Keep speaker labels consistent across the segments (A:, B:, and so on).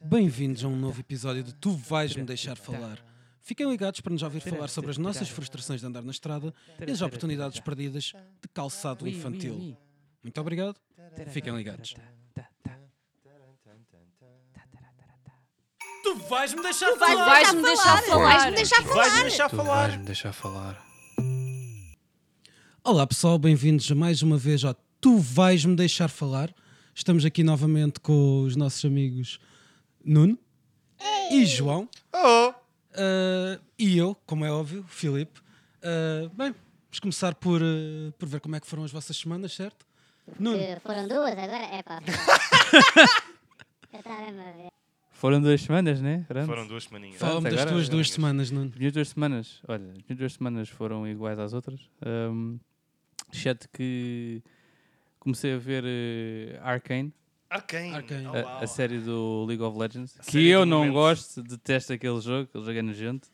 A: Bem-vindos a um novo episódio de Tu Vais Me Deixar Falar. Fiquem ligados para nos ouvir falar sobre as nossas frustrações de andar na estrada e as oportunidades perdidas de calçado infantil. Muito obrigado. Fiquem ligados. Tu vais me deixar
B: Tu vais-me deixar falar.
C: Vais-me deixar falar.
D: Vais-me deixar falar.
E: me deixar falar.
A: Olá pessoal, bem-vindos mais uma vez ao Tu Vais Me Deixar Falar. Estamos aqui novamente com os nossos amigos Nuno e João.
D: Oh,
A: Ah, e eu, como é óbvio, Filipe. Ah, bem, vamos começar por, ah, por ver como é que foram as vossas semanas, certo? Nuno,
C: Que foram duas agora? É pá. Eu estava mesmo a ver.
B: Foram duas semanas, né? Pronto.
D: foram duas é semaninhas.
A: fala-me das
B: agora- é
A: tuas duas semanas, Nuno.
B: As minhas duas semanas, olha, as minhas duas semanas foram iguais às outras. Ahm, exceto que comecei a ver eh, Arcane,
D: Arcane.
A: Arcane.
D: Oh,
B: a,
D: wow.
B: a série do League of Legends, que
D: série
B: eu
D: do
B: não
D: momento.
B: gosto, detesto aquele jogo, aquele jogo é nojento.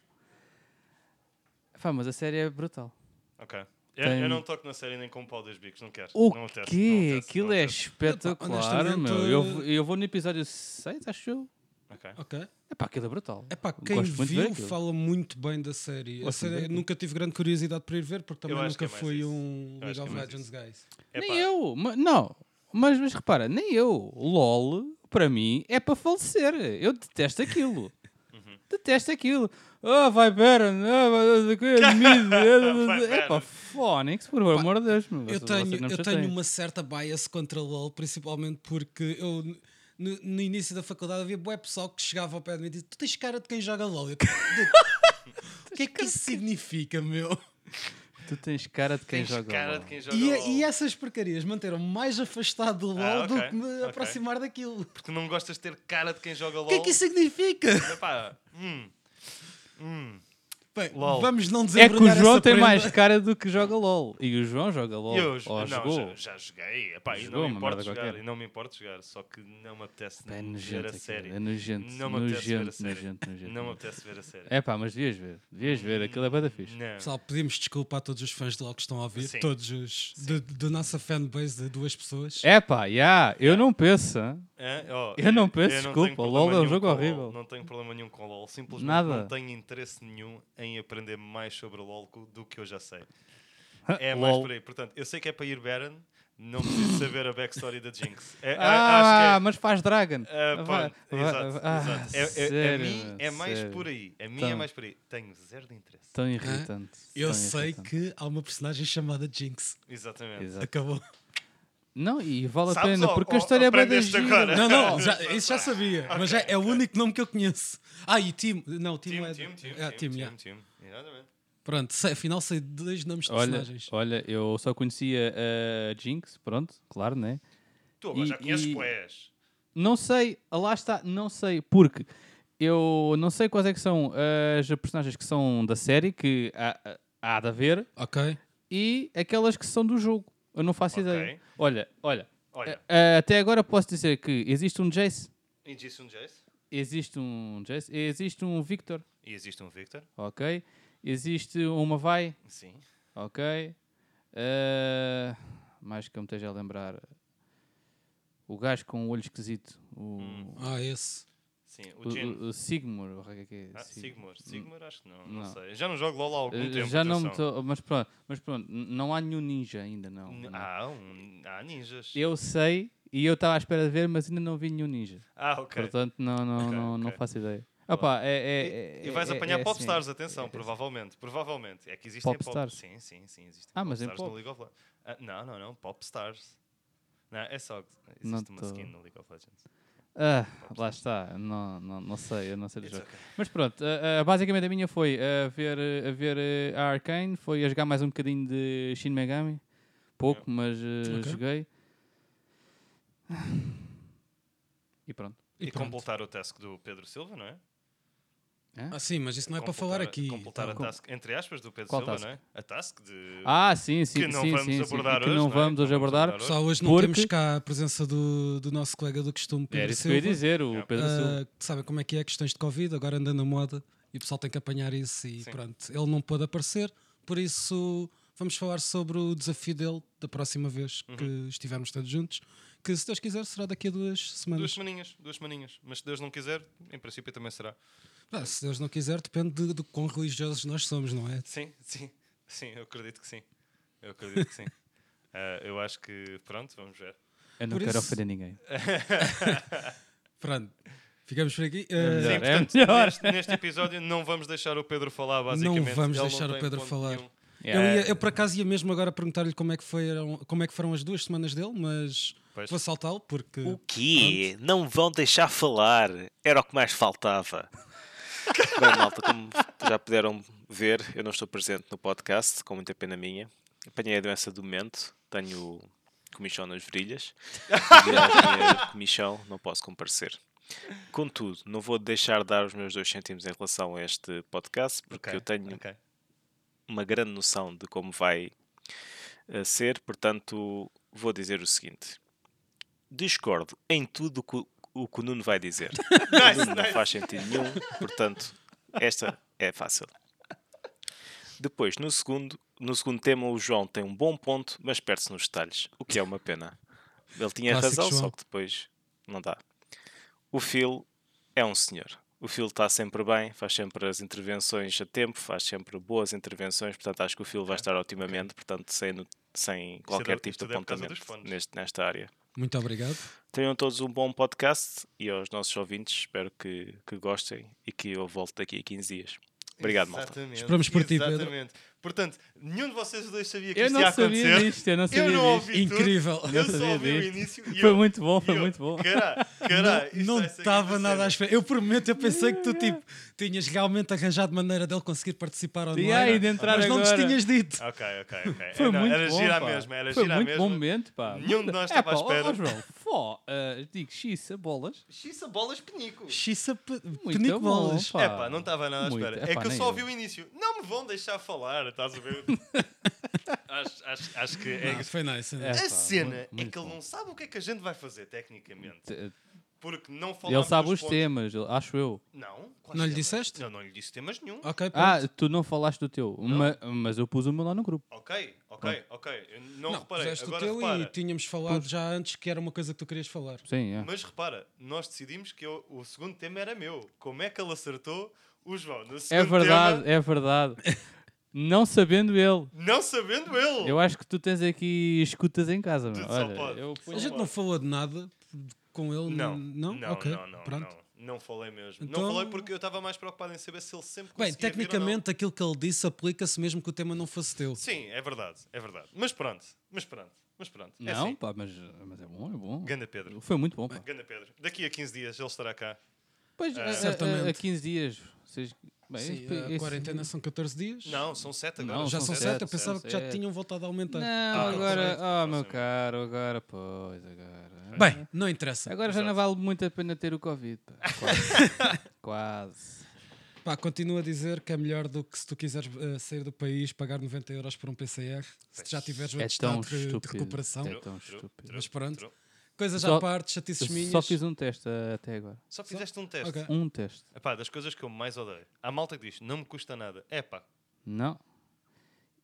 B: Pá, mas a série é brutal.
D: Ok. Eu,
B: Tem-
D: eu não toco na série nem com o pau dos bicos, não quero.
B: O
D: não testo,
B: quê?
D: não testo,
B: Aquilo
D: não
B: é
D: testo.
B: espetacular,
A: honestamente,
B: meu. Eu, vou- eu vou no episódio 6, acho eu.
D: Ok.
A: Ok.
B: Epá, aquilo é brutal.
A: É pá, quem
B: Gosto muito de ver
A: viu
B: aquilo.
A: fala muito bem da série. A
B: Gosto
A: série
B: muito
A: eu
B: daquilo.
A: nunca tive grande curiosidade para ir ver, porque também
D: Eu acho que
A: nunca
D: é mais
A: fui
D: isso.
A: um League
D: Eu acho
A: of
D: que é mais
A: Legends guys.
B: Nem
D: Epá,
B: eu, ma- não. Mas, mas repara, nem eu. LOL, para mim, é para falecer. Eu detesto aquilo.
A: Uhum.
B: Detesto aquilo. Ah, vai Baron, ah, vai- vai- mid,
D: Vai,
B: ah, é
D: Baron.
B: pá, Fónix, por amor de Deus. meu.
A: Eu
B: Vocês-
A: tenho,
B: vocês não me
A: eu
B: chateiem.
A: tenho uma certa bias contra LOL, principalmente porque eu no, no início da faculdade havia bué pessoal que chegava ao pé de mim e dizia: Tu tens cara de quem joga LOL. Eu, o que é que isso significa, meu?
B: Tu tens cara de quem
D: Tens
B: joga.
D: cara
B: LOL.
D: de quem joga
B: é-
A: E,
D: LOL.
A: e essas porcarias manteram-me mais afastado do LOL
D: Ah, ok,
A: do que me
D: ok.
A: aproximar daquilo. O
D: Porque não gostas de ter cara de quem joga LOL.
A: que é que isso significa?
D: Epá, hum. Hum.
A: Bem,
D: LOL.
A: vamos não
B: É que o
A: desembrulhar
B: João
A: essa
B: tem
A: prenda.
B: mais cara do que joga LOL. E o João joga LOL.
D: Eu
B: Ou
D: não,
B: jogou.
D: já, já joguei. Epá, e
B: Jogou
D: não me
B: uma
D: importo
B: merda
D: jogar.
B: qualquer.
D: E não me importo jogar. Só que não me apetece
B: Pá, É
D: nem ver
B: nojento.
D: a série.
B: aquilo, É nojento.
D: Não me apetece ver a
B: Nojento,
D: série.
B: nojento, nojento.
D: Não me apetece ver a série.
B: É pá, mas devias ver. Devias ver. Aquilo é bada fixe.
D: Não.
A: Pessoal, pedimos desculpa a todos os fãs de LOL que estão a ouvir,
D: Sim.
A: todos os de- da nossa fanbase de duas pessoas.
B: É pá, yeah, eu não penso. hã?
D: Hã? É, Ó,
B: Eu não peço
D: tenho
B: desculpa,
D: problema
B: LOL é um
D: nenhum
B: jogo
D: com
B: horrível.
D: LOL, Não tenho problema nenhum com LOL. Simplesmente
B: Nada.
D: não tenho interesse nenhum em aprender mais sobre LOL co- do que eu já sei. É mais
B: LOL.
D: por aí. Portanto, eu sei que é para ir Baron, não preciso saber a backstory da Jinx. É, a-
B: Ah,
D: acho que é.
B: mas faz Dragon.
D: Ah,
B: Ah,
D: pronto,
B: vai-
D: exato,
B: ah,
D: exato. É, é- a
B: sério,
D: mim é
B: meu,
D: mais
B: sério.
D: por aí. A mim é
B: Então-
D: mais por aí. Tenho zero de interesse.
B: Tão irritante.
A: Eu
B: tão
A: sei
B: irritante.
A: que há uma personagem chamada Jinx.
D: Exatamente.
B: é Exato.
A: Acabou.
B: Não, e vale a
D: Sabes,
B: pena,
D: ó,
B: porque
D: ó,
B: a história é bem
D: aprendeste agora.
A: Não, não, já, isso já sabia, mas já é o único nome que eu conheço. Ah, e Tim. Não, Tim
D: Team,
A: é.
D: team, team,
A: é, Tim,
D: team,
A: yeah.
D: team, team. Exatamente.
A: Pronto, sei, afinal sei dois nomes de
B: Olha,
A: personagens.
B: olha, eu só conhecia a Jinx, pronto, claro, né?
D: Tu agora
B: E-
D: já conheces
B: e-
D: poés.
B: Não sei, ah, lá está, não sei, porque eu não sei quais é que são as personagens que são da série, que há, há de haver,
A: Ok.
B: e aquelas que são do jogo. Eu não faço
D: Ok.
B: ideia. Olha, olha,
D: Olha,
B: a- a- Eh, até agora posso dizer que existe um Jace,
D: e existe um Jace,
B: existe um Jace, existe um Victor,
D: e existe um Victor.
B: ok? Existe uma Vai,
D: Sim.
B: ok? Ah, mais que eu me esteja a lembrar. O gajo com o olho esquisito. O,
A: Ah, esse.
D: Sim,
B: o,
D: Hum, o Jin.
B: o, o Sigmund, ou o que é que é?
D: Ah,
B: Sig-
D: Sigmar. Sigmar acho que não, não,
B: Não.
D: sei. Já não jogo LOL há algum
B: Ah,
D: tempo.
B: Já não me
D: atenção.
B: tô, mas pronto, mas pronto, n- não há nenhum ninja ainda, não.
D: N-
B: não.
D: Há, um, há ninjas.
B: Eu sei e eu estava à espera de ver, mas ainda não vi nenhum ninja.
D: Ah, ok.
B: Portanto, não, não,
D: Ok,
B: não, não
D: ok.
B: faço ideia. Opa, é, é- é-
D: e vais
B: é-
D: apanhar
B: é
D: popstars,
B: assim.
D: atenção,
B: É-
D: provavelmente. Provavelmente. É que existem pop-
B: Popstars?
D: Sim, sim, sim. Existem
B: Ah, mas em
D: popstars no
B: pop.
D: League of Legends. Ah, não, não, não. Popstars. Não, é só. Existe
B: Não
D: uma
B: tô-
D: skin no League of Legends.
B: Ah, lá está, não, não, não sei, eu não sei do
D: It's
B: jogo.
D: okay.
B: Mas pronto, ah, ah, basicamente a minha foi a ver, ah, a, ver ah, a Arkane, foi a jogar mais um bocadinho de Shin Megami, pouco, mas ah,
A: Ok.
B: joguei. E pronto.
D: E,
A: pronto.
D: completar o task do Pedro Silva, não é?
A: Ah, sim, mas isso não é para
D: Completar-
A: falar aqui.
D: Completar a
B: Então,
D: task, entre aspas, do Pedro
B: Qual
D: Silva,
B: task?
D: não é? A task de.
B: Ah, sim, sim,
D: que não
B: sim,
D: vamos
B: sim, sim,
D: abordar
B: e que
D: hoje.
B: não
D: é?
B: vamos hoje abordar.
A: Pessoal, hoje não
B: Porque-
A: temos cá a presença do, do nosso colega do costume, Pedro
B: Era isso que eu
A: Silva.
B: ia dizer, o
D: Yeah.
B: Pedro
A: Ah,
B: Silva.
A: sabem como é que é, questões de Covid, agora anda na moda e o pessoal tem que apanhar isso e
D: Sim.
A: pronto. Ele não pôde aparecer, por isso vamos falar sobre o desafio dele da próxima vez que estivermos todos juntos, que se Deus quiser será daqui a duas
D: Duas
A: semanas.
D: semaninhas, duas semaninhas. Mas se Deus não quiser, em princípio também será.
A: Ah, se Deus não quiser, depende de, de quão religiosos nós somos, não é?
D: Sim, sim, sim, eu acredito que sim. Eu acredito que sim. Ah, eu acho que, pronto, vamos ver.
B: Eu não
A: Ah, Por isso-
B: quero ofender ninguém.
D: É
A: Pronto, ficamos por aqui. Ah,
B: melhor.
D: Sim,
B: é
D: portanto,
B: melhor.
D: Neste, neste episódio não vamos deixar o Pedro falar, basicamente.
A: Não vamos
D: Ele
A: deixar o
D: tem
A: Pedro
D: ponto
A: falar.
D: nenhum.
A: Eu,
B: Yeah.
A: ia- eu, por acaso ia mesmo agora perguntar-lhe como, é que foram- como é que foram as duas semanas dele, mas
D: Pois.
A: vou saltá-lo porque.
E: O quê? Não vão deixar falar. Era o que mais faltava. Bem, malta, como já puderam ver, eu não estou presente no podcast, com muita pena minha. Apanhei a doença do momento, tenho comichão nas virilhas. E a minha comichão não posso comparecer. Contudo, não vou deixar de dar os meus dois cêntimos em relação a este podcast, porque
D: Ok,
E: eu tenho
D: ok.
E: uma grande noção de como vai eh, ser, portanto, vou dizer o seguinte: discordo em tudo o que o- o que o Nuno vai dizer. o Nuno não faz sentido nenhum, portanto, esta é fácil. Depois, no segundo, no segundo tema, o João tem um bom ponto, mas perde-se nos detalhes, o que é uma pena. Ele tinha
A: Clássico
E: razão,
A: João.
E: só que depois não dá. O Phil é um senhor. O Phil está sempre bem, faz sempre as intervenções a tempo, faz sempre boas intervenções, portanto acho que o Phil vai estar otimamente, portanto sem, no- sem qualquer tipo
D: isto
E: de
D: é por causa dos
E: apontamento
D: fones.
E: neste, nesta área.
A: Muito obrigado.
E: Tenham todos um bom podcast e aos nossos ouvintes espero que, que gostem e que eu volte daqui a 15 dias. Obrigado, malta.
D: Exatamente,
A: Esperamos por ti, Pedro.
D: Exatamente. Portanto, nenhum de vocês dois sabia que
B: Eu
D: isto
B: não
D: ia
B: sabia
D: acontecer.
B: disto, eu não sabia
D: eu não
B: disto.
D: ouvi
A: Incrível.
D: tudo.
B: Eu
D: Eu
B: não
D: só
B: sabia
D: ouvi o
B: disto.
D: início. e
B: Foi
D: eu-
B: muito bom,
D: e
B: foi
D: eu,
B: muito bom.
D: Caralho, caralho. isto
A: Não
D: vai ser grande
A: estava nada à
D: cena.
A: espera. Eu prometo, eu pensei que tu tipo, tinhas realmente arranjado maneira dele conseguir participar online.
B: Yeah, e de entrar
A: mas não nos
B: agora.
A: tinhas dito.
D: Ok, ok, ok.
B: Foi
D: É, não,
B: muito
D: era
B: bom,
D: gira a
B: pá.
D: mesma, era
B: Foi
D: gira a
B: muito bom
D: mesma.
B: momento, pá.
D: Nenhum de nós
B: É,
D: estava à
B: pá, ó,
D: espera.
B: ó, João, fó, ah, digo, xiça, bolas.
D: Xissa bolas penico.
A: Xissa pe-
B: Muito
A: penico
B: bom,
A: bolas.
B: pá.
D: É pá, não estava nada à
B: Muito.
D: espera.
B: É
D: É
B: pá,
D: que eu
B: nem
D: só
B: eu.
D: ouvi o início. Não me vão deixar falar, estás a ver? acho, acho- acho que é
A: Ah, foi nice. né?
B: É, pá,
D: A cena
B: muito-
D: é
B: muito
D: que ele
B: bom.
D: não sabe o que é que a gente vai fazer, tecnicamente.
B: Te- eh,
D: Porque não falamos
B: Ele sabe
D: dos
B: os
D: pontos.
B: temas, eu- acho eu.
D: Não. quais
A: Não lhe
D: temas?
A: disseste?
D: Eu não lhe disse temas nenhum.
A: Ok, pronto.
B: Ah, tu não falaste do teu, ma- mas eu pus o meu lá no grupo.
D: Ok, ok, ok. Eu não,
A: não,
D: então reparei.
A: puseste
D: Agora
A: o teu
D: repara.
A: e tínhamos falado já antes que era uma coisa que tu querias falar.
B: Sim, é.
D: Mas repara, nós decidimos que eu- o segundo tema era meu. Como é que ele acertou o João? No
B: É
D: segundo
B: verdade,
D: tema,
B: é verdade. Não sabendo ele.
D: não sabendo ele.
B: Eu acho que tu tens aqui escutas em casa, meu.
D: Só
B: Olha,
D: pode.
B: eu
A: A
B: ponho...
A: gente não falou de nada com ele?
D: Não,
A: Não?
D: não,
A: ok,
D: não, não,
A: pronto.
D: não. Não falei mesmo.
A: Então-
D: Não falei porque eu estava mais preocupado em saber se ele sempre
A: Bem,
D: conseguia vir ou não.
A: tecnicamente aquilo que ele disse aplica-se mesmo que o tema não fosse teu.
D: Sim, é verdade, é verdade. Mas pronto, mas pronto, mas pronto. É
B: Não,
D: assim.
B: pá, mas, mas é bom, é bom.
D: Ganda Pedro.
B: Foi muito bom, pá.
D: Ganda Pedro. Daqui a 15 dias ele estará cá.
B: Pois,
D: Ah,
A: eh,
B: a- a- a,
A: Certamente.
B: 15 dias. Vocês... Bem,
A: Sim,
B: esse-
A: a
B: esse-
A: quarentena são 14 dias.
D: Não, são 7 agora.
B: Não,
A: Já
B: são
A: são
B: sete,
A: 7, eu
B: são
A: pensava que já
B: sete.
A: tinham voltado a aumentar.
B: Não,
D: Ah,
B: agora,
D: ok.
B: oh meu
D: Próximo.
B: caro, agora, pois, agora.
A: Bem, não interessa.
B: Agora já não vale muito a pena ter o Covid. pá. Quase. Quase.
A: Pá, continua a dizer que é melhor do que se tu quiseres eh, sair do país, pagar 90 euros por um PCR, se já tiveres o
B: É tão
A: atestado de, de
B: estúpido.
A: recuperação.
B: É tão
D: True,
B: estúpido.
A: Mas pronto,
D: True.
A: coisas à
B: Só-
A: parte, chatices
B: Eu
A: minhas.
B: só fiz um teste ah, até agora.
D: Só fizeste um teste.
A: Ok.
B: Um teste.
D: Epá, das coisas que eu mais odeio. Há malta que diz, não me custa nada. Epá,
B: Não.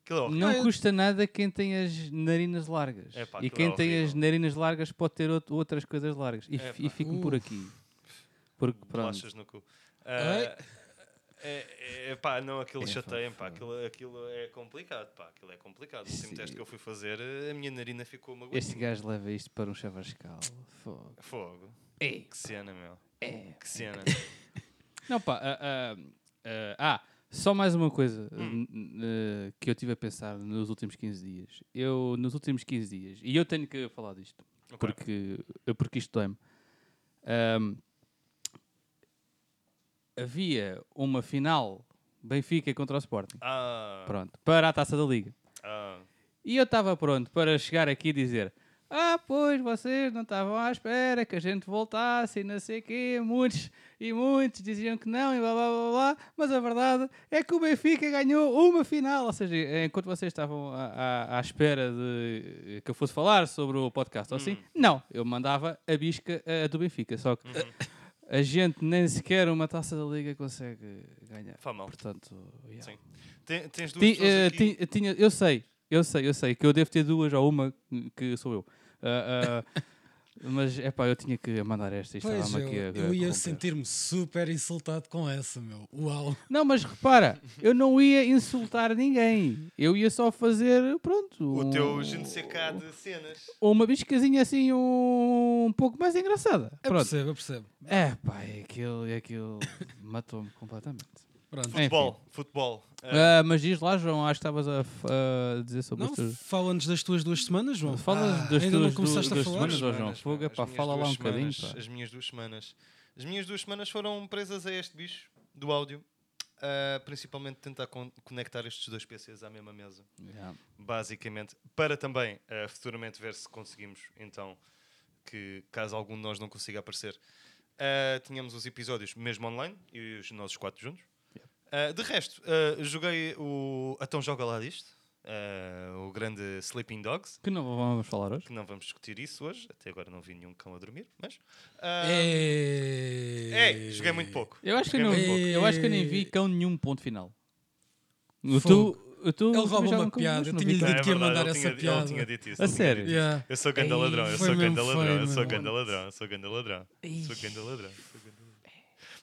D: aquilo é horrível.
B: Não
A: Ah, eu-
B: custa nada quem tem as narinas largas.
D: Epá,
B: e
D: aquilo
B: quem
D: é
B: tem as
D: horrível.
B: narinas largas pode ter out- outras coisas largas. E, f- e
D: Epá.
B: fico por aqui. Porque pronto.
D: Bolachas no cu. Ah, é, é, pá, não, aquilo
B: É,
D: chateia,
B: pá,
D: pá, aquilo, aquilo é complicado, pá, aquilo é complicado. O último
B: Sim.
D: teste que eu fui fazer, eh, a minha narina ficou uma
B: Este
D: gotinha.
B: gajo leva isto para um chavascal. Fogo.
D: Fogo.
B: Ei.
D: Que cena, meu.
B: É.
D: Que cena.
B: Não, pá. ah, ah, ah, ah, só mais uma coisa
D: Hum.
B: n- n- ah, que eu tive a pensar nos últimos 15 dias. Eu, nos últimos 15 dias, e eu tenho que falar disto,
D: Ok.
B: porque, eu- porque isto dói-me. Ahm, havia uma final Benfica contra o Sporting.
D: Ah,
B: Pronto, para a taça da Liga.
D: ah,
B: E eu estava pronto para chegar aqui e dizer: Ah, pois vocês não estavam à espera que a gente voltasse e não sei o quê. Muitos e muitos diziam que não e blá blá blá blá. Mas a verdade é que o Benfica ganhou uma final. Ou seja, enquanto vocês estavam à, à- à espera de que eu fosse falar sobre o podcast ou assim,
D: Hum.
B: não, eu mandava a bisca eh, do Benfica. Só que.
D: Uhum.
B: A gente nem sequer uma taça da liga consegue ganhar.
D: Fá mal.
B: Portanto, yeah.
D: sim. Tem- tens duas
B: Ti-
D: pessoas
B: eh,
D: aqui.
B: ti- tinha, eu sei, eu sei, eu sei que eu devo ter duas ou uma que sou eu. Ah, ah, Mas é pá, eu tinha que mandar esta. Isto
A: Pois,
B: estava
A: eu,
B: aqui a, a
A: eu ia
B: corromper.
A: sentir-me super insultado com essa, meu. Uau.
B: Não, mas repara, eu não ia insultar ninguém. Eu ia só fazer, pronto.
D: O teu
B: um-
D: GNCK de cenas.
B: Uma biscazinha assim um, pouco mais engraçada.
A: Eu
B: Pronto.
A: percebo, eu percebo.
B: É pá, aquilo, aquilo matou-me completamente.
A: Pronto.
B: É.
D: Futebol, futebol. Ah,
B: Ah, mas diz lá, João, acho que estavas a, f- a dizer sobre
A: É. Não,
B: os teus.
A: fala-nos das tuas duas semanas, João.
B: Falas
A: Ah,
B: das
A: ainda não
B: tuas
A: começaste
B: duas
A: a falar?
B: semanas, ó João
D: pá,
B: Fogo,
D: as
B: pá,
D: minhas
B: fala lá
D: duas
B: um bocadinho,
D: semanas-
B: pá.
D: As minhas duas semanas. As minhas duas semanas foram presas a este bicho do áudio. Ah, principalmente tentar con- conectar estes dois PCs à mesma mesa.
B: Yeah.
D: basicamente, para também eh, futuramente ver se conseguimos, então, que caso algum de nós não consiga aparecer, eh, tínhamos os episódios mesmo online e os nossos quatro juntos. Eh, de resto, eh, joguei o. Então, joga lá disto, eh, o grande Sleeping Dogs.
B: Que não vamos falar hoje.
D: Que não vamos discutir isso hoje, até agora não vi nenhum cão a dormir, mas. eh,
A: Ah, Ei.
D: Ei, joguei muito pouco.
B: Eu acho que eu,
D: Joguei
B: não,
D: muito pouco.
B: eu acho que eu nem vi cão nenhum ponto final. O
A: Fogo.
B: tu, o tu,
A: Ele
B: tu
A: roubou
B: já
A: uma
B: não-
A: piada,
B: não
A: eu tinha-lhe
B: vi
A: dito
B: cão.
A: que ia mandar
D: é ele
A: essa
D: tinha, ele
A: piada.
D: tinha dito isso.
B: A
D: ele tinha
B: sério?
D: dito isso.
A: Yeah.
D: Eu sou ganda
B: Ei,
D: ladrão, eu
A: foi
D: sou ganda
A: mesmo
D: ladrão, eu
A: feio,
D: sou
A: meu.
D: ganda ladrão, eu sou ganda ladrão, eu sou ganda ladrão. sou ganda ladrão.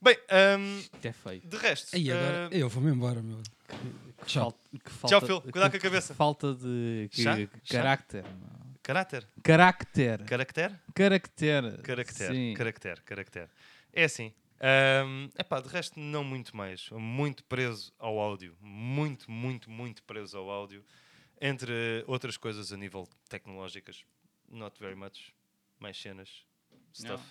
D: Bem, hum,
B: Isto é feio.
D: de resto.
A: Ei, agora
D: hum,
A: eu vou-me embora, meu.
B: Que
A: Tchau.
B: falta- que falta-
D: Phil. Cuidado
B: que-
D: com a cabeça.
B: Falta de que-
D: Chá? Chá?
B: carácter. mano.
D: Caráter?
A: É.
B: Carácter.
D: Caracter?
B: Caracter.
D: Caracter,
B: Sim.
D: caracter, caracter. É assim. hum, epá, de resto, não muito mais. Muito preso ao áudio. Muito, muito, muito preso ao áudio. Entre outras coisas a nível tecnológicas. Not very much. Mais cenas. Stuff.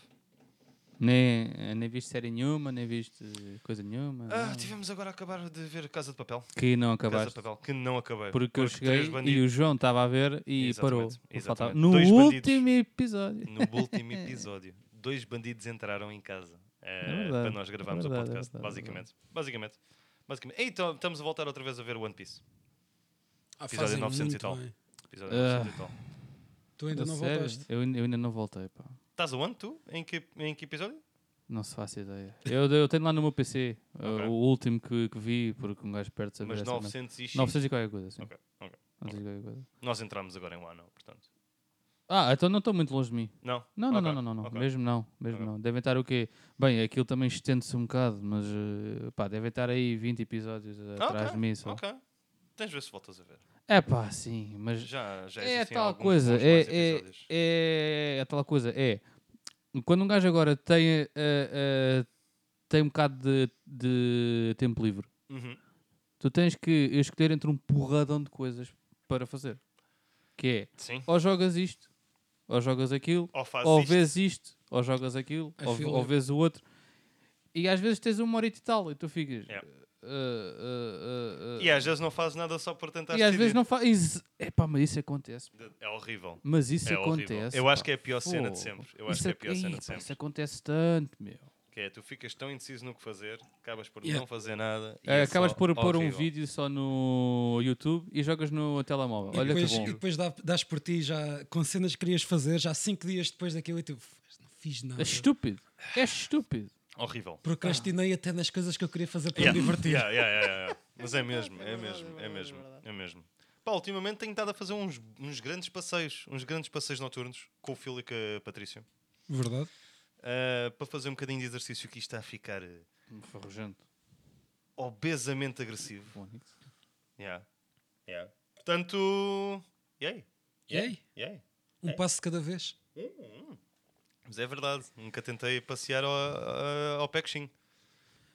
B: Nem, nem viste série nenhuma, nem viste coisa nenhuma.
D: Ah,
B: não.
D: tivemos agora a acabar de ver Casa de Papel.
B: Que não
D: Casa de
B: acabaste.
D: Papel, que não acabei.
B: Porque eu
D: três
B: cheguei e
D: bandidos-
B: o João estava a ver e
D: Exatamente,
B: parou.
D: exatamente.
B: Faltava-
D: Dois
B: No
D: bandidos.
B: último episódio.
D: No último episódio, dois bandidos entraram em casa eh,
B: É verdade,
D: para nós gravarmos
B: é
D: o
B: verdade, é
D: podcast,
B: verdade, é
D: basicamente. basicamente. Basicamente. E então, estamos a voltar outra vez a ver One Piece.
A: Ah,
D: Episódio
A: fazem
D: 900 e
A: muito
D: tal.
A: bem.
D: Episódio
B: Ah.
D: 900 e tal.
A: Tu ainda
B: A
A: não
B: sério?
A: voltaste.
B: Eu, ainda- eu ainda não voltei, pá.
D: Estás aonde tu? Em que, em que episódio?
B: Não se faço ideia. Eu, eu tenho lá no meu PC uh,
D: Ok.
B: o último que, que vi, porque um gajo perde saber
D: Mas
B: essa merda.
D: 900 e X.
B: 900 e qualquer coisa, sim.
D: Ok, ok.
B: 900 e qualquer coisa.
D: Nós entramos agora em Wano, portanto.
B: Ah, então não estou muito longe de mim.
D: Não?
B: Não, não,
D: Ok,
B: não, não, não, não.
D: ok.
B: Mesmo não, mesmo
D: Ok.
B: não. Devem estar o quê? Bem, aquilo também estende-se um bocado, mas eh, pá, devem estar aí 20 episódios
D: Ah,
B: atrás de mim só.
D: Ok. Tens de ver se voltas a ver.
B: É pá, sim, mas
D: Já, já
B: é a
D: existem
B: tal
D: alguns
B: coisa,
D: bons
B: é,
D: mais
B: é,
D: episódios.
B: é, a tal coisa, é quando um gajo agora tem, eh, eh, tem um bocado de, de tempo livre,
D: Uhum.
B: tu tens que escolher entre um porradão de coisas para fazer. Que é,
D: Sim.
B: ou jogas isto, ou jogas aquilo,
D: Ou fazes
B: ou
D: isto.
B: vês isto, ou jogas aquilo,
A: É
B: ou,
A: filme.
B: ou vês o outro. E às vezes tens uma hora e tal e tu ficas.
D: Yeah.
B: "Ah, ah, ah, ah."
D: E às vezes não fazes nada só por tentar
B: E às vezes
D: decidir.
B: não faz. É pá, mas isso acontece.
D: É horrível.
B: Mas isso
D: É
B: acontece.
D: horrível. Eu acho
B: pá.
D: que é a pior cena
B: Pô,
D: de sempre. Eu acho que é a pior
B: ac-
D: cena
B: Ih,
D: de
B: pá, Isso
D: sempre.
B: acontece tanto, meu.
D: Que é, tu ficas tão indeciso no que fazer, acabas por
A: Yeah.
D: não fazer nada. e
B: Eh,
D: é
B: Acabas
D: só
B: por pôr um
D: horrível.
B: vídeo só no YouTube e jogas no telemóvel.
A: E
B: Olha
A: depois,
B: que bom.
A: e depois dá- dás por ti já com cenas que querias fazer, já cinco dias depois daquilo e tu "Foda-se, não fiz nada.
B: É estúpido. É estúpido.
D: Horrível.
A: Procrastinei até nas coisas que eu queria fazer para
D: Yeah.
A: me divertir.
D: Yeah, yeah, yeah, yeah, yeah. Mas é mesmo, é mesmo, é mesmo, é mesmo. Pá, ultimamente tenho estado a fazer uns, uns grandes passeios, uns grandes passeios noturnos com o Phil e com a Patrícia.
A: Verdade?
D: ah, para fazer um bocadinho de exercício que isto está a ficar eh,
B: Um Ferrugente.
D: obesamente agressivo.
B: Fónix.
D: Yeah. Yeah. Portanto, yay,
A: E aí?
D: yay.
A: Um passo de cada vez.
D: Mas é verdade, nunca tentei passear ao, eh, ao Pechinho.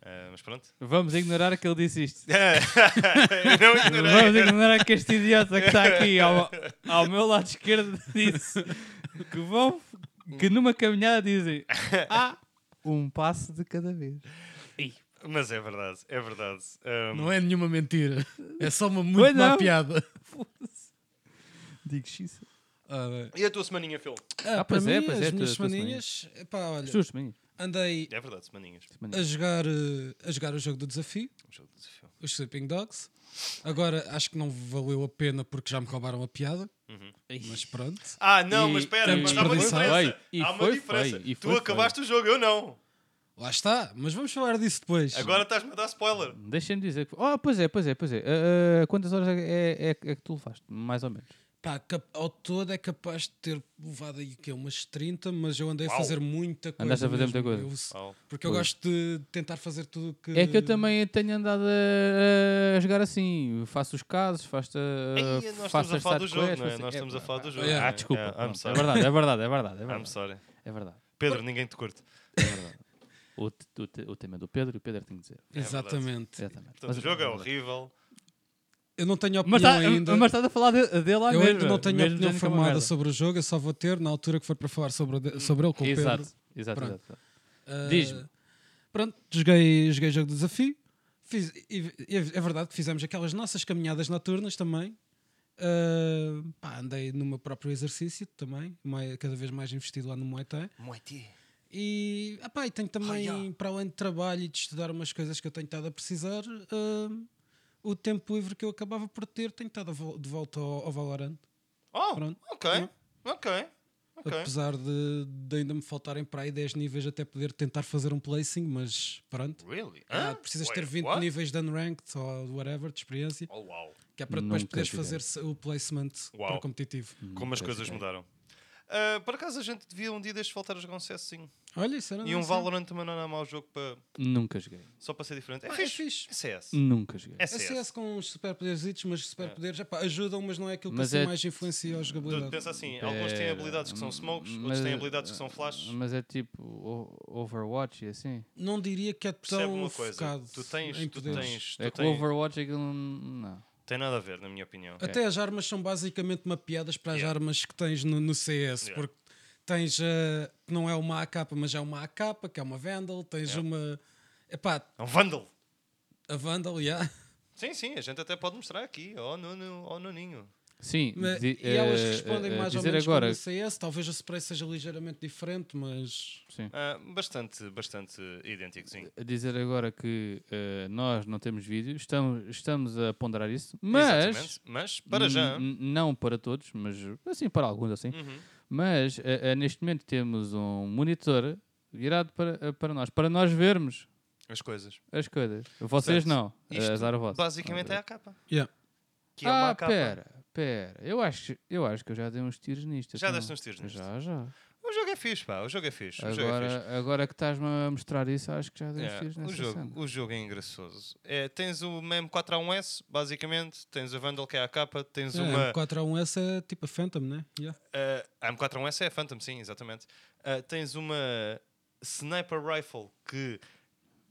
D: Ah, mas pronto.
B: Vamos ignorar que ele disse isto.
D: Eu não ignorei.
B: Vamos ignorar que este idiota que está aqui ao, ao meu lado esquerdo disse que vão que numa caminhada dizem há um passo de cada vez.
D: Mas é verdade, é verdade. Um,
A: Não é nenhuma mentira. É só uma
B: Pois
A: muito
B: não.
A: má piada.
B: Digo x.
A: Ah, bem.
D: E a tua semaninha, Phil?
A: Ah,
B: pois
A: para
B: é,
A: mim,
B: pois é,
A: as
B: tu-
A: minhas
B: tu também.
A: semaninhas, epá, olha,
B: Justo, menino.
A: andei
D: É verdade, semaninhas.
A: a jogar, eh, a jogar o jogo do desafio,
D: Um jogo de desafio.
A: os Sleeping Dogs. Agora acho que não valeu a pena porque já me roubaram a piada, mas pronto.
D: Ah, não,
B: E-
D: mas espera,
A: e-
D: mas há uma
A: e-
D: diferença.
B: foi, e
D: há uma
B: foi,
D: diferença.
B: foi, e
D: tu
B: foi,
D: acabaste o jogo, eu não.
A: Lá está, mas vamos falar disso depois.
D: Agora estás-me a dar spoiler.
B: Deixa-me dizer. que- Oh, pois é, pois é, pois é. Ah, ah, quantas horas é, é- é- é que tu levaste? Mais ou menos.
A: Pá, cap- ao todo é capaz de ter levado aí que umas 30, mas eu andei a
D: Uau.
A: fazer muita coisa.
B: Andaste a fazer
A: mesmo.
B: muita coisa.
A: Eu-
D: Uau.
A: porque eu
B: Pois.
A: gosto de tentar fazer tudo que.
B: É
D: Eh,
B: que eu também tenho andado a, a jogar assim. Faço os casos, faço.
D: Ei,
B: A,
D: nós estamos
B: faço
D: a
B: as
D: falar do
B: side
D: jogo,
B: quests,
D: não é?
B: faço-
D: Nós estamos a falar do jogo.
A: Ah,
D: não é?
B: desculpa.
D: Yeah, I'm
B: pronto.
D: sorry.
B: É verdade, é verdade, é verdade. É
D: I'm
B: verdade.
D: sorry.
B: É verdade. é
D: Pedro, ninguém te curte.
B: O, te- o, te- o tema é do Pedro e o Pedro tem que dizer.
D: É
A: Exatamente.
B: Exatamente.
D: Portanto, o jogo é horrível.
A: Eu não tenho opinião
B: Mas, tá-
A: ainda.
B: mas estás a falar de- dele lá
A: eu
B: mesmo.
A: ainda não tenho opinião
B: mesmo dizendo que é uma
A: formada
B: merda.
A: sobre o jogo, eu só vou ter na altura que for para falar sobre, o de- sobre ele com o Pedro.
B: Exato, exato,
A: Pronto.
B: exato.
A: Ah,
B: Diz-me.
A: Pronto, joguei, joguei jogo de desafio. Fiz- e- e é verdade que fizemos aquelas nossas caminhadas noturnas também. Ah, pá, andei no meu próprio exercício também, mai- cada vez mais investido lá no Muay Thai.
D: Moiti.
A: E, ah pá, e tenho também, para além de trabalho e de estudar umas coisas que eu tenho estado a precisar, ah, o tempo livre que eu acabava por ter, tenho estado a vol- de volta ao, ao Valorant.
D: Oh,
A: Pronto.
D: ok. Ok. Ok.
A: Apesar de, de ainda me faltarem para aí 10 níveis até poder tentar fazer um placing, mas pronto.
D: Really?
A: Ah,
D: Hã?
A: precisas
D: Wait,
A: ter 20
D: what?
A: níveis de unranked ou whatever, de experiência,
D: Oh, uau.
A: que é para depois
B: Nunca
A: poderes
B: tive
A: fazer se- o placement
D: Uau.
A: para competitivo.
D: Como as coisas mudaram. Ah, por acaso a gente devia um dia destes voltar a jogar um CSzinho.
A: Olha, isso era
D: E um
A: nice.
D: Valorant também não é mau jogo para...
B: Nunca joguei.
D: só para ser diferente. É
A: Ah, é
D: fixe.
A: fixe.
D: É CS.
B: Nunca joguei.
D: É
A: É
D: CS.
A: CS com uns superpoderes, mas superpoderes epá, ajudam, mas não é aquilo que
B: Mas
A: assim
B: é-
A: mais influencia a
D: Tu
A: jogabilidade.
D: pensa assim, alguns têm
B: Pera,
D: habilidades que são smokes, outros
B: É, hum, mas- é
D: têm habilidades que são flashes.
B: Mas é tipo o- Overwatch e assim.
A: Não diria que é
D: Percebe
A: tão
D: uma coisa.
A: focado
D: Tu tens,
A: em
D: tu
A: poderes.
D: tens, tu
B: é que o
D: tens-
B: Overwatch aquilo não.
D: Tem nada a ver, na minha opinião.
A: Até as armas são basicamente mapeadas para as
D: Yeah.
A: armas que tens no, no CS,
D: Yeah.
A: porque tens, eh, não é uma AK, mas é uma AK, que é uma Vandal, tens
D: Yeah.
A: uma... Epá,
D: É um vândalo.
A: a Vandal, yeah.
D: Sim, sim, a gente até pode mostrar aqui. Oh, Nuno, oh, Nuninho.
B: Sim,
A: Mas-
B: di-
A: e elas
B: eh,
A: respondem
B: eh,
A: mais ou
B: dizer
A: menos
B: agora.
A: como no CS. Talvez o spray seja ligeiramente diferente, mas.
B: Sim.
D: Ah, bastante, bastante idêntico, sim.
B: a dizer agora que eh, nós não temos vídeo, estamos, estamos a ponderar isso, mas Hum,
D: Exatamente. Mas, para já...
B: n- n- não para todos, mas assim para alguns assim.
A: Uhum.
B: Mas eh, eh, neste momento temos um monitor virado para, eh, para nós, para nós vermos
D: As coisas.
B: as coisas. Vocês
D: Portanto,
B: não,
D: Isto,
B: azar a vossa.
D: basicamente, é a capa. Que é uma
B: Eh, Ah,
D: capa.
B: pera, pera. Eu acho, eu acho que eu já dei uns tiros nisto.
D: Já
B: então.
D: deste uns tiros nisto.
B: Já, já.
D: O jogo é fixe, pá. O jogo é fixe. O jogo é fixe.
B: Agora, agora que estás-me a mostrar isso, acho que já dei uns
D: É,
B: tiros
D: o,
B: nessa cena.
D: jogo, o jogo é engraçoso. É, tens o mesmo 4A1S, basicamente. Tens a Vandal, que é a capa. Tens
A: É,
D: uma.
A: 4 a 1 S é tipo a Phantom, né? Yeah.
D: eh, a M4A1S é a Phantom, sim, exatamente. Eh, tens uma Sniper Rifle que,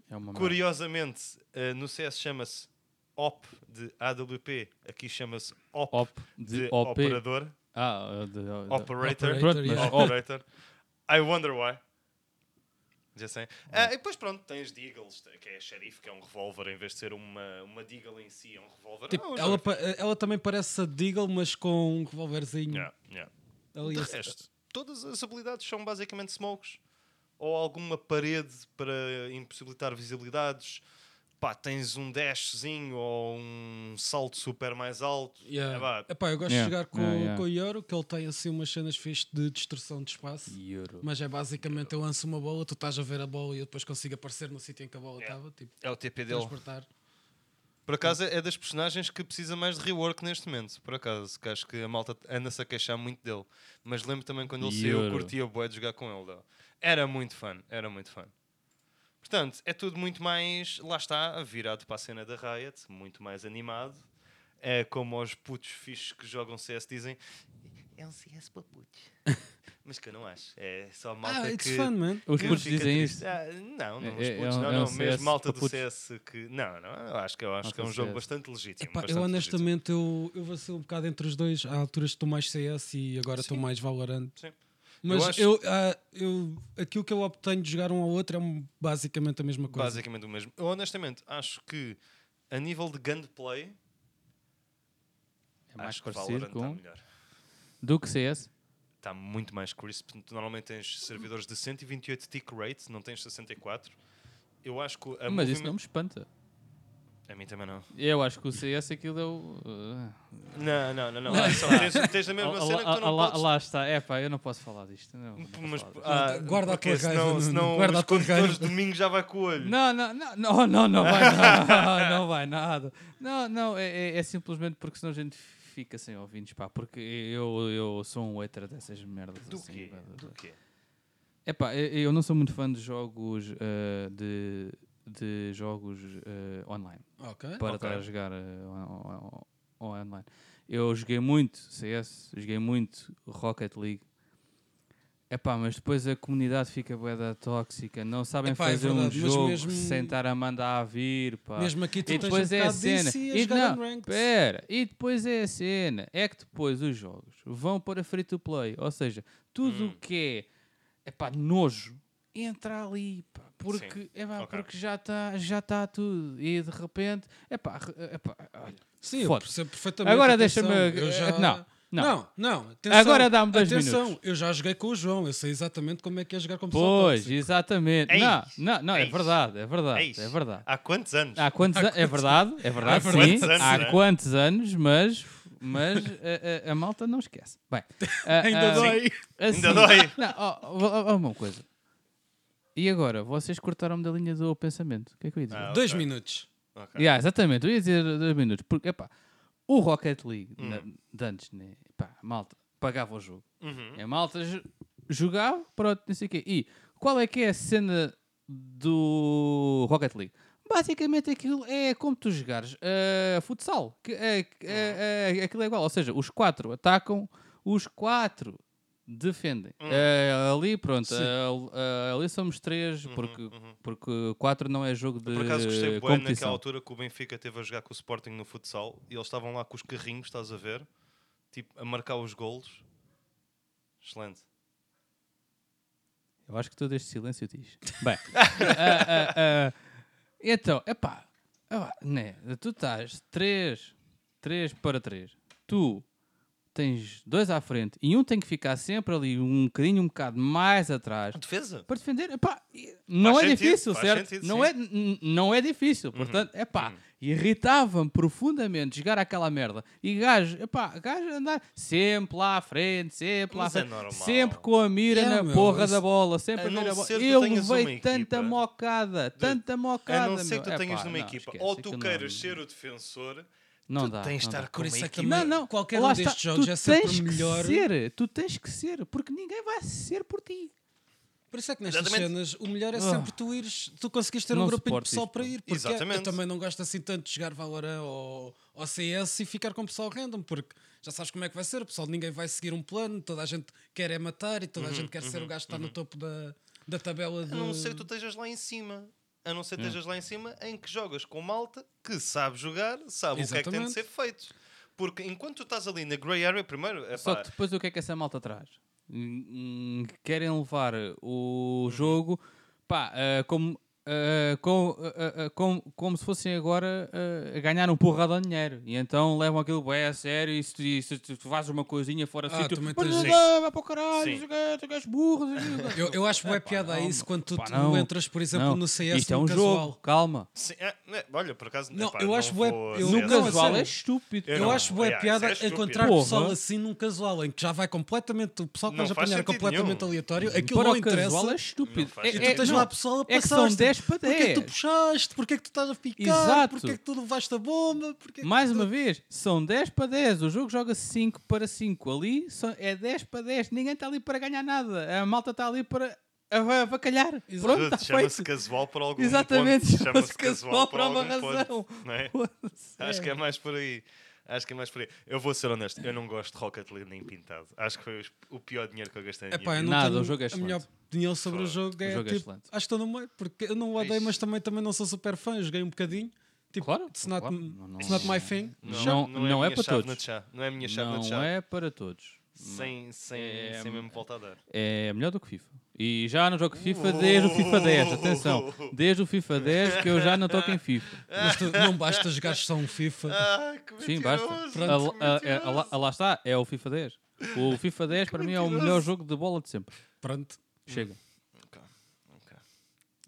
B: É uma merda.
D: curiosamente, eh, no CS chama-se OP de AWP. Aqui chama-se OP,
B: Op
D: de,
B: de, OP.
D: Operador.
B: Ah, uh, de, uh,
A: Então,
B: de-
D: Operator.
B: Pronto, mas
A: yeah.
B: op-
D: Operator. I wonder why. Já sei. Ah, e depois, pronto, tens Deagles, que é a xerife, que é um revólver, em vez de ser uma, uma Deagle em si, é um revólver.
A: Tipo,
D: Ah, um
A: ela,
D: jogo.
A: pa- ela também parece a Deagle, mas com um revolverzinho.
D: Yeah, É yeah.
A: ali
D: De
A: a-
D: resto, todas as habilidades são basicamente smokes ou alguma parede para impossibilitar visibilidades. Pá, tens um dashzinho ou um salto super mais alto.
A: Yeah.
D: É, pá,
A: Epá, eu gosto
B: Yeah.
A: de jogar com,
B: Yeah, yeah.
A: com o Yoro, que ele tem assim umas cenas fixe de destrução de espaço.
B: Euro.
A: Mas é basicamente eu lanço uma bola, tu estás a ver a bola e eu depois consigo aparecer no sítio em que a bola
D: Yeah.
A: estava. Tipo,
D: é o TP dele.
A: transportar.
D: Por acaso é das personagens que precisa mais de rework neste momento. Por acaso, que acho que a malta anda-se a queixar muito dele. Mas lembro também quando ele saiu, eu
B: Euro.
D: curtia boé de jogar com ele. Dele. Era muito fã, era muito fã. Portanto, é tudo muito mais, lá está, virado para a cena da Riot, muito mais animado. É como os putos fixos que jogam CS dizem: é um CS para putos. Mas que eu não acho. É só malta
A: Ah, it's
D: que.
A: fun, man.
B: Os
D: Que
B: putos
D: fica
B: dizem
D: triste.
B: isso.
D: Ah, não, não,
B: É-
D: os
B: é-
D: putos,
B: é um-
D: não,
B: é um
D: não.
B: CS
D: mesmo malta
B: para
D: do
B: putos.
D: CS que. Não, não, eu acho que, eu acho
B: Malta
D: que é um
B: do
D: jogo
B: CS.
D: bastante legítimo.
A: Epá, eu
D: bastante legítimo.
A: honestamente eu, eu vacilo um bocado entre os dois. Há alturas que estou mais CS e agora estou mais Valorant.
D: Sim.
A: Mas
D: Eu
A: eu
D: acho-
A: ah, eu- aquilo que eu obtenho de jogar um ao outro é um- basicamente a mesma coisa.
D: Basicamente o mesmo. Eu honestamente acho que, a nível de gunplay,
B: É mais
D: acho que
B: parecido
D: Valorant está
B: com.
D: melhor.
B: Do que CS.
D: Está muito mais crisp. Tu Normalmente tens servidores de 128 tick rate, não tens 64. Eu acho que a
B: Mas isso não me
D: moviment-
B: espanta.
D: A mim também não.
B: Eu acho que o CS aquilo é o. ah,
D: Não, não, não. não. Ah, só tens, tens a mesma
B: ah,
D: cena que tu
B: ah,
D: não
B: lá,
D: podes.
B: lá está. É pá, eu não posso falar disto. Não, não, posso
D: Mas,
B: falar disto.
D: ah,
A: Guarda a
D: porque
A: tua raiva,
D: senão,
A: Nuno.
D: senão
A: Guarda a
D: os
A: tua
D: condutores
A: raiva.
D: domingo já vai com o olho.
B: não, não, não, não, não, não vai, não, não vai nada. Não, não, é, é- é simplesmente porque senão a gente fica sem ouvintes, pá, porque eu, eu sou um hater dessas merdas.
D: Do
B: assim,
D: quê?
B: pá, do-
D: Do quê?
B: Epá, eu eu não sou muito fã de jogos eh, de, de jogos eh, online
A: Ok.
B: para
D: Ok.
B: estar a jogar eh, on- on- on- online. Eu joguei muito CS, joguei muito Rocket League. Epá, mas depois a comunidade fica boeda tóxica, não sabem
A: Epá, é
B: fazer um
A: verdade, mas
B: jogo
A: mesmo-
B: sem estar a mandar a vir, pá.
A: Mesmo aqui tu
B: E
A: tens
B: depois
A: um
B: é a
A: bocado
B: cena.
A: disso e a
B: E
A: jogar
B: não, é,
A: unranked.
B: pera, e depois é a cena. É que depois os jogos vão para free to play. Ou seja, tudo o que é epá, nojo entra ali. pá, porque, epá,
D: ok.
B: porque já está já tá tudo. E de repente, epá, re- epá, olha.
A: Sim, eu
B: Foda-se.
A: percebo perfeitamente.
B: Agora
A: atenção,
B: deixa-me- eh,
A: eu já-
B: não, não.
A: Não, não, atenção,
B: Agora dá-me dois
A: atenção,
B: minutos.
A: eu já joguei com o João, eu sei exatamente como é que é jogar com o pessoal
B: Pois,
A: tóxico.
B: exatamente.
D: É
B: não,
D: isso.
B: não, não, é,
D: É isso.
B: verdade, é verdade,
D: É
B: é,
D: isso.
B: verdade.
D: Há quantos anos?
B: Há quantos anos? É verdade, é verdade, sim.
D: quantos anos,
B: há
D: né?
B: quantos anos, mas, mas eh, a, a- a malta não esquece. Bem, a-
A: Ainda
B: a-
A: dói.
B: assim-
D: Ainda dói.
B: Não, ó, ó, ó, uma coisa. E agora, vocês cortaram-me da linha do pensamento. O que é que eu ia dizer?
D: Ah,
A: Dois
D: ok.
A: minutos.
D: Ok.
B: Yeah, exatamente, eu ia dizer dois minutos. Porque, epá, o Rocket League
D: Hum.
B: na- de antes, né? Epá, a malta pagava o jogo.
D: Uhum.
B: A malta jo- jogava, pronto, não sei o quê. E qual é que é a cena do Rocket League? Basicamente aquilo é como tu jogares eh, futsal. Que, é- que-
D: Ah.
B: é- é- aquilo é igual. Ou seja, os quatro atacam, os quatro defendem.
D: Hum.
B: Eh, ali, pronto,
A: Sim.
B: eh, ali somos três, porque, porque quatro não é jogo de
D: Uhum, Por acaso gostei bem naquela
B: competição.
D: altura que o Benfica teve a jogar com o Sporting no futsal e eles estavam lá com os carrinhos, estás a ver? Tipo, a marcar os golos. Excelente.
B: Eu acho que todo este silêncio diz. Bem, ah, ah, ah, então, epá, epá, né, tu estás 3, 3 para 3. Tu tens dois à frente e um tem que ficar sempre ali um bocadinho, um bocado mais atrás
D: Defesa?
B: para defender. Epá, e- não é
D: sentido,
B: difícil,
D: faz
B: certo?
D: sentido,
B: não,
D: sim. Uhum,
B: é, n- não é difícil. Portanto, epá, irritava-me profundamente jogar aquela merda. E gajo, epá, gajo andar sempre lá à frente, sempre lá à
D: Mas é
B: frente,
D: normal.
B: sempre com a mira
A: É,
B: na
A: meu,
B: porra
A: isso-
B: da bola, sempre
D: A
B: a
D: não
B: mira a bola.
D: ser que
B: Eu
D: tenhas uma
B: levei tanta
D: equipa.
B: mocada, tanta mocada.
D: a não ser que tu
B: meu.
D: tenhas
B: Epá,
D: numa
B: não,
D: equipa
B: esquece,
D: ou tu
B: aquilo
D: queiras
B: não, é-
D: ser o defensor,
B: não
D: tu
B: dá,
D: tens de
B: não
D: estar
B: dá.
D: com
A: Por
D: uma
A: isso é que
D: equipa.
A: também
B: Não, não,
A: Qualquer
B: lá
A: um destes
B: está,
A: jogos
B: tu
A: é sempre
B: tens
A: melhor.
B: Que ser, tu tens que ser, porque ninguém vai ser por ti.
A: Por isso é que nestas
D: Exatamente.
A: cenas o melhor é
B: Ah.
A: sempre tu ires, tu conseguires ter um
B: Não
A: grupinho de
B: suporto
A: pessoal
B: isto,
A: para
B: pá.
A: ir, porque
D: Exatamente.
A: eu também não gosto assim tanto de jogar Valorant ou, ou CS e ficar com pessoal random, porque já sabes como é que vai ser, o pessoal ninguém vai seguir um plano, toda a gente quer é matar e
D: Uhum,
A: toda a gente quer ser o gajo que está no topo da, da tabela de...
D: A não ser que tu estejas lá em cima. A não
B: Hum.
D: ser que estejas lá em cima em que jogas com malta que sabe jogar, sabe o que é que tem de
A: Exatamente.
D: ser feito. Porque enquanto tu estás ali na grey area, primeiro, é
B: Só
D: pá,
B: que depois o que é que essa malta traz? Hum, hum, Querem levar
A: Uhum.
B: o jogo pá, ah, como, ah, com- ah, ah, como, como se fossem agora ah, a ganhar um porrada de dinheiro. E então levam aquilo bem a sério e se tu, e se tu fazes uma coisinha fora
A: Ah,
B: assim, tu,
A: também
B: "Mas
A: tens
B: não
A: isso."
B: dá, vai para o caralho,
D: Sim.
B: tu és- tu és burro. não sei o quê.
A: Eu, eu acho boa piada a
B: não,
A: É isso quando tu,
B: pá,
A: tu
B: não,
A: entras, por exemplo,
B: Não,
A: no CS
B: Isto é
A: no
B: um
A: casual.
B: jogo, calma.
D: Sim, é, né, olha, por acaso.
A: Não,
D: epá,
A: eu acho bué-
D: vou
A: eu-
D: ser
A: no
B: O
D: essa-
A: casual
B: casual
A: sério.
B: é estúpido.
A: Eu
D: Não,
A: acho boa
D: aliás,
A: piada
D: é estúpido.
A: encontrar
B: Porra.
A: pessoal assim num casual em que já vai completamente, o pessoal que
D: Não
A: vais
D: faz
A: apanhar
D: sentido
A: completamente
D: nenhum.
A: aleatório, aquilo
B: Para
A: não
B: o casual
A: interessa.
B: é estúpido.
D: faz
B: É-
A: E
D: sentido.
A: tu
B: é-
A: tens
B: não,
A: lá pessoal a
B: é que
A: passar.
B: são 10 para
A: Porquê é que tu
B: 10.
A: puxaste? Porquê é que tu estás a picar?
B: Exato.
A: Porquê é que tu levaste a bomba? Porquê é que
B: Mais
A: tu-
B: uma vez, são 10 para 10. O jogo joga 5 para 5. Ali só- é 10 para 10. Ninguém está ali para ganhar nada. A malta está ali para ava- avacalhar.
A: Exato.
B: Pronto, está
D: Chama-se
B: feito.
D: casual por algum
B: Exatamente,
D: ponto.
B: chama-se casual por alguma
D: algum ponto,
B: razão.
D: não é? Acho que é mais por aí. Acho que é mais por aí. Eu vou ser honesto, eu não gosto de Rocket League nem pintado. Acho que foi os- o pior dinheiro que eu gastei na
A: É pá, eu
D: minha vida.
A: não
B: Nada,
A: tenho
B: o jogo é
A: A minha
B: excelente.
A: opinião sobre o jogo é,
B: O jogo é
A: tipo,
B: excelente.
A: acho que estou no meio, porque eu não
B: É
A: o odeio,
D: Ixi.
A: mas também, também não sou super fã. Eu joguei um bocadinho. Tipo,
B: Claro,
A: it's not,
B: claro. Não- não-
A: it's not my thing.
B: Não- não
D: a
B: é
D: minha
B: para
D: chave
B: todos.
D: na de chá. Não é a minha chave na de
B: Não
D: chá.
B: é para todos.
D: Sem, sem,
B: É,
D: sem
B: hum,
D: mesmo volta a dar.
B: É melhor do que FIFA. E já não jogo FIFA
D: Oh.
B: desde o FIFA 10. Atenção, desde o FIFA 10 que eu já não toco em FIFA.
D: É
A: Mas tu, não basta jogar só um FIFA.
D: Ah, que
B: Sim, basta.
D: mentiroso,
B: Pronto,
D: que
B: a, a- a-
D: mentiroso.
B: lá- lá está, é o FIFA 10. O FIFA 10 para mim é o
D: mentiroso.
B: melhor jogo de bola de sempre.
A: Pronto.
B: Chega.
D: Ok, ok.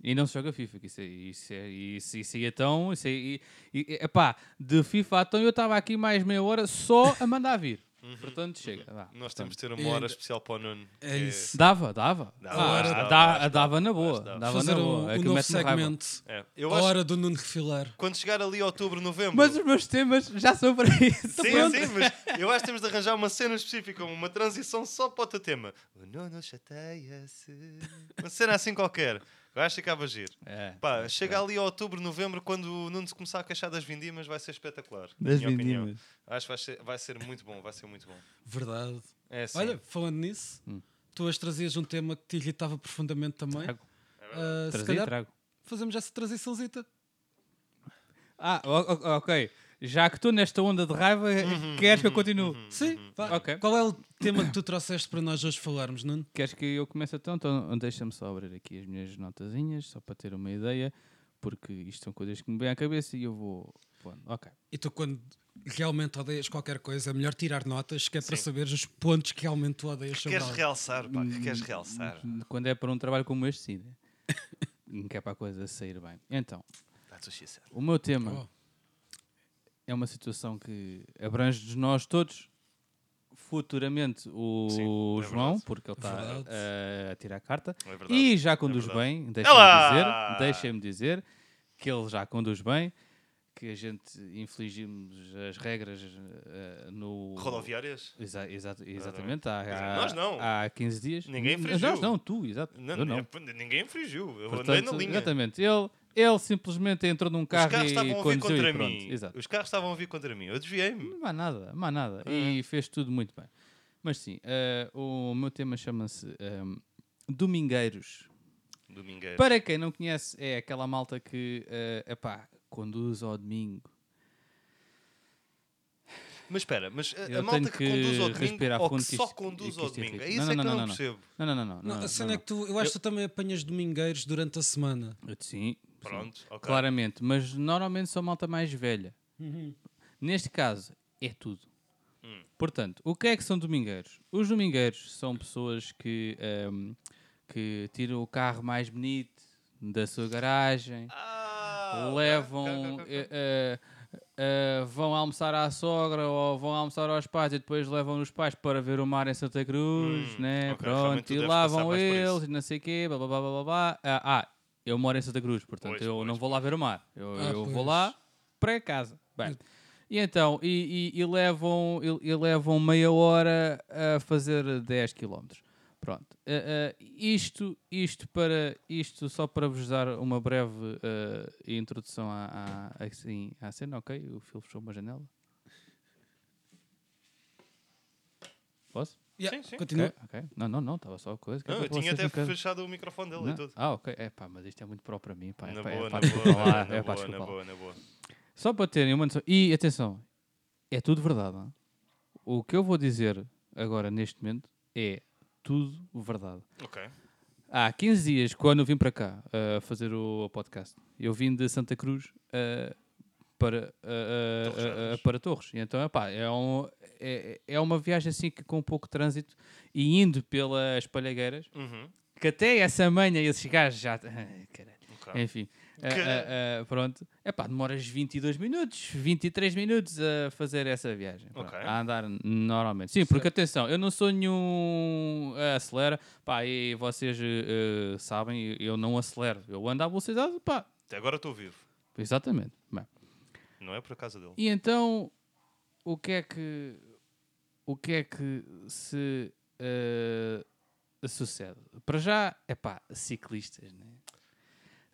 B: E não se joga FIFA, que isso, é- isso, é- isso, isso aí é tão. Isso aí, e, e, epá, de FIFA a tão eu estava aqui mais meia hora só a mandar vir.
D: Uhum.
B: Portanto, chega. Vá,
D: Nós
B: portanto.
D: temos de ter uma hora
A: Ainda-
D: especial para o Nuno.
A: É
D: que
A: isso.
B: Dava, dava.
D: Dava,
B: Ah,
D: acho que
B: dá-
D: dava, acho que
B: dava na
D: dava,
B: boa.
D: acho que dava.
B: Dava
A: Fazer
B: na
A: o,
B: boa. É
A: o
B: que eu
A: novo
B: meto-me raiva.
A: segmento.
D: é. Eu
A: a
D: acho
A: hora do Nuno refilar.
D: que quando chegar ali outubro, novembro.
B: Mas os meus temas já são para isso.
D: Sim,
B: Tá Pronto.
D: sim, mas eu acho que temos de arranjar uma cena específica, uma transição só para o teu tema. O Nuno chateia-se. Uma cena assim qualquer. Eu acho que acaba giro.
B: É.
D: Pá, chega ali a outubro, novembro, quando o Nuno se começar a queixar das vindimas, vai ser espetacular.
B: Das
D: minha opinião.
B: vindimas.
D: Acho que vai ser, vai ser muito bom, vai ser muito bom.
A: Verdade.
D: É sim.
A: Olha, falando nisso,
B: Hum.
A: tu hoje trazias um tema que te irritava profundamente também.
B: Trago.
A: Ah, se
B: É. Trazia,
A: calhar
B: trago.
A: fazemos essa transiçãozita.
B: Ah, o- o- ok. Já que estou nesta onda de raiva,
D: Uhum,
B: queres que eu continue?
A: Sim, vá.
B: Ok.
A: Qual é o tema que tu trouxeste para nós hoje falarmos, Nuno?
B: Queres que eu comece então? Então deixa-me só abrir aqui as minhas notazinhas, só para ter uma ideia, porque isto são coisas que me vêm à cabeça e eu vou... falando. Ok.
A: E tu, quando realmente odeias qualquer coisa, é melhor tirar notas, que é para saberes os pontos que realmente tu odeias sobre
D: Queres
A: algo.
D: realçar, pá,
B: Hum.
D: que queres realçar.
B: Quando é para um trabalho como este, sim. né? que é para a coisa sair bem. Então,
D: That's what she said.
B: o meu tema...
A: Oh.
B: é uma situação que abrange de nós todos. Futuramente o
D: Sim, é
B: João,
D: verdade.
B: porque ele está
A: Verdade.
B: eh, a tirar a carta.
D: É verdade,
B: e já
D: é
B: conduz
D: verdade.
B: bem,
D: Ela!
B: deixem-me dizer, deixem-me dizer que ele já conduz bem, que a gente infligimos as regras eh, no.
D: Rodoviárias?
B: Exa exa- exatamente, há,
D: dizer,
B: há-
D: nós não.
B: há 15 dias.
D: Ninguém
B: N-
D: infringiu.
B: Nós não, tu, exato.
D: Não, é
B: eu não.
D: não. Ninguém infringiu. Eu andei na
B: Portanto,
D: linha.
B: exatamente, ele, ele simplesmente entrou num
D: Os
B: carro
D: carros
B: e
D: estavam a vir
B: conduziu
D: contra
B: e pronto.
D: mim.
B: Exato.
D: Os carros estavam a vir contra mim. Eu desviei-me.
B: Não há nada, não há nada.
D: é?
B: E fez tudo muito bem. Mas sim, eh, o meu tema chama-se ehm, Domingueiros.
D: Domingueiro.
B: Para quem não conhece, é aquela malta que, eh, epá, conduz ao domingo.
D: Mas espera, mas a- a,
B: Eu
D: malta
B: tenho
D: que,
B: que
D: conduz ao
B: respirar
D: domingo ou que
B: fundo que
D: só
B: isto-
D: conduz
B: que
D: ao
B: isto
D: domingo. É
B: irrita.
D: isso
B: Não,
D: é que
B: não,
D: eu não,
B: não, não, não.
D: percebo.
B: Não, não, não. não,
A: Não,
B: não,
A: a cena
B: não.
A: é que tu, eu acho que tu também apanhas domingueiros durante a semana.
B: Eu- Sim, sim,
D: Pronto, ok.
B: claramente. Mas normalmente são malta mais velha. Neste caso, é tudo. Portanto, o que é que são domingueiros? Os domingueiros são pessoas que, ehm, que tiram o carro mais bonito da sua garagem,
D: Ah, ok, ok,
B: levam,
D: ok, ok.
B: eh, eh, eh, vão almoçar à sogra ou vão almoçar aos pais e depois levam os pais para ver o mar em Santa Cruz,
D: Hum,
B: né?
D: ok, realmente
B: Pronto,
D: tu
B: e
D: deves
B: lá
D: passar
B: vão
D: mais por
B: eles
D: isso.
B: e não sei o quê, blá blá blá blá blá. blá. Ah, ah, eu moro em Santa Cruz, portanto
D: Pois,
B: eu
D: pois,
B: não vou lá ver o mar, eu,
A: Ah,
B: eu vou
A: pois.
B: lá para casa. Bem, e então, e, e- e levam, e, e levam meia hora a fazer 10 km. Pronto. Eh, eh, isto, isto, para, isto só para vos dar uma breve eh, introdução à, à, assim, à cena, ok? O Phil fechou uma janela. Posso?
A: Yeah,
D: Sim, sim.
A: Continua.
B: Ok, ok. Não, não, não, estava só a coisa. que é
D: Não,
B: para
D: eu tinha
B: vocês
D: até
B: não querem-
D: fechado o microfone dele e
B: Não?
D: tudo.
B: Ah, ok. É pá, mas isto é muito para mim. Pá, é
D: Na
B: pá,
D: boa,
B: é pá,
D: na boa,
B: desculpa lá,
D: na
B: é pá,
D: boa, na
B: desculpa lá.
D: boa, na boa.
B: Só para terem uma noção. E atenção, é tudo verdade. hã? O que eu vou dizer agora, neste momento, é tudo verdade.
D: Ok.
B: Há 15 dias, quando eu vim para cá a fazer o podcast, eu vim de Santa Cruz ah, para, ah, ah,
D: Torres
B: ah, ah,
D: Vedras.
B: para Torres. E Então, epá, é, um, é, é uma viagem assim que com pouco trânsito e indo pelas Palhagueiras,
D: Uhum.
B: que até essa manhã esses gajos já. Ai, caralho.
D: ok.
B: Enfim, ah,
D: Que-
B: ah, ah, pronto. Epá, demoras 22 minutos, 23 minutos a fazer essa viagem. pronto,
D: Ok.
B: A andar normalmente. Sim, porque atenção, eu não sou nenhum ah, acelera. Pá, e vocês eh, eh, sabem, eu não acelero. Eu ando à velocidade, pá.
D: Até agora estou vivo.
B: Exatamente. Bem,
D: Não é por acaso dele.
B: e então, o que é que. O que é que se. eh, sucede? Para já, é pá, ciclistas, né?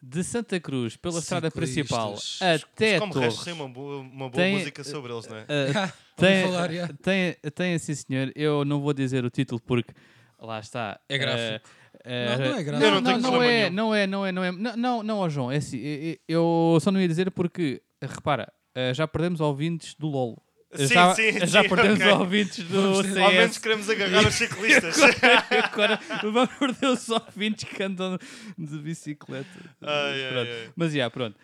B: De Santa Cruz, pela estrada principal
A: Ciclistas.
B: até
D: Como
B: Torres.
D: resto sem uma boa, uma boa
B: Tem-
D: música sobre eles, não é?
B: eh,
A: Vamos
B: tem,
A: falar, já.
B: tem, tem, sim senhor. Eu não vou dizer o título porque lá está.
A: É gráfico.
B: eh,
A: Não,
B: eh,
A: não é gráfico. Eu
B: Não,
A: não
B: não,
D: tenho
B: não
D: problema
B: é,
D: nenhum.
B: não é, não é, não é. Não, não, não, ó João, é assim. eh, eh, Eu só não ia dizer porque, repara, eh, já perdemos ouvintes do LOL.
D: Sim,
B: já,
D: sim,
B: já
D: sim,
B: perdemos
D: ok.
B: ouvintes do
D: Ao menos
B: CS.
D: queremos agarrar os ciclistas.
B: Agora vamos perder os ouvintes que andam de bicicleta.
D: Ai, ai,
B: Pronto.
D: ai.
B: Mas já, pronto.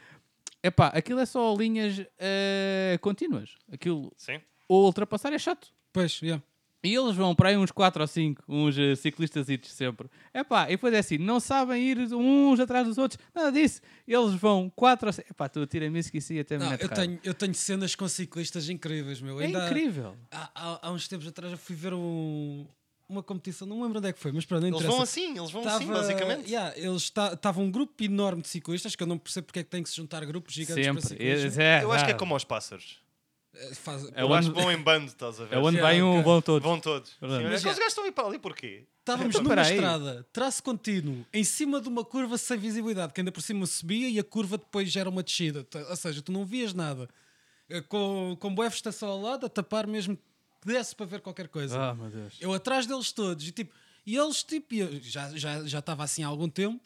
B: Epá, aquilo é só linhas eh, contínuas. Aquilo,
D: Sim.
B: ou ultrapassar é chato.
A: Pois, yeah.
B: E eles vão para aí uns 4 ou 5, uns eh, ciclistas idos sempre. Epá, e depois é assim, não sabem ir uns atrás dos outros, nada disso. Eles vão 4 ou 5. Epá, tu tira-me isso que isso ia até me
A: Não,
B: mete
A: eu,
B: raiva.
A: tenho, eu tenho cenas com ciclistas incríveis, meu.
B: É
A: Ainda há-
B: incrível.
A: Há, há- há uns tempos atrás eu fui ver um- uma competição, não me lembro onde é que foi, mas pronto, não
D: Eles
A: interessa.
D: vão assim, eles vão assim,
A: Tava-
D: basicamente.
A: yeah, eles ta- tava um grupo enorme de ciclistas que eu não percebo porque é que tem que se juntar grupos gigantes para
B: Sempre.
A: ciclistas.
B: Eles- é,
D: Eu acho que é
B: ah,
D: como aos pássaros.
A: Eh, faz-
B: É
D: Eu
B: onde-
D: acho que vão em bando, estás a ver?
B: É onde
A: Yeah,
B: vai um,
A: ok.
B: vão todos.
D: Vão todos. Sim,
B: Verdade.
D: mas
A: Mas,
D: aqueles
A: é.
D: gajos estão a ir para ali porquê?
A: Estávamos
B: Então,
A: numa
B: peraí.
A: estrada, traço contínuo, em cima de uma curva sem visibilidade, que ainda por cima subia e a curva depois era uma descida. T- Ou seja, tu não vias nada. Eh, Com, com boa estação ao lado, a tapar mesmo que desse para ver qualquer coisa.
B: Ah, meu Deus.
A: Eu atrás deles todos e tipo, e eles tipo, e eu já já já estava assim há algum tempo,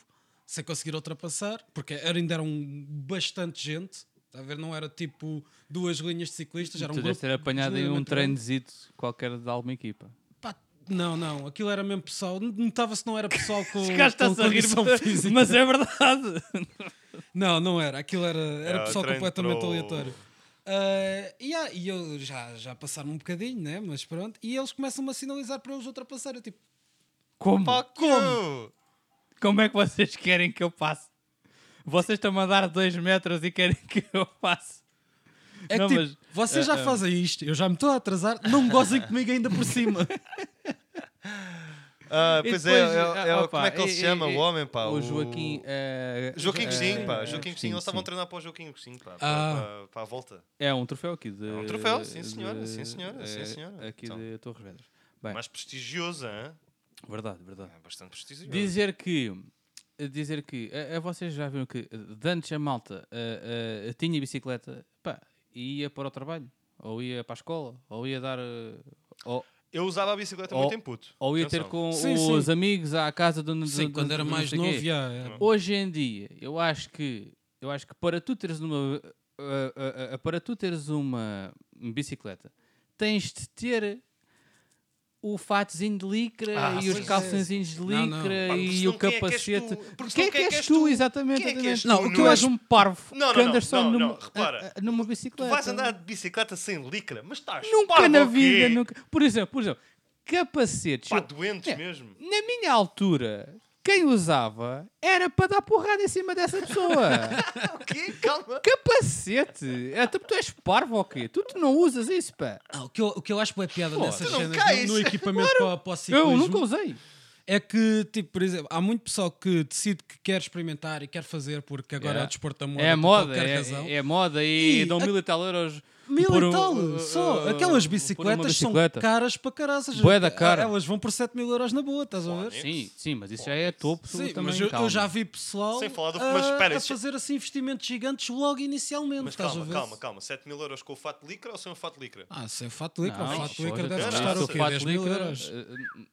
A: sem conseguir ultrapassar, porque era- ainda eram bastante gente. Está a ver, não era tipo duas linhas de ciclistas, era um
B: tu deves
A: grupo.
B: ter apanhado em um
A: genuinamente grande.
B: treinozito qualquer de alguma equipa.
A: Pá, não, não, aquilo era mesmo pessoal. Notava-se que não era pessoal com,
B: Este
A: com
B: gajo está-se a rir,
A: condição
B: mas,
A: física.
B: mas é verdade.
A: Não, não era. Aquilo era, era
D: É, o
A: pessoal
D: trem
A: completamente
D: pro-
A: aleatório. Ah, e há- e eu já, já passaram um bocadinho, né? Mas pronto. E eles começam-me a sinalizar para eu os ultrapassar. Eu tipo,
B: Como?
D: Fuck you!
B: Como é que vocês querem que eu passe? Vocês estão a dar 2 metros e querem que eu passe?
A: É que
B: Não,
A: tipo,
B: mas-
A: vocês já fazem isto, eu já me estou a atrasar, não gozem comigo ainda por cima.
D: Ah,
B: E
D: pois é,
B: depois,
D: é, é,
B: ah,
D: o-
B: opa,
D: como é que ele se
B: e-
D: chama?
B: e-
D: o homem, pá.
B: O Joaquim. eh,
D: Joaquim
B: eh,
D: Gostinho, pá. Joaquim
B: sim,
D: Gostinho. Eles estavam a
B: sim.
D: treinar para o Joaquim Gostinho, pá.
A: Ah.
D: Para, para- para a volta.
B: É um troféu aqui de. É
D: um troféu, sim, senhora, sim, senhora, sim, senhora.
B: Aqui
D: Então.
B: de Torres Vedras. Bem,
D: Mais prestigiosa, hein?
B: verdade, verdade.
D: É bastante prestigiosa.
B: Dizer que. Dizer que. eh, eh, vocês já viram que de antes a malta eh, eh, tinha bicicleta pá, e ia para o trabalho, ou ia para a escola, ou ia dar. eh, ou,
D: Eu usava a bicicleta
B: Oh.
D: muito em puto.
B: ou ia ter
D: Atenção.
B: com
A: Sim,
B: os amigos à casa do. do-
A: Sim,
B: do-
A: quando era
B: do-
A: mais
B: não sei quê.
A: novo, já,
D: Uhum.
A: é.
B: Hoje em dia, eu acho que eu acho que para tu teres uma ah, ah, ah, para tu teres uma bicicleta, tens de ter o fatozinho de licra
D: Ah,
B: e os
D: sim,
B: calçõezinhos de
A: Não, não.
B: licra
D: Pá, porque
B: e
D: senão
B: o
D: quem é que és tu?
B: capacete.
D: Porque
B: Quem
D: senão
B: é que és tu, exatamente?
D: Quem é que és
B: exatamente.
D: tu?
B: Não, o que eu
D: Não
B: acho
D: és-
B: um parvo
D: Não,
B: que
D: não, não,
B: andas só
D: não,
B: numa,
D: não, repara.
B: ah, ah, numa
D: Tu
B: bicicleta.
D: vais andar de bicicleta sem licra, mas estás
B: nunca
D: parvo
B: na
D: ou quê?
B: vida, nunca. Por exemplo, por exemplo, capacetes.
D: Pá,
B: eu-
D: doentes
B: É.
D: mesmo.
B: na minha altura, quem usava era para dar porrada em cima dessa pessoa.
D: O quê? Calma.
B: Capacete! Até porque tu és parvo ou quê? Tu, tu não usas isso, pá.
A: Ah, o, que eu, o que eu acho boa piada
B: Pô,
A: nessas
D: tu não
A: cenas
D: cais.
A: no, no equipamento para, para o
B: Eu
A: ciclismo
B: nunca usei.
A: é que, tipo, por exemplo, há muito pessoal que decide que quer experimentar e quer fazer porque agora é
B: Yeah.
A: o desporto da moda
B: É
A: por
B: moda,
A: qualquer
B: é,
A: razão.
B: é moda e,
A: E
B: dão
A: a-
B: mil e tal euros.
A: Mil
B: por
A: e
B: um-
A: tal,
B: uh,
A: só.
B: uh,
A: Aquelas
B: por uma
A: bicicletas são
B: bicicleta.
A: caras para caraças. Ah,
B: Bué da cara.
A: Elas vão por 7 mil euros na boa, estás a ver?
B: Sim, sim, mas isso já é topo
A: Sim,
B: também.
A: mas eu,
B: calma.
A: eu já vi pessoal
D: Sem falar do-
A: a,
D: mas espera,
A: a
D: isso- é
A: fazer assim investimentos gigantes logo inicialmente.
D: Mas
A: estás a
D: calma,
A: ver?
D: calma, calma. 7 mil euros com o fato de licra ou sem o fato de licra?
A: Ah, sem fato licra.
B: Não,
A: o fato licra
B: foda-se,
A: deve
B: não,
A: custar
B: isso
A: o quê?
B: fato
A: 10 mil
B: licra,
A: euros.
B: uh, uh,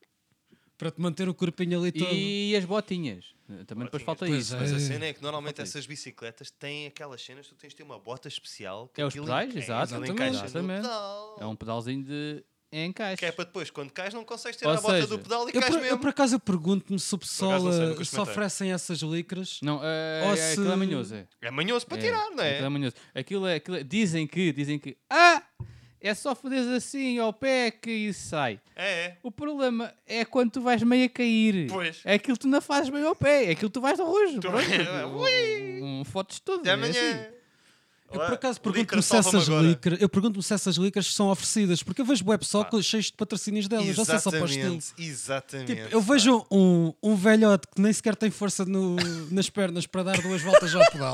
A: Para te manter o corpinho ali todo.
B: E as botinhas. Também depois
D: Botinhas.
B: falta
A: Pois
B: isso.
A: é.
D: assim, Mas a cena é que normalmente
B: Falta
D: essas bicicletas têm aquelas cenas, tu tens de ter uma bota especial. Que
B: É os
D: aquilo
B: pedais,
D: encaixa,
B: exato.
D: aquilo
A: Exatamente.
D: encaixa no
B: Exatamente.
D: pedal.
B: É um pedalzinho de encaixe.
D: Que é para depois, quando cais, não consegues ter
B: Ou
D: a bota
B: seja,
D: do pedal e
A: Eu
D: cais
A: por, eu,
D: mesmo.
A: por acaso eu pergunto-me se o pessoal
D: não sei,
A: eh,
D: nunca
A: se
D: experimentei.
A: oferecem essas licras.
B: Não, é,
A: Ou
B: é,
A: se-
B: aquilo é manhoso. é.
D: É manhoso para tirar, não
A: então
B: Aquilo é
D: é?
B: manhoso. Aquilo é, aquilo é- dizem que, dizem que, ah, é só foderes assim ao pé que isso sai.
D: É, é.
B: O problema é quando tu vais meio a cair.
D: Pois.
B: É aquilo que tu não fazes meio ao pé, é aquilo que tu vais no rojo.
D: Tu-
B: Pronto.
D: Ui.
B: Um, um fotos todas.
D: Até
B: é
D: amanhã.
B: assim.
A: Eu
D: Olá,
A: por acaso
D: o
A: pergunto-me
D: licra
A: se
D: salva-me
A: essas
D: agora.
A: licras. Eu pergunto-me se essas licras são oferecidas, porque eu vejo bué pessoal com cheios de patrocínios delas, já sei só para o estilo.
D: Exatamente, exatamente.
A: Tipo, eu vejo um, um velhote que nem sequer tem força no- nas pernas para dar duas voltas ao pedal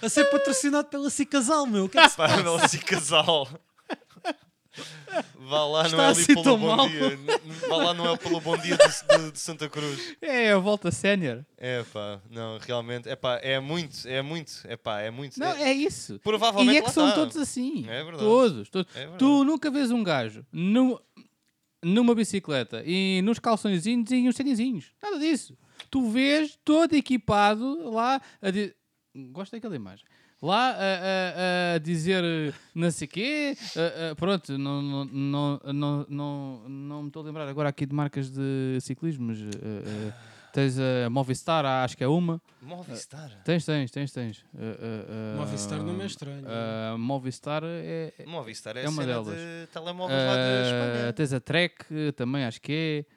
A: a ser patrocinado pela Cicasal, meu. O que é que se
D: Pá, Melzi Casal. Vá lá, não
A: Está
D: é ali
A: assim
D: pelo
A: tão
D: bom
A: mal.
D: dia. N- Vá lá, não é pelo bom dia de, de- de Santa Cruz.
B: É a volta sénior.
D: É pá, não, realmente. É pá, é muito, é muito, é pá, é muito.
B: Não,
D: é-
B: é isso.
D: Provavelmente
B: E é que
D: lá
B: são
D: está.
B: todos assim.
D: É verdade.
B: Todos. todos.
D: É verdade.
B: tu nunca vês um gajo nu- numa bicicleta e nos calçõezinhos e nos tenizinhos. Nada disso. Tu vês todo equipado lá a di... Gosto daquela imagem. Lá a, a- a dizer eh, não sei quê. eh, eh, pronto, não, não, não, não, não, não me estou a lembrar agora aqui de marcas de ciclismo, mas. eh, eh, Tens a Movistar, ah, acho que é uma.
D: Movistar.
B: Tens, tens, tens, tens. Ah, ah, ah,
A: Movistar não me é estranho.
B: ah, Movistar é. é-
D: Movistar é,
B: É
D: a
B: uma
D: cena
B: delas.
D: de telemóveis lá de
B: ah,
D: Espanha.
B: tens a Trek eh, também, acho que é.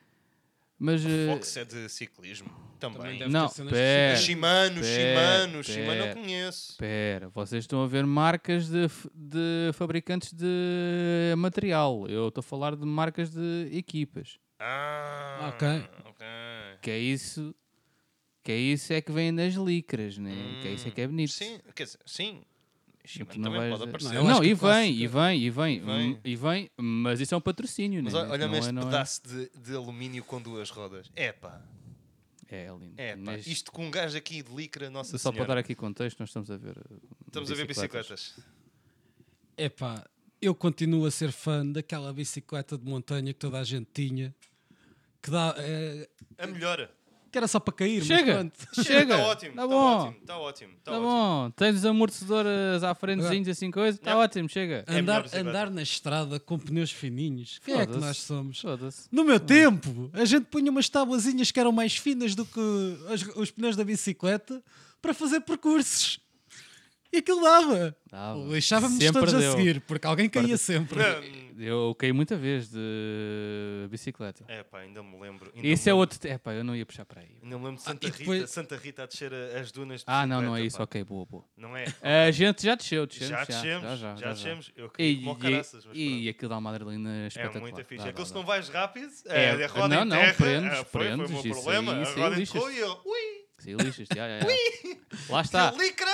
B: Mas. eh,
D: Fox é de ciclismo. Também.
A: Também deve
B: Não, é.
A: ter cenas
B: pera.
D: A
A: específicas.
D: Shimano,
B: Pera,
D: Shimano, Shimano eu
B: pera.
D: conheço.
B: Espera, vocês estão a ver marcas de, f- de fabricantes de material. Eu estou a falar de marcas de equipas.
D: Ah,
A: Ok.
D: ok.
B: Que é isso. Que é isso é que vem nas licras, né? Que é isso é que é bonito.
D: Hum, Sim, quer dizer, sim. Shimano
B: Tu não
D: também
B: vais-
D: pode aparecer.
A: eu
B: Não, é
A: acho que
B: e
A: a
B: vem, e
A: clássica-
B: vem, e vem,
D: Vem.
B: hum, e vem, mas isso é um patrocínio,
D: Mas
B: né?
D: olha- olha-me
B: Não é-
D: este
B: não é-
D: pedaço de, de alumínio com duas rodas. Epá,
B: É, lindo.
D: epá.
B: Mas
D: Isto com um gajo aqui de licra, nossa
B: Só para
D: senhora.
B: dar aqui contexto, nós estamos a ver. uh,
D: Estamos a ver bicicletas.
A: Epá, eu continuo a ser fã daquela bicicleta de montanha que toda a gente tinha. Que, dá, eh,
D: A melhor.
A: que era só para cair,
B: Chega!
A: mas pronto.
B: Chega!
D: Está ótimo,
B: Tá
D: está
B: bom!
D: ótimo, está ótimo. Tá
B: Tá
D: ótimo.
B: bom, tens os amortecedoras à frentezinhos assim coisa, tá
D: Yeah.
B: ótimo, chega.
D: É a melhor
A: Andar,
D: bicicleta.
A: andar na estrada com pneus fininhos. Quem é que
B: Foda-se.
A: nós somos?
B: Foda-se.
A: No meu tempo, a gente punha umas tabuazinhas que eram mais finas do que as- os pneus da bicicleta para fazer percursos. E aquilo dava.
B: Dava.
A: Lixávamos
B: Tá, Sempre
A: Tá, todos
B: deu.
A: a seguir, porque alguém caía sempre.
D: Não.
B: Eu caí muita vez de bicicleta.
D: Epá, É, ainda me lembro. Ainda
B: Esse
D: me
B: é
D: lembro-
B: outro. te- Epá, eu não ia puxar para aí.
D: Ainda me lembro de
A: e
D: Santa Rita,
A: depois-
D: Santa Rita a descer a- as dunas. de
B: Ah, não, não é
D: bicicleta,
B: isso.
D: pá.
B: Ok, boa, boa.
D: Não é.
B: A gente já desceu, descemos.
D: Já descemos,
B: já,
D: já, descemos. Eu caí
B: E,
D: como caraças, mas
B: e,
D: pronto.
B: e aquilo dá uma adrenalina espetacular.
D: É muito fixe.
B: Dá, dá,
D: Aquilo se
B: dá.
D: não vais rápido,
B: É,
D: é, é roda
B: não,
D: em
B: não,
D: terra.
B: prendes,
D: Ah, foi,
B: prendes,
D: foi o meu
B: isso aí,
D: problema.
B: isso aí
D: a roda
B: lixas-te.
D: entrou e eu, ui,
B: Sim, lixas, já, já, já. Lá está.
D: que licra!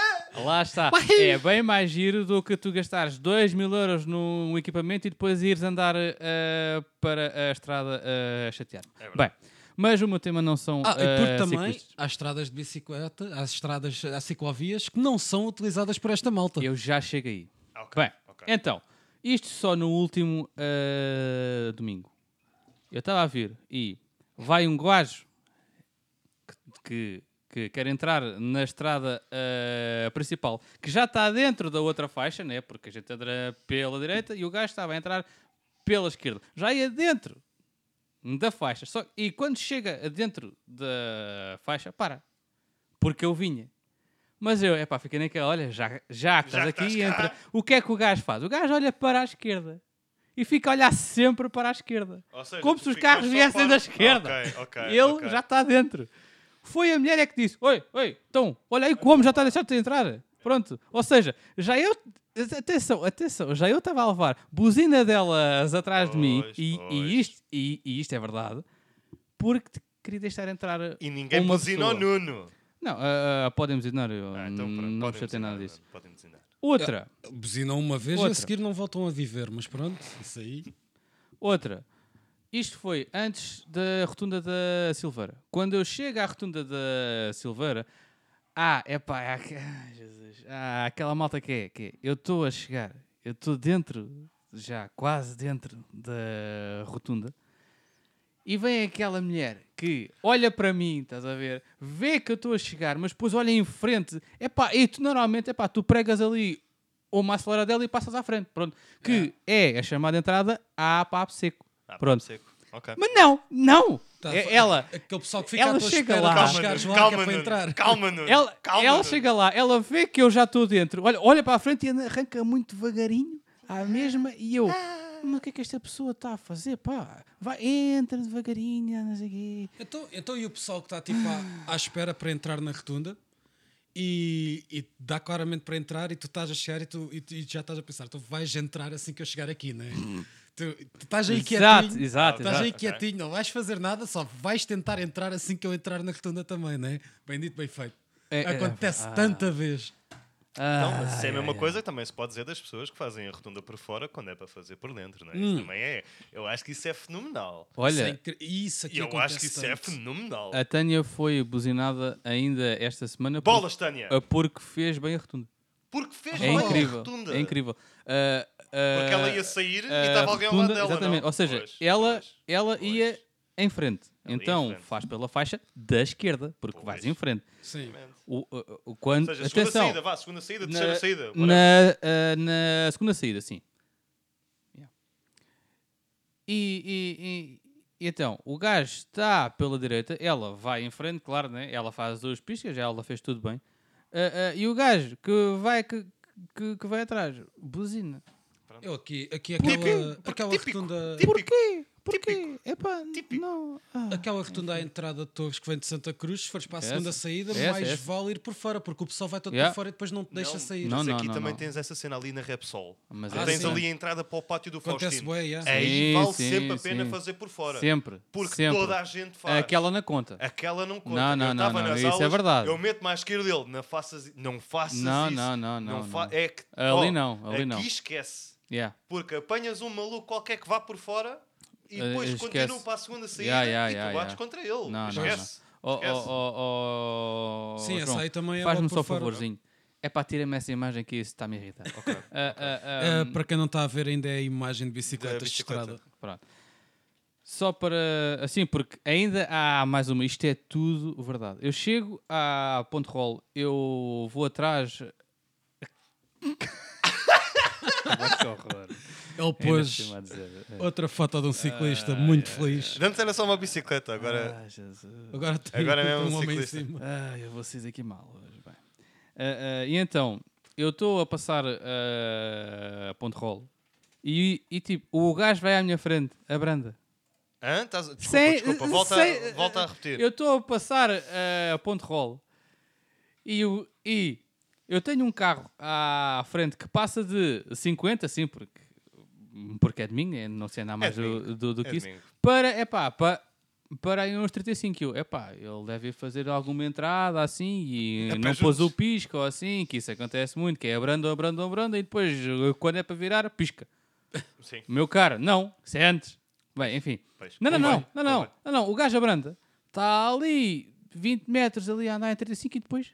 B: Lá está. É bem mais giro do que tu gastares 2 mil euros num equipamento e depois ires andar eh, para a estrada eh, a chatear-me. bem, mas o meu tema não são.
A: Ah, e porque
B: eh,
A: também
B: ciclistas.
A: há estradas de bicicleta, há estradas, há ciclovias que não são utilizadas por esta malta.
B: Eu já chego aí.
D: Ah, ok,
B: Bem,
D: ok.
B: então, isto só no último eh, domingo. Eu estava a vir e vai um gajo que, que, que quer entrar na estrada eh, principal, que já está dentro da outra faixa, né? porque a gente entra pela direita e o gajo estava a entrar pela esquerda. Já ia dentro da faixa. Só, e quando chega dentro da faixa, para. Porque eu vinha. Mas eu, epá, fiquei naquela, olha, já, já que
D: Já
B: estás
D: que
B: aqui,
D: estás cá.
B: entra. O que é que o gajo faz? O gajo olha para a esquerda. E fica a olhar sempre para a esquerda.
D: Ou seja,
B: Como
D: tu
B: se os
D: ficas
B: carros
D: só
B: viessem
D: fora.
B: da esquerda.
D: Ok, ok,
B: Ele
D: ok.
B: já está dentro. Foi a mulher é que disse: Oi, oi, então, olha aí que o homem já está a deixar de entrar. Pronto. Ou seja, já eu. Atenção, atenção, já eu estava a levar buzina delas atrás de mim.
D: Pois,
B: E,
D: pois.
B: e isto, e, e isto é verdade. Porque te queria deixar entrar.
D: E ninguém
B: uma
D: buzina ao
B: pessoa.
D: Nuno.
B: Não, ah, ah, podem buzinar. Eu
D: Ah, então pronto,
B: Hum, não
D: podem
B: me chatei nada
D: buzinar, é?
B: disso.
D: Nuno, Podem buzinar.
B: Outra.
A: Buzinam uma vez e
B: Outra.
A: a seguir não voltam a viver, mas pronto, isso aí.
B: Outra. Isto foi antes da rotunda da Silveira. Quando eu chego à rotunda da Silveira, ah, é pá, há, que- ai, Jesus, há aquela malta que é, que é, eu estou a chegar, eu estou dentro, já quase dentro da rotunda, e vem aquela mulher que olha para mim, estás a ver, vê que eu estou a chegar, mas depois olha em frente, é pá, e tu normalmente, é pá, tu pregas ali uma aceleradela e passas à frente, pronto, que é, a chamada entrada a papo seco,
D: Ah,
B: pronto.
D: seco. Ok.
B: Mas não, não,
A: Tá,
B: É-
A: foi-
B: ela...
A: Aquele pessoal que fica
B: ela
A: à tua
B: chega
A: espera
B: lá.
A: para
B: Calma,
A: chegares
D: Nuno,
A: lá que é
D: calma,
A: para
D: Nuno,
A: entrar.
D: calma, Nuno.
B: Ela,
D: calma,
B: ela
D: Nuno.
B: chega lá, ela vê que eu já estou dentro, olha, olha para a frente e arranca muito devagarinho à mesma e eu.
D: Ah.
B: Mas o que é que esta pessoa está a fazer? Pá, vai, entra devagarinho, não sei o quê.
A: Então, então e o pessoal que está tipo à, à espera para entrar na rotunda e, e dá claramente para entrar e tu estás a chegar e tu, e tu- e já estás a pensar, tu vais entrar assim que eu chegar aqui, não é? Tu, tu estás aí
B: Exato,
A: quietinho,
B: exato,
A: estás aí
B: exato.
A: quietinho, não vais fazer nada, só vais tentar entrar assim que eu entrar na rotunda também, não é? Bendito, bem feito.
B: É, é,
A: Acontece
B: ah.
A: tanta vez.
D: Não, mas isso é a mesma coisa que também se pode dizer das pessoas que fazem a rotunda por fora quando é para fazer por dentro, não é?
B: Hum.
D: Isso também é. Eu acho que isso é fenomenal.
A: Isso, é
B: Olha,
A: incri- isso aqui
D: E eu
A: acontece
D: acho que isso é
A: tanto.
D: fenomenal.
B: a Tânia foi buzinada ainda esta semana por-
D: Bolas, Tânia!
B: a porque fez bem a rotunda.
D: Porque fez
B: É
D: bem a
B: incrível.
D: rotunda.
B: É incrível. Ah, ah,
D: Porque ela ia sair e
B: ah,
D: estava alguém ao lado
B: rotunda,
D: dela. não?
B: Exatamente. Ou seja,
D: Pois,
B: ela, é-
D: pois,
B: ela
D: pois.
B: ia em frente.
D: Ela ia em
B: então
D: frente.
B: faz pela faixa da esquerda, porque
D: Pois.
B: vais em frente.
A: Sim.
B: O, o- o- quando,
D: Ou seja, segunda
B: atenção,
D: saída, vá, segunda saída, terceira saída. whatever.
B: na, ah, na segunda saída, sim. Yeah. E, e- E então, o gajo está pela direita, ela vai em frente, claro, né? Ela faz as duas piscas, ela fez tudo bem. Ah, ah, e o gajo que vai, que, que, que vai atrás, buzina.
A: Eu aqui, aqui aquela,
D: Porque
A: aquela
D: típico,
A: rotunda.
D: típico.
B: Porquê? Porquê? Epá,
D: Típico.
B: não. Ah.
A: Aquela rotunda à entrada de Torres que vem de Santa Cruz, se fores para a
B: Essa.
A: segunda saída,
B: Essa,
A: mais
B: essa.
A: vale ir por fora, porque o pessoal vai todo
B: Yeah.
A: por fora e depois não te deixa
D: Não,
A: sair.
B: Não,
D: Mas
B: não,
D: aqui
B: não,
D: também
B: não.
D: tens essa cena ali na Repsol.
B: Mas
A: Ah,
B: é
D: tens
A: sim.
D: ali a entrada para o pátio do
A: Acontece
D: Faustino.
A: bué, yeah.
D: Aí
B: Sim,
D: vale
B: sim,
D: sempre a pena
B: sim.
D: fazer por fora.
B: Sempre.
D: Porque
B: sempre. É
D: toda a gente faz. É.
B: Aquela na conta.
D: Aquela não conta.
B: Não, não,
D: eu
B: não,
D: tava
B: não,
D: nas
B: isso é
D: aulas,
B: verdade.
D: Eu meto mais à esquerda dele. Não faças, i- não faças
B: Não,
D: isso.
B: não, não, não,
D: fa-
B: não.
D: É que,
B: Ali
D: oh,
B: não, ali
D: aqui
B: não.
D: esquece.
B: Yeah.
D: Porque apanhas um maluco qualquer que vá por fora e
B: Eh,
D: depois
B: esquece.
D: continua para a segunda saída
B: Yeah, yeah,
D: e tu
B: yeah,
D: bates
B: yeah.
D: contra
B: Não,
D: ele.
B: não, não.
D: esquece.
B: Oh,
D: Esquece.
B: oh, oh, oh,
A: Sim, essa
B: João,
A: aí também é
B: Faz-me
A: boa por
B: só um
A: fora.
B: favorzinho. É para tira-me essa imagem que isso está-me a irritar. Ah, ah, ah,
A: Ah, para quem não está a ver, ainda é a imagem de
D: Da
A: bicicletas de
D: bicicleta.
A: estrada.
B: Pronto. Só para. Assim, porque ainda há mais uma. Isto é tudo verdade. Eu chego à Ponte Roll, eu vou atrás.
A: Ele
B: Ainda por
A: pôs
B: cima a dizer, é.
A: outra foto de um
D: Ah,
A: ciclista muito feliz.
B: oh.
D: Antes era só uma bicicleta, agora.
B: Ah, Jesus.
A: Agora tem
D: Agora é um
A: um homem em
D: ciclista.
A: cima.
B: Ah, eu vou sair daqui mal hoje. Bem. Ah, ah, e então, eu estou a passar ah, a Ponte Rolo e, e, tipo, o gajo vai à minha frente, a branda.
D: Hã? Tás- Desculpa,
B: Sem-
D: desculpa. Volta,
B: sem-
D: volta a repetir.
B: Eu estou a passar ah, a Ponte Rolo e, o- e eu tenho um carro à frente que passa de 50, assim, porque, porque é de mim, é- não sei nada mais
D: de
B: do-
D: mim.
B: do, do
D: É
B: que
D: de
B: isso,
D: mim.
B: para, é pá, para, para aí uns 35 eu, é pá, ele deve fazer alguma entrada assim e
D: É
B: não
D: prejuízo.
B: pôs o pisco ou assim, que isso acontece muito, que é abrando, abrando, abrando e depois eh, quando é para virar, pisca.
D: Sim.
B: Meu caro, não, isso é antes. Bem, enfim.
D: Pois,
B: Não, não,
D: convém,
B: não, não, não,
D: convém.
B: não, não, o gajo abranda, está ali 20 metros ali a andar em 35 e depois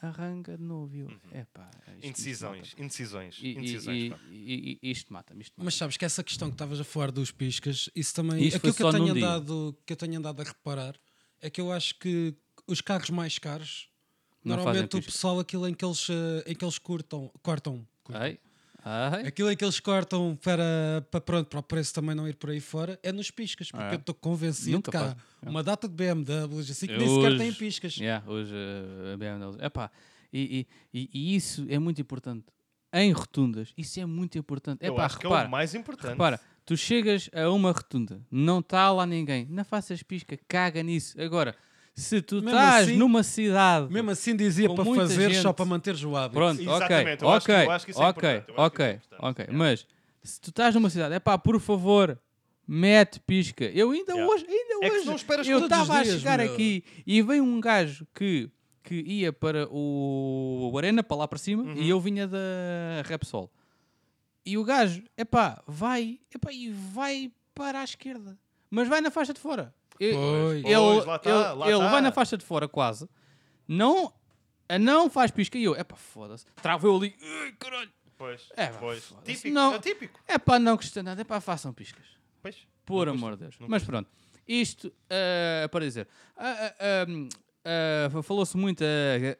B: arranca de novo. e eu, É pá, isto me
D: Uhum. Indecisões,
B: mata.
D: indecisões,
B: E- e-
D: indecisões.
B: e-
D: pá.
B: e- e- Isto mata-me, isto mata
A: Mas sabes que essa questão que estavas a falar dos piscas, isso também.
B: Isso foi
A: aquilo que eu,
B: só
A: tenho
B: num dia.
A: andado, que eu tenho andado a reparar é que eu acho que os carros mais caros,
B: Não fazem
A: normalmente o
B: pisca.
A: pessoal, aquilo em que eles, eh, em que eles curtam, cortam. curtam.
B: Ai, ai.
A: Aquilo em É que eles cortam para, para, pronto, para o preço também não ir por aí fora é nos piscas, porque
B: Ah, é?
A: eu estou convencido
B: Nunca
A: que há
B: fazem.
A: uma data de BMWs assim que
B: Eu
A: nem sequer
B: hoje-
A: têm piscas.
B: Yeah, hoje uh, a BMW. Epá, e, e, e, e isso é muito importante. Em rotundas, isso é muito importante.
D: Eu
B: Epá,
D: acho que é
B: repara,
D: o mais importante.
B: repara, tu chegas a uma rotunda, não está lá ninguém, não faças pisca, caga nisso. Agora, se tu
A: Mesmo
B: estás
A: assim-
B: numa cidade.
A: Mesmo assim dizia
B: Com
A: para
B: muita
A: fazer
B: gente.
A: só para manteres o hábito.
B: Pronto,
D: assim, Exatamente, eu
B: ok,
D: acho que-
B: ok,
D: eu acho que isso é
B: ok,
D: importante, eu acho que
B: ok,
D: isso é importante,
B: ok.
D: yeah.
B: Mas se tu estás numa cidade, é pá, por favor, mete pisca. Eu ainda
D: Yeah.
B: hoje, ainda
D: É que
B: hoje,
D: se não esperas
B: eu
A: todos os
B: estava a
A: dias,
B: chegar
A: meu.
B: aqui e veio um gajo que, que ia para o Arena, para lá para cima,
D: Uhum.
B: e eu vinha da Repsol. E o gajo, é pá, vai, é pá, e vai para a esquerda, mas vai na faixa de fora. Eu-
A: Pois.
B: ele,
D: Pois, lá tá,
B: ele-
D: lá
B: ele
D: tá.
B: vai na faixa de fora quase, não, a não faz pisca e eu, é pá, foda-se, travo eu ali, "Ai, caralho,
D: Pois,
B: É, vá,
D: pois.
B: foda-se.
D: Típico,
B: Não.
D: é típico.
B: é pá, não custa nada, é pá, façam piscas,
D: Pois.
B: por
D: Não custa,
B: amor de Deus.
D: não
B: Mas pronto, isto ah, para dizer, ah, ah, hum, ah, falou-se muito ah,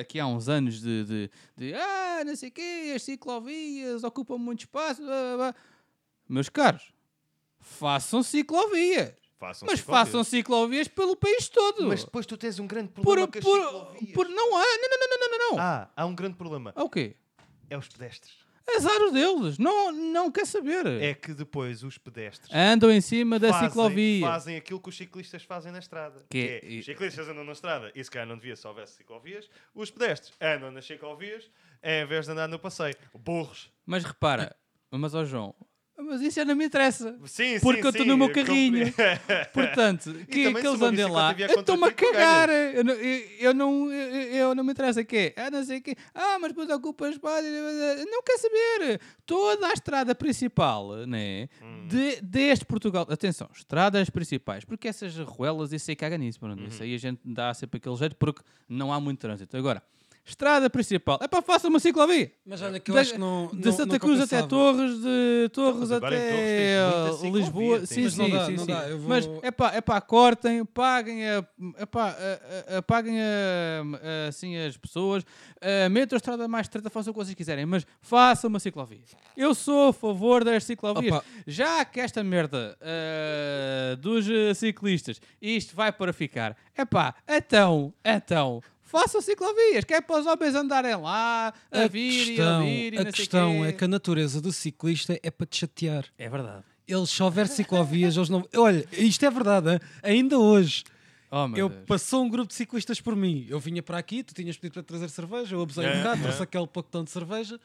B: ah, que há uns anos de, de, de, ah, não sei o quê, as ciclovias ocupam muito espaço, blá, blá, blá." meus caros, façam ciclovias.
D: Façam
B: Mas
D: ciclovias.
B: façam ciclovias pelo país todo.
D: Mas depois tu tens um grande
B: Por,
D: problema com as
B: por,
D: ciclovias.
B: por não há. Não, não, não, não, não, não.
D: Ah, há um grande problema.
B: Ah, o quê?
D: É os pedestres.
B: Azar os deles. Não, não quer saber.
D: É que depois os pedestres
B: Andam em cima É da
D: fazem,
B: ciclovia.
D: fazem aquilo que os ciclistas fazem na estrada.
B: Que-
D: Que é,
B: e-
D: os ciclistas andam na estrada. Isso cá não devia se houvesse ciclovias. Os pedestres andam nas ciclovias em vez de andar no passeio. Burros.
B: Mas repara, mas ó João, mas isso já não me interessa.
D: Sim, sim,
B: Porque eu estou
D: sim,
B: no meu
D: eu
B: carrinho.
D: compre-
B: Portanto, que é
D: também
B: que
D: se
B: eles
D: uma
B: andem lá?
D: bicicleta vier
B: Eu
D: contra
B: estou-me a
D: ti, tu
B: cagar. Eu não, eu, eu não, eu, eu não me interessa. Que é? Ah, não sei o quê. Ah, mas depois ocupa espaço. Não quer saber. Toda a estrada principal, né?
D: Hum.
B: De, deste Portugal. Atenção, estradas principais. Porque
D: Uhum.
B: essas ruelas, isso aí caga nisso. Pronto, Isso aí a gente dá sempre aquele jeito porque não há muito trânsito. Agora, Estrada principal. É para faça uma ciclovia.
A: Mas olha, que eu
B: Da-
A: acho que não.
B: De
A: não-
B: Santa
A: não
B: Cruz até
A: compensava.
B: Torres, de Torres
D: Mas agora em Torres
B: até
D: tem muita
B: eh,
D: ciclovia,
B: Lisboa.
D: tem-
B: Sim,
A: Mas não
B: sim,
A: dá,
B: sim,
A: não
B: sim.
A: dá, eu vou-
B: Mas é pá, é pá, cortem, paguem, a, epá, a- a- a- paguem a- a- assim as pessoas, eh, metam a estrada mais estreita, façam o que vocês quiserem, mas façam uma ciclovia. Eu sou a favor das ciclovias.
A: Opa.
B: Já que esta merda eh, dos eh, ciclistas, isto vai para ficar. É pá, então, então. Façam ciclovias, que é para os homens andarem lá, a,
A: A
B: vir
A: questão,
B: e a vir e
A: a
B: não sei
A: questão
B: quê.
A: é que a natureza do ciclista é para te chatear.
B: É verdade.
A: Eles, se houver ciclovias, eles não. Olha, isto é verdade, hein? ainda hoje.
B: Oh, meu
A: Eu
B: Deus.
A: passou um grupo de ciclistas por mim. Eu vinha para aqui, tu tinhas pedido para trazer cerveja, eu abusei um
D: É,
A: bocado,
D: é.
A: trouxe aquele pacotão de cerveja.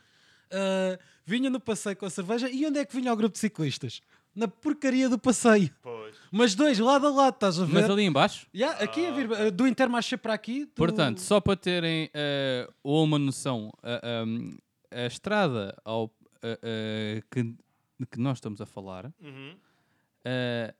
A: Ah, vinha no passeio com a cerveja e onde é que vinha o grupo de ciclistas? Na porcaria do passeio.
D: Pois.
A: Mas dois, lado a lado, estás a ver?
B: Mas ali embaixo,
A: Yeah, aqui a vir, ah, do Intermarché para aqui. do-
B: portanto, só para terem eh, uma noção, a, um, a estrada ao, eh, eh, que, de que nós estamos a falar
D: Uhum.
B: eh,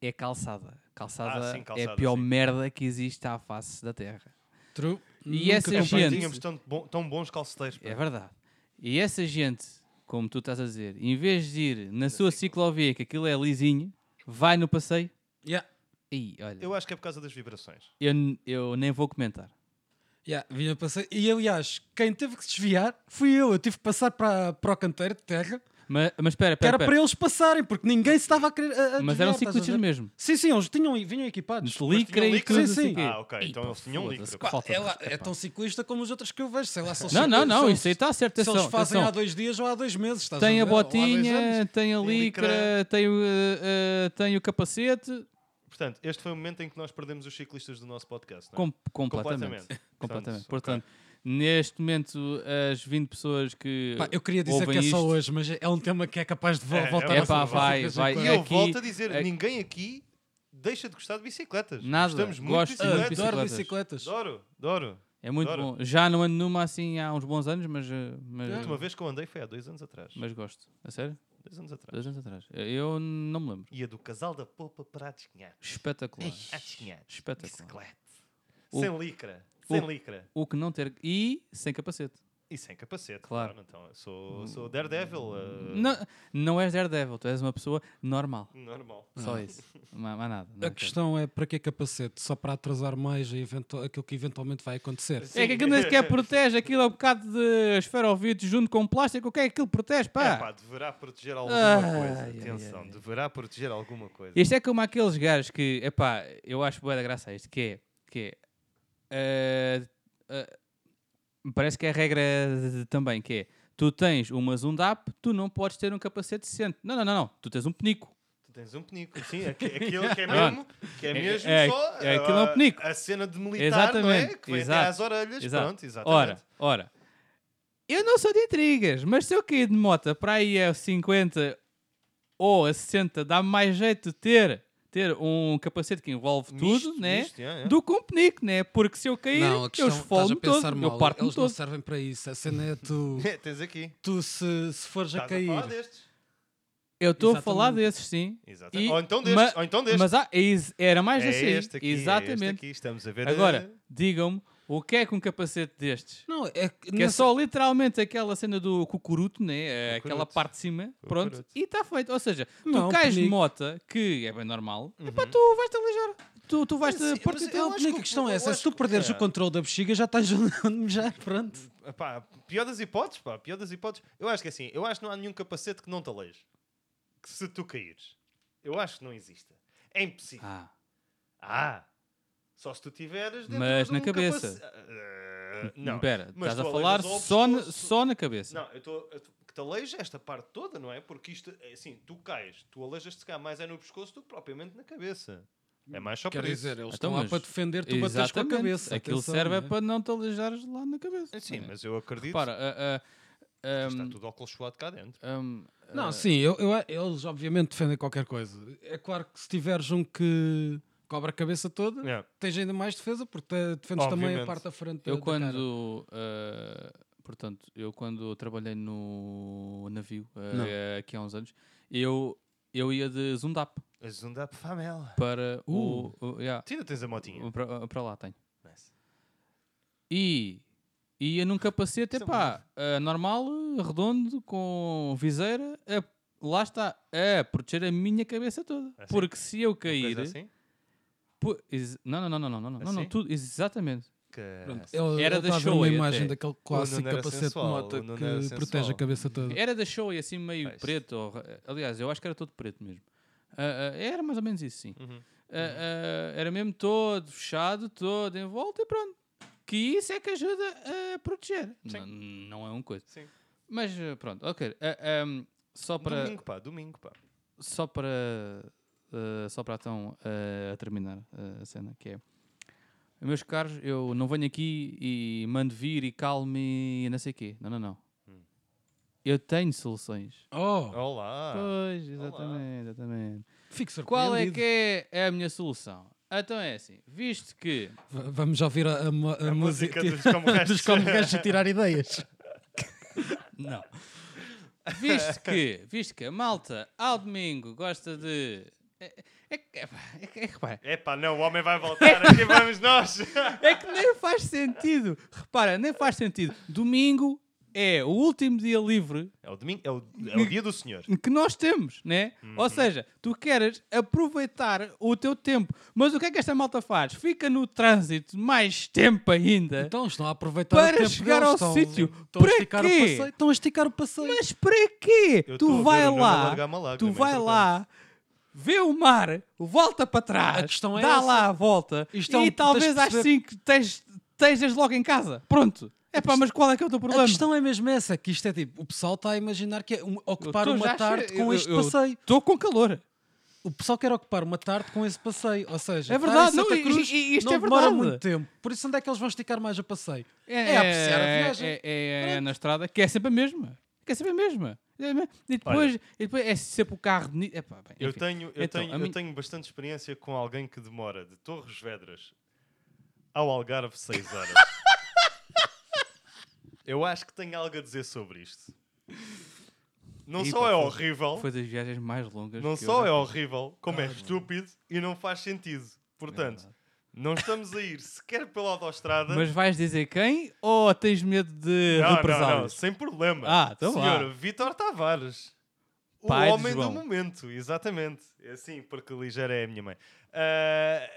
B: é calçada. Calçada,
D: Ah, sim,
B: é
D: calçada,
B: a pior
D: sim.
B: merda que existe à face da Terra.
A: True.
B: E
A: Nunca
B: essa
A: comprei.
B: gente-
D: Tínhamos tão, bom- tão bons calceteiros. pá.
B: É verdade. E essa gente, como tu estás a dizer, em vez de ir na sua ciclovia, que aquilo é lisinho, vai no passeio
A: Yeah,
B: e olha,
D: Eu acho que é por causa das vibrações.
B: eu n- eu nem vou comentar.
A: yeah, vinha passeio. E aliás, quem teve que se desviar fui eu. Eu tive que passar para, para o canteiro de terra,
B: Mas, mas espera,
A: que era
B: espera, espera.
A: para eles passarem, porque ninguém se estava a querer. A, a
B: Mas
A: desviar, estás
B: eram
A: a
B: ciclistas
A: ver?
B: mesmo.
A: Sim, sim, eles tinham, vinham equipados.
B: Licra e assim. tudo,
D: licra?
A: Sim,
B: não sei
A: sim.
B: quê.
D: Ah, ok, então
B: pá,
D: eles tinham
B: foda-se,
D: licra.
B: que
A: Pá,
B: falta de
A: é, lá-
B: respeito,
A: é
B: pá.
A: tão ciclista como os outros que eu vejo, sei lá, são
B: Não, não, não, isso aí está certo. é
A: Se eles
B: Atenção,
A: fazem é? há
B: atenção.
A: dois dias ou há dois meses, estás
B: Tem
A: a
B: a
A: ver? Ou há dois anos.
B: botinha, tem a
D: Tem licra.
B: licra, tem o, eh, eh, tem o capacete.
D: Portanto, este foi o momento em que nós perdemos os ciclistas do nosso podcast. não é?
B: Com- completamente.
D: Completamente.
B: Completamente.
D: Portanto,
B: Portanto, neste momento, as 20 pessoas que.
A: Pá, eu queria dizer que
B: ouvem
A: é só
B: isto-
A: hoje, mas é um tema que é capaz de vo-
D: É,
A: voltar
D: é
A: a
D: pá,
A: falar.
B: vai, vai.
D: E eu
B: é Aqui-
D: volto a dizer,
B: aqui-
D: ninguém aqui deixa de gostar de bicicletas.
B: Nada,
D: Gostamos muito
B: gosto
D: de
B: muito de
D: bicicletas.
A: Adoro
B: bicicletas.
A: bicicletas.
D: Adoro, adoro.
B: É muito
D: Adoro.
B: bom. Já não ando numa assim há uns bons anos, mas. eh,
D: A última
B: Mas,
D: vez que eu andei foi há dois anos atrás.
B: mas gosto. A sério?
D: Dois anos atrás.
B: Dois anos atrás. Eu não me lembro.
D: Ia do casal da Popa para a desquinhar.
B: Espetacular.
D: A desquinhar.
B: Espetacular.
D: Bicicleta.
B: O-
D: Sem licra. Sem
B: o-
D: licra.
B: O que não ter. E sem capacete.
D: E sem capacete.
B: Claro.
D: Claro. então, eu sou, sou Daredevil. eh,
B: Não, não és Daredevil, tu és uma pessoa normal.
D: Normal.
B: Só isso. Mas nada. não
A: A
B: quero.
A: questão é para que capacete? Só para atrasar mais a eventu- aquilo que eventualmente vai acontecer.
B: É que aquilo nem sequer protege, aquilo é um bocado de esferovite junto com plástico, o que é que aquilo protege, pá?
D: É pá, deverá proteger alguma
B: Ai,
D: coisa.
B: ai,
D: Atenção, deverá proteger alguma coisa.
B: Isto é como aqueles gajos que, epá, eu acho boa da graça a isto, que é, que é, ah, ah, me parece que é a regra de- também, que é, tu tens uma Zundap, tu não podes ter um capacete decente. Não, não, não, não, tu tens um penico.
D: Tu tens um penico, sim, aque- aquele que é
B: Pronto.
D: mesmo, que é
B: É-
D: mesmo
B: é-
D: só
B: é
D: a-
B: aquilo é um penico.
D: a cena de militar, não é?
B: Exatamente,
D: Que vem até
B: exato,
D: às orelhas,
B: Exato.
D: pronto,
B: Ora,
D: exatamente.
B: ora. Eu não sou de intrigas, mas se eu cair de moto para aí a 50 ou a 60, dá mais jeito de ter, ter um capacete que envolve
D: Misto,
B: tudo, né?
D: misto, é, é.
B: Do que um penico, né? Porque se eu cair,
A: Não, a
B: eu
A: questão estás a
B: esfolo-me
A: pensar
B: todo, eu
A: mal.
B: parto-me
A: Eles não
B: todo.
A: servem para isso. A cena é tu,
D: É, tens aqui.
A: tu se, se fores a
B: é
D: Estás a falar
A: cair.
D: destes.
B: Eu estou a falar
A: Exatamente.
B: desses, sim.
D: Exatamente.
B: E-
D: ou então destes,
B: ma-
D: ou então destes.
B: Mas há- é is- era mais
D: é
B: assim.
D: este aqui, é este
B: Exatamente.
D: aqui, estamos a ver.
B: Agora, digam-me, o que é que um capacete destes?
A: Não, é que
B: Que é
A: nessa-
B: só literalmente aquela cena do cucuruto, né? É
D: Cucuruto.
B: Aquela parte de cima,
D: Cucuruto.
B: pronto, e está feito. Ou seja, tu
A: Não,
B: cais de
A: penico.
B: mota, que é bem normal, epá, tu vais-te aleijar. Tu, tu
D: Mas
B: vais-te
D: sim,
B: pôr
D: mas
B: tipo-
D: eu
A: Não,
D: acho
A: a única
D: que-
A: questão é
D: eu
A: essa.
D: acho
A: Se tu
D: que-
A: perderes
D: é.
A: o controle da bexiga, já estás onde mejar, pronto.
D: eh, pá, pior das hipóteses, pá, pior das hipóteses. Eu acho que é assim, eu acho que não há nenhum capacete que não te aleije. Que se tu caíres. Eu acho que não existe. É impossível.
B: Ah,
D: Ah! Só se tu tiveres dentro
B: Mas
D: de
B: na
D: um
B: cabeça.
D: capace- Ah, não.
B: pera,
D: Mas
B: estás
D: tu
B: a falar
D: aleijas ao
B: só na,
D: pescoço.
B: só na cabeça.
D: Não, eu estou. Que te aleija esta parte toda, não é? Porque isto, é assim, tu cais, tu aleijas-te cá mais é no pescoço do que propriamente na cabeça. É mais só
A: Quer
D: por isso.
A: dizer, eles
B: Então,
A: estão lá
B: mas-
A: para defender, tu bates com a
B: Exatamente.
A: cabeça.
B: Aquilo
A: atenção,
B: serve é
A: não é?
B: para não te aleijares lá na cabeça.
D: Sim,
B: não é?
D: mas eu acredito
B: Repara, ah, ah,
D: que está
B: ahm,
D: tudo ao colchoado cá dentro.
B: ahm,
A: Não,
B: ah,
A: sim, eu, eu- eles obviamente defendem qualquer coisa. É claro que se tiveres um que cobra a cabeça toda,
D: É.
A: tens ainda mais defesa, porque te- defendes também a
D: Obviamente.
A: parte da frente da-
B: Eu
A: da cara.
B: quando. eh, portanto, eu quando trabalhei no navio, eh,
A: Não.
B: eh, aqui há uns anos, eu, eu ia de Zundap
D: A Zundap Famela.
B: para
A: Uh.
B: o. o- yeah,
D: Tu ainda tens a motinha.
B: para, para lá tenho.
D: Nice.
B: E E num capacete,
D: Isso é
B: epá, eh, normal, redondo, com viseira, a- lá está, a proteger a minha cabeça toda.
D: Assim?
B: Porque se eu cair.
D: Coisa assim?
B: pu- ex- não, não, não, não, não, não, não, não,
D: Assim?
B: tudo, exatamente.
D: Que- é assim.
A: Pronto, ele,
B: Era
A: ele
B: da
A: está a ver uma
B: Shoei
A: imagem
B: até.
A: daquele clássico
D: Nuno era
A: capacete de
D: sensual,
A: mota
D: o Nuno era
A: que protege a
D: sensual.
A: cabeça toda.
B: Era da show e assim meio
D: Pois.
B: preto. ou ra- aliás, eu acho que era todo preto mesmo. Ah, ah, era mais ou menos isso, sim.
D: Uhum.
B: Ah, ah, era mesmo todo fechado, todo em volta e pronto. Que isso é que ajuda a proteger. Não, não é uma coisa.
D: Sim.
B: Mas ah, pronto, ok. Ah, ahm, só para.
D: Domingo, pá, domingo, pá.
B: só para eh, só para então eh, a terminar eh, a cena que é meus caros, eu não venho aqui e mando vir e calme e não sei o quê. Não, não, não.
D: Hum.
B: Eu tenho soluções.
A: Oh,
D: Olá.
B: Pois, exatamente, exatamente.
A: fico
B: Qual é
A: surpreendido.
B: que é a minha solução? Então é assim, visto que
A: V- Vamos ouvir a, a mo- a
D: A
A: música
D: música dos Como Restos.
A: dos Como Gajos a tirar ideias.
B: Não. Visto que, visto que a malta ao domingo gosta de. É, é, que- é, pá, é, que- é, que, pá,
D: Epá, não, o homem vai voltar, aqui vamos nós.
B: É que nem faz sentido. Repara, nem faz sentido. Domingo é o último dia livre
D: É o domingo, é o, é o dia do senhor.
B: que nós temos, né? Ou seja, tu queres aproveitar o teu tempo. Mas o que é que esta malta faz? Fica no trânsito mais tempo ainda.
A: Então estão a aproveitar
B: Para
A: o tempo
B: chegar
A: deles,
B: ao
A: estão-
B: sítio.
A: Estão a
B: Para
A: esticar
B: quê?
A: o passeio. Estão a esticar o passeio.
B: Mas para quê?
D: Eu tô a
B: Tu
D: ver
B: vai
D: o Nuno
B: lá,
D: largar uma lágrima,
B: tu vai
D: entretanto.
B: lá, vê o mar, volta para trás,
A: A questão é
B: dá
A: essa.
B: lá a volta
A: Isto é um-
B: e
A: tens
B: talvez
A: de
B: às
A: perceber-
B: 5 estejas logo em casa. Pronto. É pá, mas qual é que é o teu
A: A
B: problema?
A: questão é mesmo essa, que isto é tipo, o pessoal está a imaginar que é um- ocupar
B: tô Então já
A: uma
B: a
A: tarde
B: che-
A: com
B: eu-
A: este
B: eu-
A: passeio.
B: Estou com calor.
A: O pessoal quer ocupar uma tarde com esse passeio. Ou seja,
B: É verdade,
A: ah, em Santa
B: não, e-
A: Cruz
B: e- e isto
A: não
B: é
A: demora
B: verdade.
A: muito tempo. Por isso onde é que eles vão esticar mais o passeio? É, apreciar a viagem.
B: É, é- é na estrada, que é sempre a mesma. Que é sempre a mesma. E depois, e depois é sempre o carro bonito. É pá, bem,
D: Eu
B: enfim.
D: tenho, eu,
B: Então,
D: tenho,
B: a
D: eu
B: mim-
D: tenho bastante experiência com alguém que demora de Torres Vedras ao Algarve 6 horas. eu acho que tenho algo a dizer sobre isto. Não
B: Ih,
D: só
B: pá,
D: é
B: foi-
D: horrível,
B: Foi das viagens mais longas.
D: não
B: que eu
D: só
B: já
D: é
B: fiz. Ah, É
D: horrível, como é estúpido e não faz sentido. Portanto, não estamos a ir sequer pela autostrada.
B: Mas vais dizer quem? Ou tens medo de
D: não, não, não,
B: represálias?
D: sem problema.
B: Ah, então vá.
D: Senhor Vitor Tavares. O
B: Pai de
D: homem do
B: João.
D: momento, exatamente. É assim, porque ligeira é a minha mãe. Ah,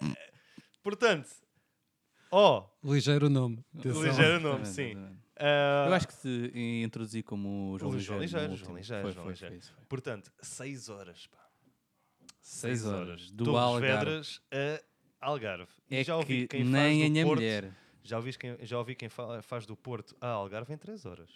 D: portanto, ó,
A: Ligeiro nome. atenção.
D: ligeiro
B: Tá
D: nome, sim. Ah,
B: Eu acho que te introduzi como o João
D: O
B: Ligeiro.
D: João
B: no
D: Ligeiro,
B: último.
D: João Ligeiro,
B: Foi,
D: João
B: foi,
D: Ligeiro.
B: foi isso, foi.
D: portanto, 6 horas, pá.
B: Seis
D: Seis
B: horas, do
D: Torres
B: Algarve.
D: Vedras a Algarve. E
B: É
D: já ouvi
B: que
D: quem faz
B: nem
D: do
B: a minha
D: Porto,
B: mulher.
D: Já ouvi quem, já ouvi quem fa- faz do Porto a Algarve em 3 horas.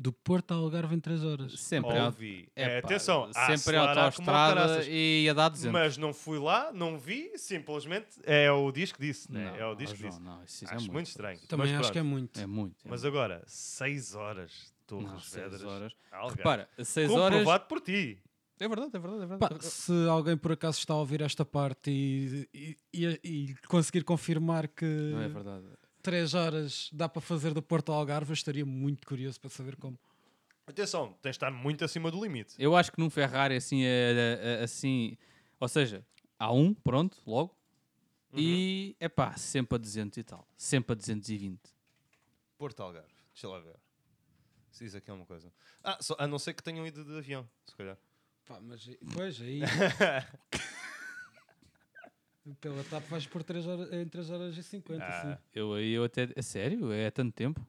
A: Do Porto ao Algarve em 3 horas.
B: Sempre. a-
D: ouvi. É,
B: pá,
D: atenção, a
B: sempre
D: acelerar
B: a
D: como o
B: autostrada
D: caraças.
B: e a dar 200.
D: Mas não fui lá, não vi, simplesmente é o disco disse,
B: Não,
D: né? é o
B: não,
D: disco
B: João,
D: disse.
B: não, isso é
D: Acho muito,
B: muito.
D: estranho.
A: Também
D: mas
A: acho que é
D: pronto.
A: muito.
B: É muito. é
D: Mas agora, 6 horas,
B: muito.
D: Torres
B: Não, seis
D: Vedras.
B: horas.
D: Algarve.
B: Repara, 6 horas.
D: Comprovado por ti.
B: É verdade, é verdade, é verdade.
A: Pá, se alguém por acaso está a ouvir esta parte e, e- e- e conseguir confirmar que
B: Não é verdade.
A: 3 horas dá para fazer do Porto ao Algarve, eu estaria muito curioso para saber como.
D: Atenção, tens de estar muito acima do limite.
B: Eu acho que num Ferrari assim, é- é- é- assim ou seja, há um, pronto, logo.
A: Uhum.
B: E é pá, sempre a 200 e tal. Sempre a 220.
D: Porto Algarve, deixa lá ver. Se diz aqui alguma coisa. Ah, só- a não ser que tenham ido de avião, se calhar.
A: Pá, mas e- pois aí. Pela TAP vais por 3 horas, em 3 horas e 50.
D: Ah.
A: sim.
B: Eu aí eu até. É sério? É tanto tempo?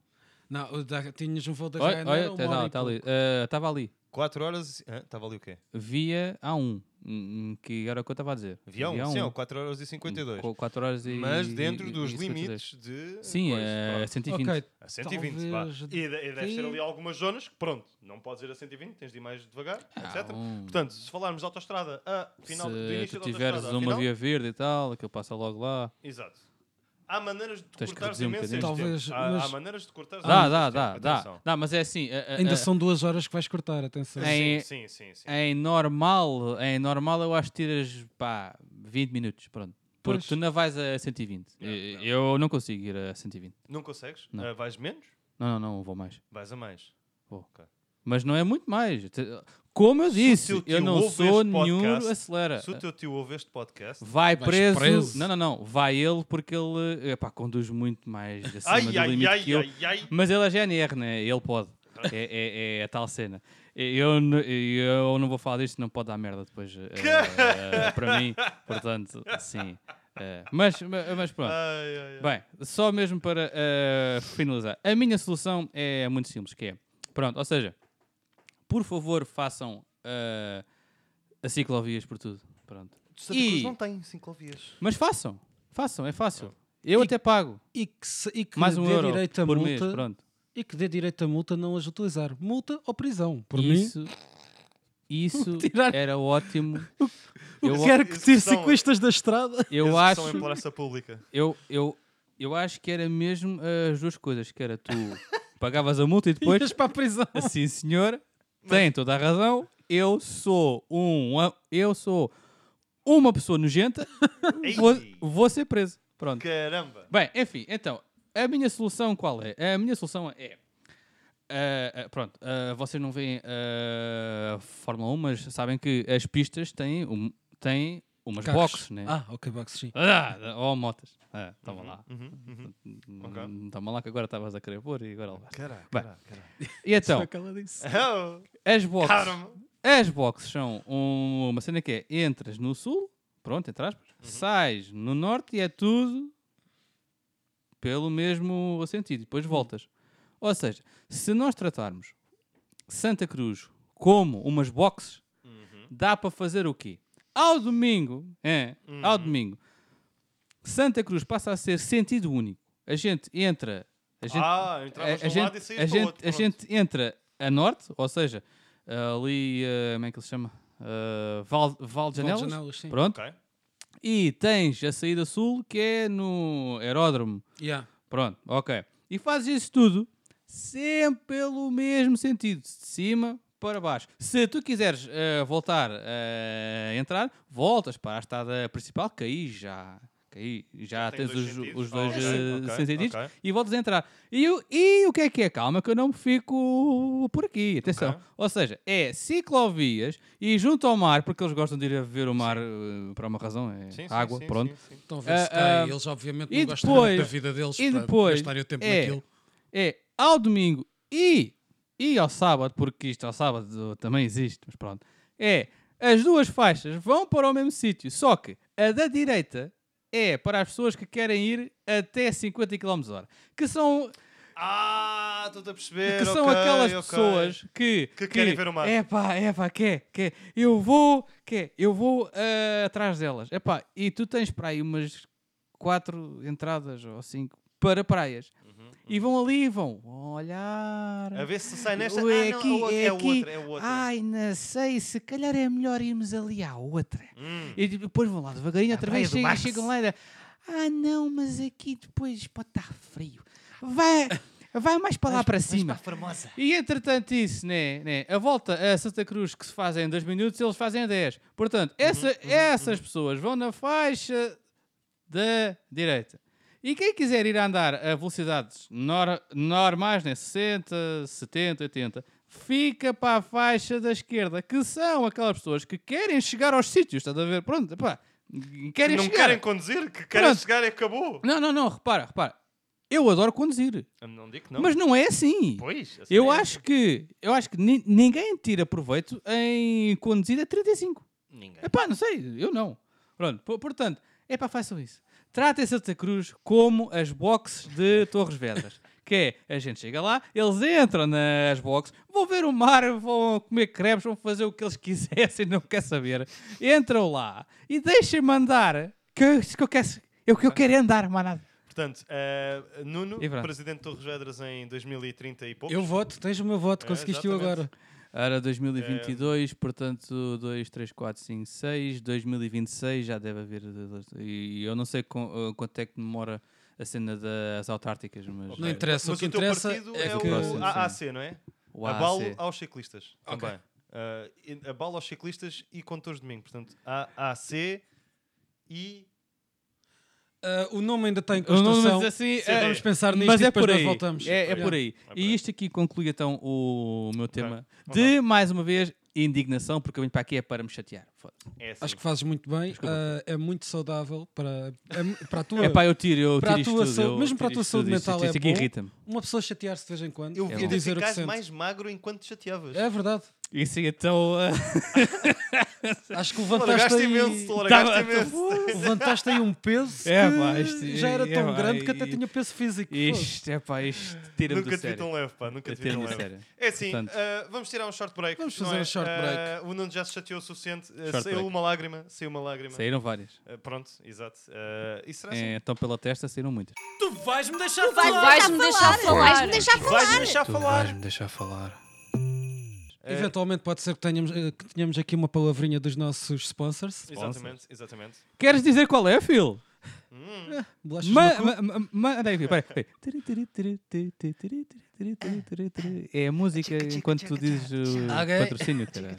A: Não, o da, tinhas um voo da
B: Olha,
A: Ryanair.
B: olha,
A: uma hora
B: não,
A: e
B: está tá ali.
A: pouco.
B: Estava ali.
D: 4 horas. e- Hã? Estava ali o quê?
B: Via A1. hum, Que era o que eu estava a dizer.
D: Avião?
B: Via
D: um, Sim,
B: A1,
D: 4 horas e 52.
B: com 4 horas e.
D: Mas
B: e-
D: dentro dos
B: e 52.
D: limites de.
B: Sim,
D: coisa,
B: é
D: pronto.
B: 120.
A: Ok,
D: A 120,
A: talvez
D: vá. E, de- e deve ser
A: aqui-
D: ali algumas zonas que, pronto, não podes ir a 120, tens de ir mais devagar, etc.
B: um-
D: Portanto, se falarmos de autostrada a final do
B: se
D: início
B: tu
D: da
B: tiveres
D: autostrada, a
B: uma
D: final,
B: via verde e tal, aquilo passa logo lá.
D: Exato. Há maneiras de
B: Tens que
D: cortar
B: reduzir um
D: imenso este
B: bocadinho.
A: Talvez,
D: tempo. Há, há
A: mas-
D: maneiras de cortar
B: Dá, dá, dá, dá, dá. Mas é assim, a- a-
A: Ainda
B: a-
A: são 2 horas que vais cortar, atenção.
B: É.
D: Sim,
B: Em-
D: sim, sim. sim.
B: em É normal, em normal eu acho que tiras, pá, 20 minutos, pronto. Porque
A: Pois.
B: tu não vais a 120.
D: Yeah,
B: E- Eu não consigo ir a 120.
D: Não consegues?
B: Não.
D: Ah, vais menos?
B: Não, não, não, vou mais.
D: Vais a mais.
B: Vou.
D: Ok.
B: Mas não é muito mais. Te- Como eu disse,
D: teu
B: eu
D: tio
B: não
D: ouve
B: sou
D: este podcast,
B: nenhum acelera.
D: Se o teu tio ouve este podcast.
B: Vai
A: Vais
B: preso.
A: preso.
B: Não, não, não. Vai ele porque ele epá, conduz muito mais acima
D: Ai,
B: do
D: ai,
B: limite
D: ai,
B: que eu.
D: ai, ai.
B: Mas ele é GNR, né? Ele pode. É, é- é a tal cena. Eu, n- eu não vou falar disto, não pode dar merda depois eh, eh, para mim. Portanto, sim. Eh, mas, mas pronto.
D: Ai, ai, ai.
B: Bem, só mesmo para eh, finalizar. A minha solução é muito simples, que é... Pronto, ou seja, por favor façam eh, a ciclovias por tudo. Pronto.
D: Santa
B: E-
D: Cruz não tem ciclovias.
B: Mas façam, façam, é fácil. Eu
A: E-
B: até pago
A: E que, se- e que
B: mais um
A: dê
B: euro
A: direito a
B: por
A: multa
B: mês, pronto.
A: e que dê direito a multa não as utilizar. Multa ou prisão. Por mim,
B: isso, isso
A: Tirar-
B: era ótimo.
A: eu
B: Eu,
A: quero que tire
D: execução-
A: ciclistas da estrada.
B: eu
D: Execução
B: acho,
D: em praça pública.
B: eu, eu, eu acho que era mesmo as duas coisas, que era tu pagavas a multa e depois,
A: Ias para a prisão.
B: assim senhor, tem toda a razão, eu sou um, eu sou uma pessoa nojenta,
D: Ei,
B: vou, vou ser preso, pronto.
D: Caramba.
B: Bem, enfim, então, a minha solução qual é? A minha solução é. ah, ah, pronto, ah, vocês não veem ah, a Fórmula 1, mas sabem que as pistas têm, um, têm umas
A: Carros.
B: boxes, né?
A: Ah, ok, box sim.
B: Ah, ou motas. Ah, toma lá.
D: Uhum, uhum.
B: Hum, Toma lá que agora estavas a querer pôr e agora levaste.
D: Caraca,
B: Bem.
D: caraca, caraca.
B: E
A: é
B: então,
D: Oh,
B: as boxes,
D: caramba.
B: as boxes são um- uma cena que é entras no sul, pronto, entre aspas, sais no norte e é tudo pelo mesmo sentido, e depois voltas. Ou seja, se nós tratarmos Santa Cruz como umas boxes, dá para fazer o quê? Ao domingo, é, ao domingo, Santa Cruz passa a ser sentido único. A gente entra, a gente,
D: Ah,
B: É, a,
D: entravas
B: a
D: de um lado e
B: gente,
D: saías
B: a,
D: do
B: gente,
D: outro.
B: a
D: pronto.
B: gente entra a norte, ou seja, ali, eh, como é que ele se chama? Eh, Val, Val de Janelas.
A: janelas, sim.
B: Pronto.
D: Ok.
B: E tens a saída sul, que é no aeródromo.
A: Yeah.
B: Pronto, ok. E fazes isso tudo sempre pelo mesmo sentido, de cima para baixo. Se tu quiseres eh, voltar a entrar, voltas para a estrada principal, que aí já, que aí já
D: tem
B: tens
D: dois
B: os,
D: sentidos. Ah,
B: os dois
D: Ok,
B: eh,
D: ok,
B: sentidos
D: ok.
B: e voltas a entrar. E, o- e o que é que é? Calma, que eu não fico por aqui. Atenção.
D: Ok.
B: Ou seja, é ciclovias e junto ao mar, porque eles gostam de ir a ver o mar eh, por uma razão, é
D: Sim, sim,
B: água,
D: sim,
B: pronto.
D: sim, sim.
A: Estão a ver se
B: Ah,
A: cai.
B: ah,
A: Eles obviamente
B: e
A: não gostam muito
B: depois-
A: da vida deles
B: e
A: para
B: depois
A: gastarem o tempo
B: é-
A: naquilo.
B: é ao domingo e, e ao sábado, porque isto ao sábado também existe, mas pronto. É, as duas faixas vão para o mesmo sítio, só que a da direita é para as pessoas que querem ir até 50 km h que são,
D: Ah, estou a perceber.
B: que são
D: ok,
B: aquelas
D: ok.
B: pessoas que,
D: Que querem ver o mar.
B: É pá, é pá, que é, que é, eu vou, que é, eu vou ah, atrás delas. É pá, e tu tens para aí umas quatro entradas ou cinco para praias. E vão ali e vão olhar.
D: Uhum, A ver se sai nesta.
B: Ou
D: ah, não, a outra- é, outra, é outra.
B: Ai, não sei, se calhar é melhor irmos ali à outra.
D: Hum.
B: E tipo, depois vão lá devagarinho, outra
D: praia
B: vez
D: do
B: chegam,
D: Max.
B: chegam lá e dá, Ah, não, mas aqui depois pode estar frio. Vai, vai mais para lá para cima.
D: Formosa.
B: E entretanto isso, né, né, a volta a Santa Cruz que se faz em 2 minutos, eles fazem em 10. Portanto,
D: Uhum,
B: essa- essas pessoas vão na faixa da direita. E quem quiser ir andar a velocidades nor- normais, né, 60, 70, 80, fica para a faixa da esquerda, que são aquelas pessoas que querem chegar aos sítios, estás a ver? Pronto, pá, querem
D: não
B: chegar.
D: querem conduzir, que querem
B: Pronto.
D: chegar e acabou.
B: Não, não, não, repara, repara. Eu adoro conduzir,
D: Não digo que não.
B: mas não é assim.
D: Pois, assim
B: Eu
D: é.
B: acho que, eu acho que ni- ninguém tira proveito em conduzir a 35.
D: Ninguém.
B: Epá, não sei, eu não. Pronto, po- portanto, é pá, façam isso. Tratem Santa Cruz como as boxes de Torres Vedras. Que é, a gente chega lá, eles entram nas boxes, vão ver o mar, vão comer crepes, vão fazer o que eles quisessem, não quer saber. Entram lá e deixem-me andar, que eu, que eu quero, eu, que eu quero andar, mais nada.
D: Portanto, eh, Nuno,
B: E pronto.
D: presidente de Torres Vedras em 2030 e pouco.
A: Eu voto, tens o meu voto,
D: É,
A: conseguiste o
D: exatamente.
A: agora.
D: É.
B: Era 2022, portanto 2, 3, 4, 5, 6. 2026 já deve haver. eh, E eu não sei com- eh, quanto é que demora a cena das autárticas, mas.
A: Não interessa,
D: Mas
A: o que
D: o teu
A: interessa
D: partido
A: é
D: é,
A: que-
D: o
B: Próximo,
D: AAC, não é?
B: O
D: Abalo
B: AAC.
D: aos ciclistas
A: Ok.
D: também. Ah, e- abalo aos ciclistas e condutores de domingo. Portanto, AAC e
A: Ah, o nome ainda está em
B: O nome,
A: construção.
B: mas assim, é-
A: Vamos pensar nisto
B: mas
A: e
B: é
A: depois
B: por
A: nós
B: aí.
A: voltamos.
B: É, é por
A: Yeah.
B: aí.
D: por
B: E
D: aí.
B: isto aqui conclui então o meu tema
D: Ok.
B: de, mais uma vez, indignação, porque eu venho para aqui é para me chatear. Foda-se.
D: É assim.
A: Acho que fazes muito bem. Ah, é muito saudável para, é mu- para a tua.
B: É pá, eu tiro, eu
A: Para
B: tiro
A: a
B: isto
A: tua
B: tudo,
A: saúde-
B: eu
A: mesmo para a
B: tiro
A: tua
B: isto
A: saúde
B: tudo, isto-
A: mental
B: isto,
A: é
B: aqui
A: bom.
B: irrita-me.
A: uma pessoa chatear-se de vez em quando
D: Eu
B: É
A: e
B: um-
D: vi-te
A: dizer o que
D: ficares
A: sente.
D: mais magro enquanto chateavas.
A: É verdade.
B: Isso aí, então... ah,
A: Acho que levantaste
D: Largaste
A: aí,
D: imenso, largaste
B: Tava-
D: imenso.
A: levantaste aí um peso
B: É,
A: que
B: pá, isto-
A: já era
B: é,
A: tão
B: pá,
A: grande que até
B: e-
A: tinha peso físico. Foda-se.
B: Isto, é pá, isto tira-me
D: Nunca
B: do
D: te vi tão
B: sério.
D: leve, pá. Nunca te vi
B: Tira-me
D: tão
B: do
D: leve.
B: sério.
D: É assim,
B: Portanto.
D: ah, vamos tirar um short break.
A: Vamos
D: não
A: fazer
D: é?
A: um short
D: Ah,
A: break.
D: o Nuno já se chateou o suficiente. Ah,
B: Short
D: saiu
B: break.
D: uma lágrima. Saiu uma lágrima.
B: Saíram várias.
D: Ah, pronto, exato. Ah, e será assim?
B: É, então pela testa saíram muitas.
F: Vais-me deixar falar.
D: Vais deixar falar.
B: deixar falar. é.
A: Eventualmente pode ser que tenhamos, eh, que tenhamos aqui uma palavrinha dos nossos sponsors.
D: Exatamente, exatamente.
B: Queres dizer qual é, Phil?
A: Bolachas
B: Ma-
A: no cu.
B: ma- ma- ma- Manda aí, Phil, peraí, peraí. Tiri, tiri, tiri, tiri, tiri, tiri, tiri, tiri, tiri, tiri. É a música enquanto tu dizes o
A: Ok.
B: patrocínio, cara.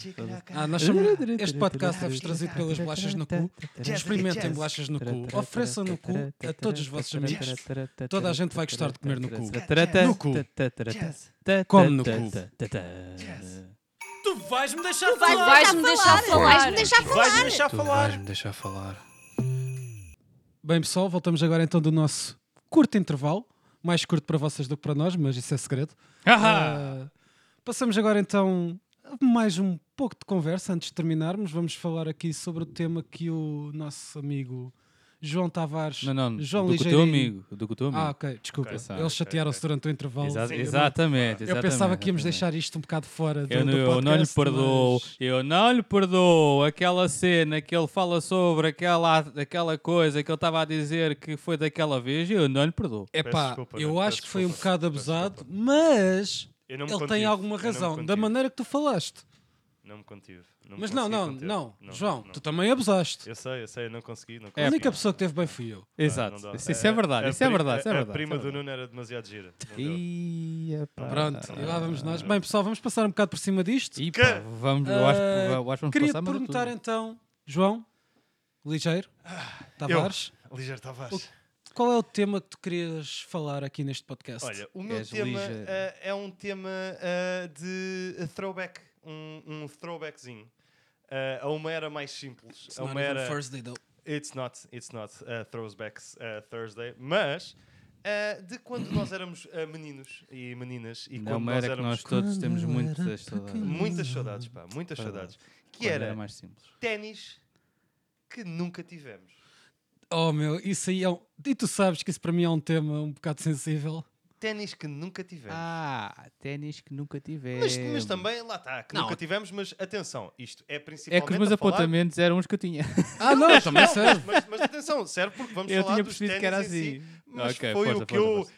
A: Ah, nós chamamos- este podcast é-vos trazido pelas bolachas no cu. Experimentem bolachas no cu. Ofereçam no cu a todos os vossos amigos. Toda a gente vai gostar de comer no cu. No cu. Come no cu.
F: Vais-me deixar falar.
D: Vais deixar falar.
A: Bem, pessoal, voltamos agora então do nosso curto intervalo. Mais curto para vocês do que para nós, mas isso é segredo. Ah, passamos agora então a mais um pouco de conversa antes de terminarmos. Vamos falar aqui sobre o tema que o nosso amigo João Tavares.
B: Não, não,
A: João
B: do que o teu
A: Ligeirinho-
B: amigo. Do que o teu
A: Ah,
B: amigo.
A: ok, desculpa.
D: Ok,
B: sabe,
A: Eles
D: ok,
A: chatearam-se durante o intervalo.
B: Exa-
A: Então, Sim, eu não-
B: Exatamente,
A: Eu pensava que íamos
B: exatamente.
A: deixar isto um bocado fora do,
B: Eu,
A: do
B: não, eu não lhe
A: podcast,
B: perdoo,
A: mas-
B: eu não lhe perdoo aquela cena que ele fala sobre aquela, aquela coisa que ele estava a dizer que foi daquela vez, eu não lhe perdoo.
A: É
D: Peço
A: pá,
D: desculpa,
A: eu
D: Nuno,
A: acho
D: peço
A: que foi um
D: desculpa,
A: bocado
D: peço
A: abusado,
D: desculpa.
A: mas
D: Eu não me
A: ele tem
D: contive,
A: alguma
D: eu não me
A: razão, da
D: contive,
A: maneira que tu falaste.
D: Não me contive. me
A: Mas não,
D: consegui
A: não,
D: conter.
A: não, João, tu
D: não.
A: também abusaste.
D: Eu sei, eu sei, eu não consegui. Não
A: a
D: consegui.
A: única pessoa que teve bem fui eu.
B: Exato,
D: Não dá.
B: isso, isso é
D: A-
B: verdade,
D: a
B: isso é
D: pri-
B: verdade, isso é
D: a-
B: verdade.
D: A prima
B: isso é
D: do
B: verdade.
D: Nuno era demasiado gira. Não deu.
B: Ih, é epá.
A: Pronto, e lá vamos
D: Ah.
A: nós. Bem, pessoal, vamos passar um bocado por cima disto.
B: Ih, pá, vamos, eu acho, que-
A: Ah,
B: eu acho que vamos
A: Queria
B: passar,
A: te
B: mas não
A: perguntar
B: tudo.
A: então, João, ligeiro,
D: Ah,
A: Tavares,
D: Ligeiro tá, Tavares.
A: qual é o tema que tu querias falar aqui neste podcast?
D: Olha, o meu
B: És
D: tema
B: ligeiro.
D: ah, é um tema ah, de ah, throwback. Um, um throwbackzinho. Ah, a uma era mais simples.
A: It's
D: a
A: not
D: uma
A: even
D: era.
A: Thursday, though.
D: It's not, it's not uh, Throwbacks uh, Thursday, mas uh, de quando nós éramos uh, meninos e meninas e
B: Não,
D: quando
B: mas
D: nós
B: era que
D: éramos
B: nós todos
A: Quando
B: temos
A: eu era
B: muitas saudades.
A: pequeno.
D: muitas saudades, pá, muitas
B: Verdade.
D: saudades, que
B: Quando
D: era,
B: mais simples.
D: ténis que nunca tivemos.
A: Oh meu, isso aí é um... E tu sabes que isso para mim é um tema um bocado sensível.
D: Ténis que nunca tivemos.
B: Ah, ténis que nunca tive.
D: Mas, mas também, lá está, que
A: Não.
D: nunca tivemos, mas atenção, isto é principalmente
B: É que os meus
D: a falar-
B: apontamentos eram os que eu tinha.
A: Ah não, também serve.
D: Mas, mas atenção, serve porque vamos
B: Eu
D: falar
B: tinha
D: dos
B: percebido que era
D: ténis em si,
B: assim.
D: mas
B: Ok,
D: foi
B: força,
D: o que
B: força,
D: eu
B: força.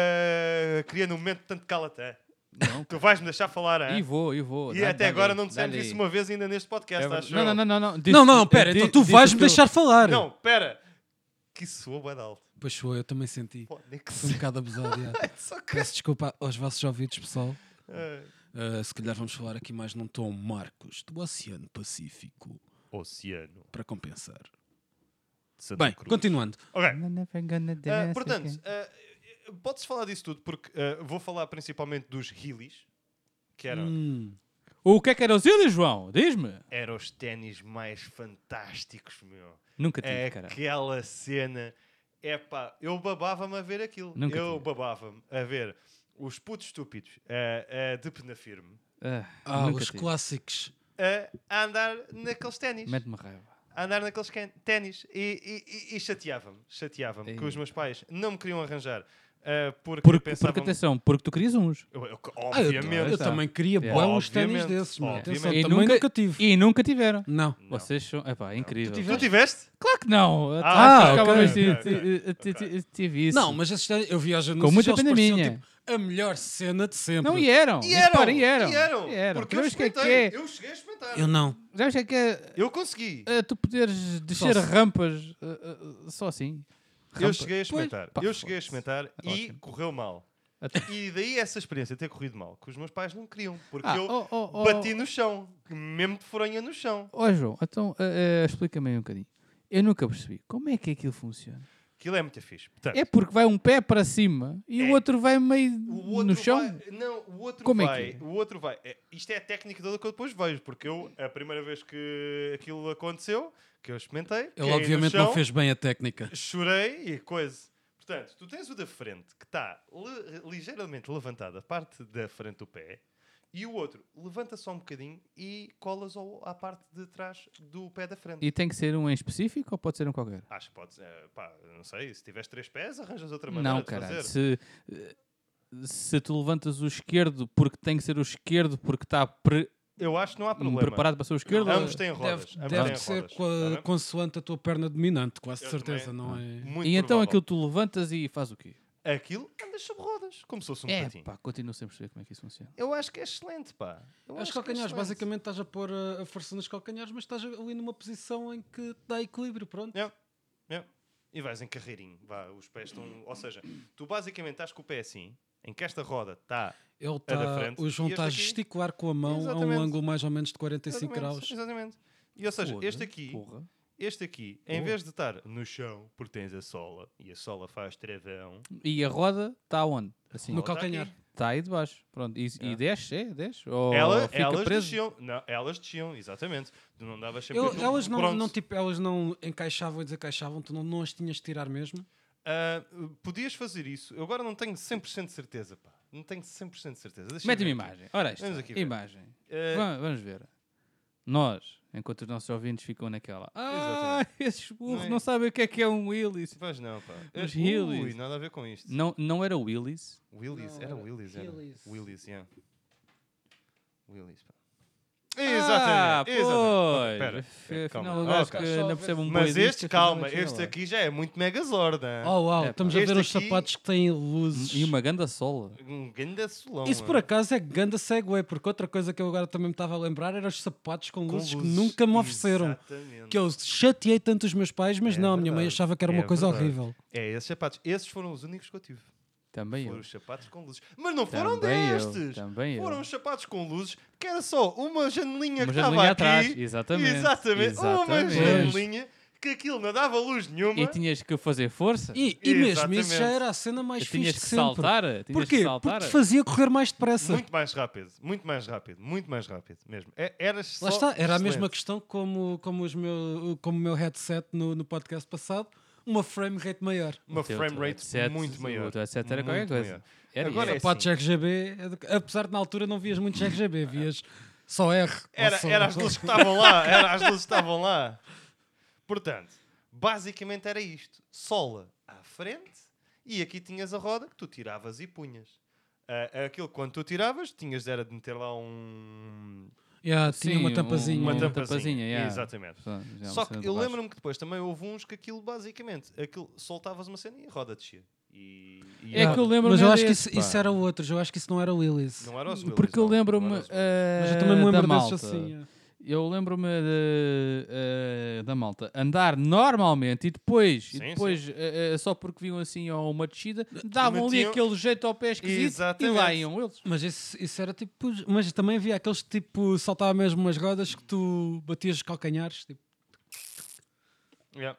D: uh, queria no momento, tanto cala-te.
B: Não,
D: Tu vais me deixar falar, hein?
B: E vou, e vou.
D: E
B: Dá-
D: até
B: dá-lhe
D: agora
B: aí,
D: não dissemos
B: dá-lhe
D: isso
B: aí.
D: uma vez ainda neste podcast,
B: É
D: acho
B: verdade. não,
D: eu.
B: não, não, não.
A: não, não, pera, então tu vais-me deixar falar.
D: Não, pera. Que soa bué de alto.
A: Pois foi, eu também senti.
D: Pô, nem que
A: Foi um
D: se-
A: bocado abusado. já.
D: Só que-
A: Peço desculpa aos vossos ouvidos, pessoal.
D: Ah.
A: Ah, se calhar vamos falar aqui mais num tom Marcos do Oceano Pacífico
D: Oceano.
A: para compensar.
D: de Santa
A: Bem,
D: Cruz.
A: continuando.
D: Ok. Ah,
B: falar.
D: portanto, ah, eh, podes falar disso tudo, porque ah, vou falar principalmente dos Heelys, que eram,
A: Hum,
B: O que é que era os ilhas, João? Diz-me.
D: eram os ténis mais fantásticos, meu.
B: Nunca
D: É
B: tive, cara.
D: aquela cena. Epá, eu babava-me a ver aquilo.
B: Nunca
D: eu
B: tive.
D: babava-me a ver os putos estúpidos ah, ah, de pena firme
A: ah,
B: nunca
A: os
B: tive.
A: clássicos.
D: a- a andar naqueles ténis.
B: Mete-me raiva.
D: A andar naqueles can- ténis. E, e, e- e chateava-me. Chateava-me que
B: Ei.
D: os meus pais não me queriam arranjar. ah, porque,
B: Porque,
D: pensavam...
B: porque, atenção, porque tu querias uns.
D: Eu- eu-
A: Ah, eu,
D: obviamente.
A: eu também queria
B: Yeah.
A: bons uns ténis
D: Obviamente.
A: desses, mano. Atenção,
D: Obviamente.
A: também
B: E
A: nunca...
B: nunca-
A: tive.
B: E nunca tiveram.
A: Não.
D: Não.
B: Vocês são. Epá, é incrível.
D: Tu tiveste?
B: Claro que não.
D: Ah,
B: Acho que
A: ok,
B: alguma vez ti-
D: ok, ok,
B: ti- ti-
D: ok.
B: ti- Tive isso.
A: Não, mas esses ténis, eu viajo no
B: Com muita pena minha.
A: tipo, a melhor cena de sempre.
B: Não, e eram.
D: E eram,
B: Reparem,
D: e eram.
B: E eram.
D: Porque eu
B: Sabes o que é que
D: experimentei.
B: é?
D: Eu cheguei a experimentar.
A: Eu não.
B: Sabes o que é que é?
D: Eu consegui.
B: Ah, tu poderes descer
A: se-
B: rampas ah, ah, só assim.
D: Eu
B: Rampa.
D: cheguei a experimentar.
B: pá,
D: eu cheguei a
B: foda-se.
D: experimentar e
B: Ótimo.
D: correu mal.
B: Até-
D: E daí essa experiência ter corrido mal, que os meus pais não queriam, porque
B: Ah,
D: eu
B: oh, oh, oh.
D: bati no chão, mesmo de foronha no chão.
B: eh, Ó João, então ah, ah, explica-me aí um bocadinho. Eu nunca percebi. Como é que aquilo funciona?
D: Aquilo é muito fixe. Portanto,
B: É porque vai um pé para cima e
D: É.
B: o outro vai meio
D: O outro
B: no chão.
D: Vai, não, o outro
B: Como é
D: vai.
B: que é?
D: O outro vai. É, isto é a técnica toda que eu depois vejo, porque eu, a primeira vez que aquilo aconteceu, que eu experimentei, caí
A: Ele
D: no
A: obviamente
D: chão,
A: não fez bem a técnica.
D: Chorei e coisa. Portanto, tu tens o da frente que está le- ligeiramente levantado, a parte da frente do pé, e o outro levanta só um bocadinho e colas ao, à parte de trás do pé da frente.
B: E tem que ser um em específico ou pode ser um qualquer?
D: Acho que podes, eh, pá, não sei, se tiveres três pés, arranjas outra maneira
B: Não,
D: de fazer.
B: caralho. Se, eh, se tu levantas o esquerdo porque tem que ser o esquerdo porque está pre-
D: Eu acho que não há problema.
B: preparado para ser o esquerdo.
D: Ambos têm rodas.
B: deve-
D: ambos
B: deve
D: têm
A: Deve ser
D: rodas,
A: co-
D: tá bem?
A: consoante a tua perna dominante, quase
D: Eu
A: certeza,
D: também. Ah.
A: não é?
D: Muito
B: E então
D: provável.
B: aquilo tu levantas e faz o quê?
D: aquilo andas sobre rodas, como se fosse um
B: é,
D: patinho.
B: pá, continuo sempre a saber como é que isso funciona.
D: Eu acho que é excelente, pá. Eu
A: Os
D: acho que é
A: calcanhares,
D: excelente.
A: basicamente estás a pôr eh, a, a força nos calcanhares, mas estás ali numa posição em que dá equilíbrio, pronto.
D: Yeah, yeah. E vais em carreirinho, vá, os pés estão. Ou seja, tu basicamente estás com o pé assim, em que esta roda está.
A: Ele
D: É da
A: tá,
D: frente.
A: o João
D: E este
A: está a
D: aqui?
A: gesticular com a mão a
D: Exatamente.
A: um ângulo mais ou menos de 45
D: exatamente,
A: graus.
D: Exatamente. E ou seja,
B: Foda,
D: este aqui,
B: Porra.
D: este aqui, em vez de estar no chão, porque tens a sola, e a sola faz trevão.
B: E a roda está onde? Assim.
A: No
D: Ela tá
A: calcanhar.
D: aqui.
B: Está aí de baixo. Pronto. E, e desce, é? Desce? Ou
D: Ela, assim,
B: fica
D: elas
B: preso?
D: desciam. Não, elas desciam, exatamente. Tu não davas sempre.
A: Eu-
D: aquele-
A: elas, não,
D: Pronto.
A: não, tipo, elas não encaixavam e desencaixavam, tu não, não as tinhas de tirar mesmo.
D: Ah, podias fazer isso. Eu agora não tenho 100% de certeza, pá. Não tenho 100% de certeza. Deixa eu
B: Mete-me
D: ver.
B: imagem. Ora, isto.
D: né? Vamos aqui ver.
B: Imagem.
D: Ah,
B: Va- Vamos ver. Nós, enquanto os nossos ouvintes ficam naquela. Ah, esses burros
D: Não é?
B: não sabem o que é que é um Willis.
D: Pois não, pá.
B: Os
D: Eh, Ui,
B: Hillies.
D: nada a ver com isto.
B: Não, não era Willis?
D: Willis,
A: Não,
D: era
A: era
D: Willis, era.
A: Hillies.
D: Willis, yeah. Willis, pá.
B: Ah,
D: Exatamente,
B: pois.
D: exatamente.
B: F-
D: Espera, calma.
B: Afinal, o gajo
D: Ok.
B: que não percebe um boi
D: Mas
B: disto,
D: este,
B: afinal,
D: calma,
B: aquilo
D: este
B: é.
D: aqui já é muito megazord, hein?
A: Oh, uau,
B: É, pá.
A: estamos a
D: Este
A: ver os
D: aqui-
A: sapatos que têm luzes.
B: E uma ganda sola.
D: Um grande solão.
A: Isso por
D: hein?
A: acaso é ganda segue, porque outra coisa que eu agora também me estava a lembrar eram os sapatos com
D: Com
A: luzes,
D: luzes,
A: que nunca me ofereceram.
D: Exatamente.
A: Que eu chateei tanto os meus pais, mas
D: É
A: não, a minha mãe
D: verdade,
A: achava que era
D: é
A: uma coisa
D: verdade.
A: horrível.
D: É, esses sapatos. Esses foram os únicos que eu tive.
B: Também
D: Foram
B: eu.
D: os sapatos com luzes. Mas não foram
B: Também eu,
D: destes.
B: também eu.
D: foram os sapatos com luzes, que era só uma
B: Uma
D: janelinha que estava
B: janelinha
D: aqui.
B: atrás, exatamente,
D: Exatamente. Uma
B: exatamente.
D: janelinha que aquilo não dava luz nenhuma.
B: E tinhas que fazer força?
A: E, e mesmo isso
D: Exatamente.
A: já era a cena mais
B: E tinhas
A: fixe
B: que
A: de sempre.
B: saltar? Tinhas
A: Porquê?
B: que saltar?
A: Porque te fazia correr mais depressa.
D: Muito mais rápido, muito mais rápido, muito mais rápido mesmo. É, era só
A: Lá está, era a mesma
D: excelente.
A: questão como, como, os meu, como o meu headset no, no podcast passado, uma frame rate maior.
D: Uma
B: O teu
D: frame rate
B: headset-
D: muito maior.
B: O teu headset era qualquer
D: muito
B: coisa.
D: maior.
B: Era,
D: Agora
B: era.
D: é
A: Sapatos RGB, é do- apesar de na altura não vias muito
B: É.
A: RGB, vias só R. ou
D: Era,
A: só-
D: era as luzes que estavam lá, era as luzes que estavam lá. Portanto, basicamente era isto: sola à frente e aqui tinhas a roda que tu tiravas e punhas. Ah, aquilo que quando tu tiravas, tinhas era de meter lá um.
A: Yeah, tinha
B: Sim,
A: uma
B: um-
A: tampazinha.
D: Uma
B: Uma
D: tampazinha,
B: tampazinha, yeah.
D: Exatamente.
B: Só- já
D: Só
B: uma
D: que
B: cena de
D: eu
B: baixo.
D: lembro-me que depois também houve uns que aquilo basicamente aquilo, soltavas uma cena e a roda descia. E, e
B: É
D: a
A: Yeah.
B: que eu
D: roda-
B: lembro-me
A: Mas eu acho que
B: desse,
A: isso, isso
B: pá.
A: era outros, eu acho que isso não era o Willis.
D: Não era os Willis,
B: Porque eu
D: não, não
B: lembro-me
D: era os Willis.
A: Mas eu também me
B: eh, da
A: lembro desses
B: malta.
A: assim. é.
B: Eu lembro-me de, eh, da malta andar normalmente e depois,
D: Sim,
B: e depois eh, eh, só porque vinham assim a uma descida, davam ali
D: Metiam-
B: aquele jeito ao pé esquisito e lá
D: Exatamente.
B: iam eles.
A: Mas isso, isso era tipo. Mas também havia aqueles que tipo saltava mesmo umas rodas que tu batias os calcanhares. Tipo,
D: Yeah.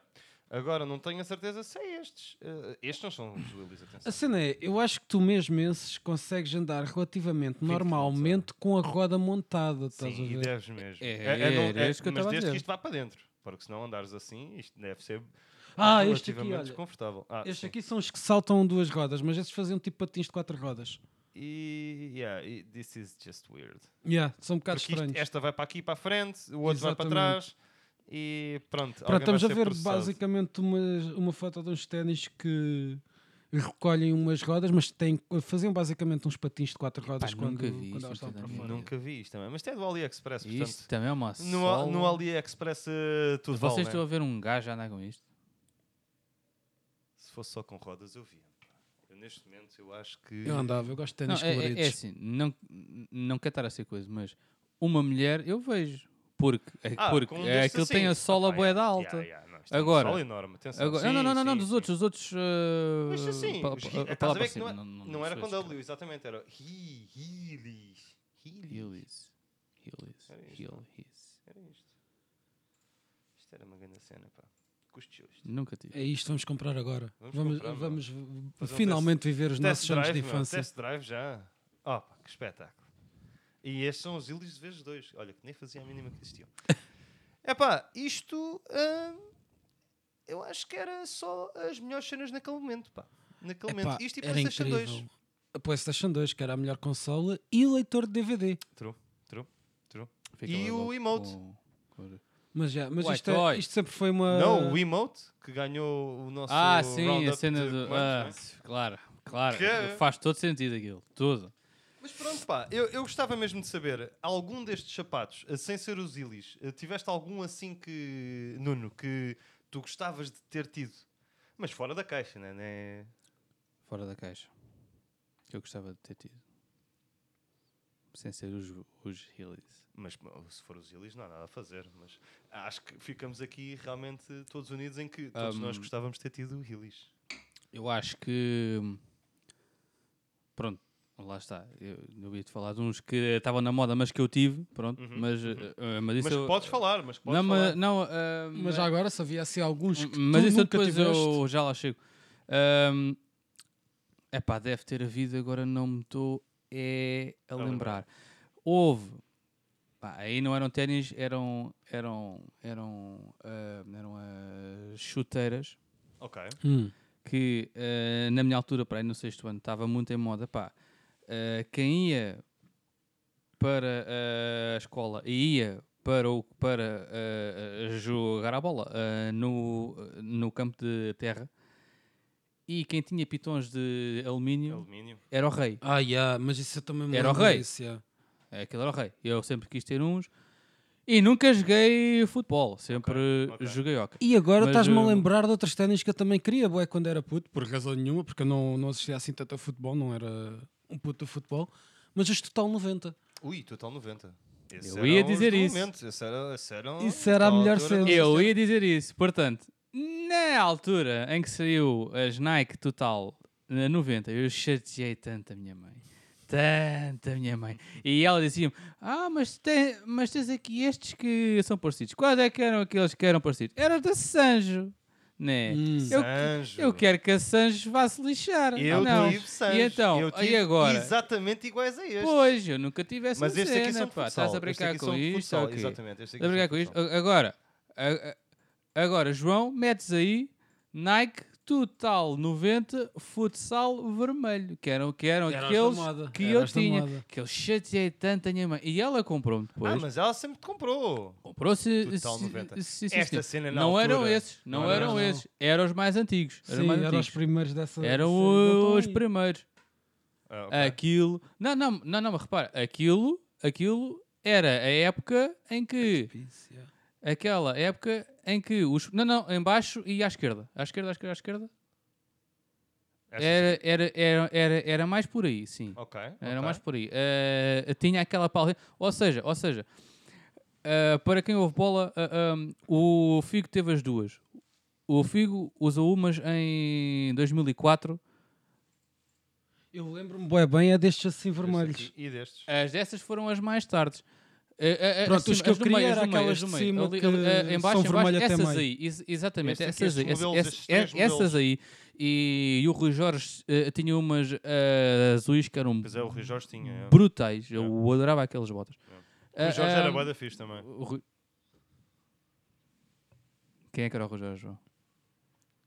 D: Agora não tenho a certeza se é estes. Eh, estes não são os Willis, atenção.
A: a cena é, eu acho que tu mesmo esses consegues andar relativamente normalmente com a roda montada. Estás a
D: Sim, e
A: ver?
D: deves mesmo.
B: É,
D: não-
B: era isso que eu
D: mas
B: estava a
D: desde
B: dizer.
D: que isto vá para dentro. Porque se não andares assim, isto deve ser
A: Ah, este aqui,
D: relativamente
A: olha.
D: desconfortável. Ah,
A: Estes
D: sim.
A: aqui são os que saltam duas rodas, mas esses faziam tipo patins de quatro rodas.
D: E, yeah, e- this is just weird.
A: Yeah, são um bocado
D: Porque isto-
A: estranhos.
D: esta vai para aqui, para a frente, o outro vai para
A: Exatamente.
D: trás. E pronto.
A: Pronto, estamos a ver
D: basicamente
A: basicamente uma, uma foto de uns ténis que recolhem umas rodas, mas têm, faziam basicamente uns patins de quatro rodas quando,
B: nunca vi
A: quando
B: isso,
A: elas estavam
B: nunca
A: para
B: vi.
A: fora.
D: Nunca vi isto também. Mas isto é do AliExpress,
B: E
D: portanto.
B: isto também é uma
D: No, A-
B: sola.
D: no AliExpress eh, tudo
B: Vocês
D: vale, né?
B: estão a ver um gajo a andar com isto?
D: Se fosse só com rodas, eu via. Eu, neste momento, eu acho que.
A: Eu andava, eu gosto de
B: Não,
A: ténis
B: é, é-
A: coloridos.
B: é assim, não, não quero estar a ser coisa, mas uma mulher eu vejo. Porque, é,
D: Ah,
B: porque
D: com um
B: é
D: destes
B: aquilo tem
D: assim.
B: a sola
D: Opa,
B: boeda
D: yeah,
B: alta.
D: yeah, yeah, não, isto tem
B: Agora-
D: uma sola enorme, atenção.
B: Agora-
D: Sim,
B: não, não, não, não,
D: sim,
B: dos
D: sim.
B: outros, os outros. eh,
D: Mas assim,
B: pa-
D: os
B: pa-
D: hi-
B: pa-
D: estás a
B: palavra
D: ver que
B: acima,
D: não, é- não era
B: sei
D: com
B: explicar.
D: W, exatamente, era he, Heelys. Heelys.
B: Hillis. Hillis.
D: Era isto.
B: Hillis.
D: Era isto. Isto era uma grande cena, pá. Custos.
B: Nunca tive.
A: É isto, vamos comprar é? agora.
D: Vamos
A: Vamos, vamos,
D: comprar, Fazer um
A: finalmente viver os nossos anos de
D: meu,
A: infância.
D: Test drive já. Oh, pá, que espetáculo. E estes são os ilhos de vezes dois. Olha, que nem fazia a mínima que existiam. É pá, isto. hum, eu acho que era só as melhores cenas naquele momento, pá. Naquele
A: Epá,
D: momento. Isto e
A: era
D: PlayStation 2.
A: incrível. A PlayStation 2, que era a melhor consola, e leitor de DVD.
D: True, true, true. E o emote?
A: Mas, já, mas
B: Ué,
A: isto, é-
B: toy.
A: isto sempre foi uma.
D: Não, o Emote, que ganhou o nosso.
B: Ah, sim,
D: roundup
B: a cena
D: de
B: do. Ah,
D: comandos, não é?
B: sim, claro, claro.
D: Que?
B: Faz todo sentido aquilo. Tudo.
D: Mas pronto, pá, eu, eu gostava mesmo de saber, algum destes sapatos, eh, sem ser os ilis, eh, tiveste algum assim que, Nuno, que tu gostavas de ter tido? Mas fora da caixa, né? né?
B: Fora da caixa. Que eu gostava de ter tido. Sem ser os, os Hillies.
D: Mas bom, se for os ilis, não há nada a fazer. Mas acho que ficamos aqui realmente todos unidos em que todos nós gostávamos de ter tido ilis.
B: Eu acho que. Pronto, lá está. Eu, eu ia te falar de uns que estavam na moda, mas que eu tive. Pronto, mas. eh, mas isso
D: Uhum. Mas
B: eu-
D: podes falar, mas podes
B: Não,
D: falar.
B: mas. Não, ah,
A: Mas já agora, se havia assim alguns que
B: mas
A: tu
B: isso eu
A: nunca
B: depois
A: tiveste.
B: eu já lá chego. É pá, deve ter havido, agora não me estou é, a lembrar. Houve, pá, aí não eram ténis, eram, eram, eram, ahm, eram ah, chuteiras
D: Ok.
A: Hum.
B: que eh, na minha altura, para aí no sexto ano, estava muito em moda, pá. Eh, quem ia para eh, a escola e ia para, o, para eh, eh, jogar a bola eh, no, no campo de terra e quem tinha pitons de alumínio
D: é Alumínio.
B: era o rei.
A: Ah, yeah, mas isso eu também me
B: Era o
A: lembro
B: rei.
A: disso, yeah.
B: É, Aquilo era o rei. Eu sempre quis ter uns e nunca joguei futebol, sempre
D: ok.
B: joguei hockey.
A: E agora
B: Mas,
A: estás-me a
B: eh,
A: lembrar de outras ténis que eu também queria, boé, quando era puto, por razão nenhuma, porque eu não, não assistia assim tanto a futebol, não era um puto de futebol, mas os Total 90.
D: Ui, total 90. Esse
B: Eu ia
D: eram os
B: dizer
D: do
B: isso.
D: momento, esse era- esse eram-
A: Isso era a
D: total
A: melhor
D: altura,
A: cena.
D: não sei se
B: Eu
D: era-
B: ia dizer isso. Portanto, na altura em que saiu as Nike Total na 90, eu chateei tanto a minha mãe. Tanto a minha mãe. E ela dizia-me: Ah, mas, tem, mas tens aqui estes que são parecidos. Quais é que eram aqueles que eram parecidos? Eram da Sanjo. Né? eu,
D: Hum, Sanjo.
B: eu quero que a Sanjo vá se lixar.
D: Eu
B: não.
D: tive Sanjo.
B: E então,
D: eu tive
B: e agora?
D: Exatamente iguais a este.
B: Pois, eu nunca tive essa
D: Mas estes
B: cena,
D: aqui são de
B: pá.
D: futsal.
B: Estás a
D: Estes
B: brincar
D: aqui são
B: com
D: de
B: isto?
D: futsal,
B: ok.
D: Exatamente. estes aqui
B: Estás a brincar
D: são
B: com
D: de
B: isto? Ah,
D: futsal.
B: A- Agora, a- a- agora, João, metes aí Nike Total 90 Futsal Vermelho, que eram, que eram
A: Era os da
B: aqueles
A: moda,
B: que
A: era
B: eu
A: os da
B: tinha,
A: moda.
B: que eu chateei tanto a minha mãe. E ela comprou-me depois.
D: Ah, mas ela sempre te comprou.
B: Comprou-se.
D: Total
B: se-
D: 90.
B: se- se-
D: Esta
B: sim.
D: cena na
B: Não eram
D: altura-
B: esses, não,
D: Não era,
B: eram
A: não.
B: esses. Eram os mais antigos. Eram, os
A: Sim,
B: mais
A: eram os
B: antigos.
A: primeiros dessa.
B: Eram
A: desse-
B: os
A: Então,
B: primeiros.
D: Ah, ok.
B: É, Aquilo. Não, não, não, não, mas repara, aquilo, aquilo era a época em que.
A: isso, yeah.
B: Aquela época em que os. Não, não, em baixo e à esquerda. À esquerda, à esquerda, à esquerda.
D: Essas-
B: Era, era, era, era, era mais por aí, sim.
D: Ok.
B: Era
D: ok.
B: mais por aí. Eh, tinha aquela pausa. Ou seja, ou seja, eh, para quem houve bola, eh, um, o Figo teve as duas. O Figo usou umas em 2004.
A: Eu lembro-me bué bem, é destes assim
D: Destes
A: vermelhos.
D: aqui E destes.
B: As dessas foram as mais tardes. Eh, eh, eh,
A: Pronto, os que eu
B: do
A: queria
B: meio, as
A: era
B: do meio,
A: aquelas
B: as do
A: de
B: meio.
A: cima
B: Ali-
A: que
B: ali- eh, em baixo,
A: são
B: em baixo,
A: vermelho até
B: essas
A: meio.
B: aí, ex- exatamente,
D: Este aqui,
B: essas aí,
D: estes
B: ess-
D: modelos,
B: ess-
D: estes três
B: eh, essas
D: modelos.
B: aí. E, o Rui Jorge eh, tinha umas eh, azuis que eram
D: Pois é, o Rui Jorge tinha. é.
B: brutais. Eu adorava aquelas botas.
D: O Rui Jorge era
B: Ah,
D: bué da fixe também.
B: o Rui- Quem é que era o Rui Jorge, João?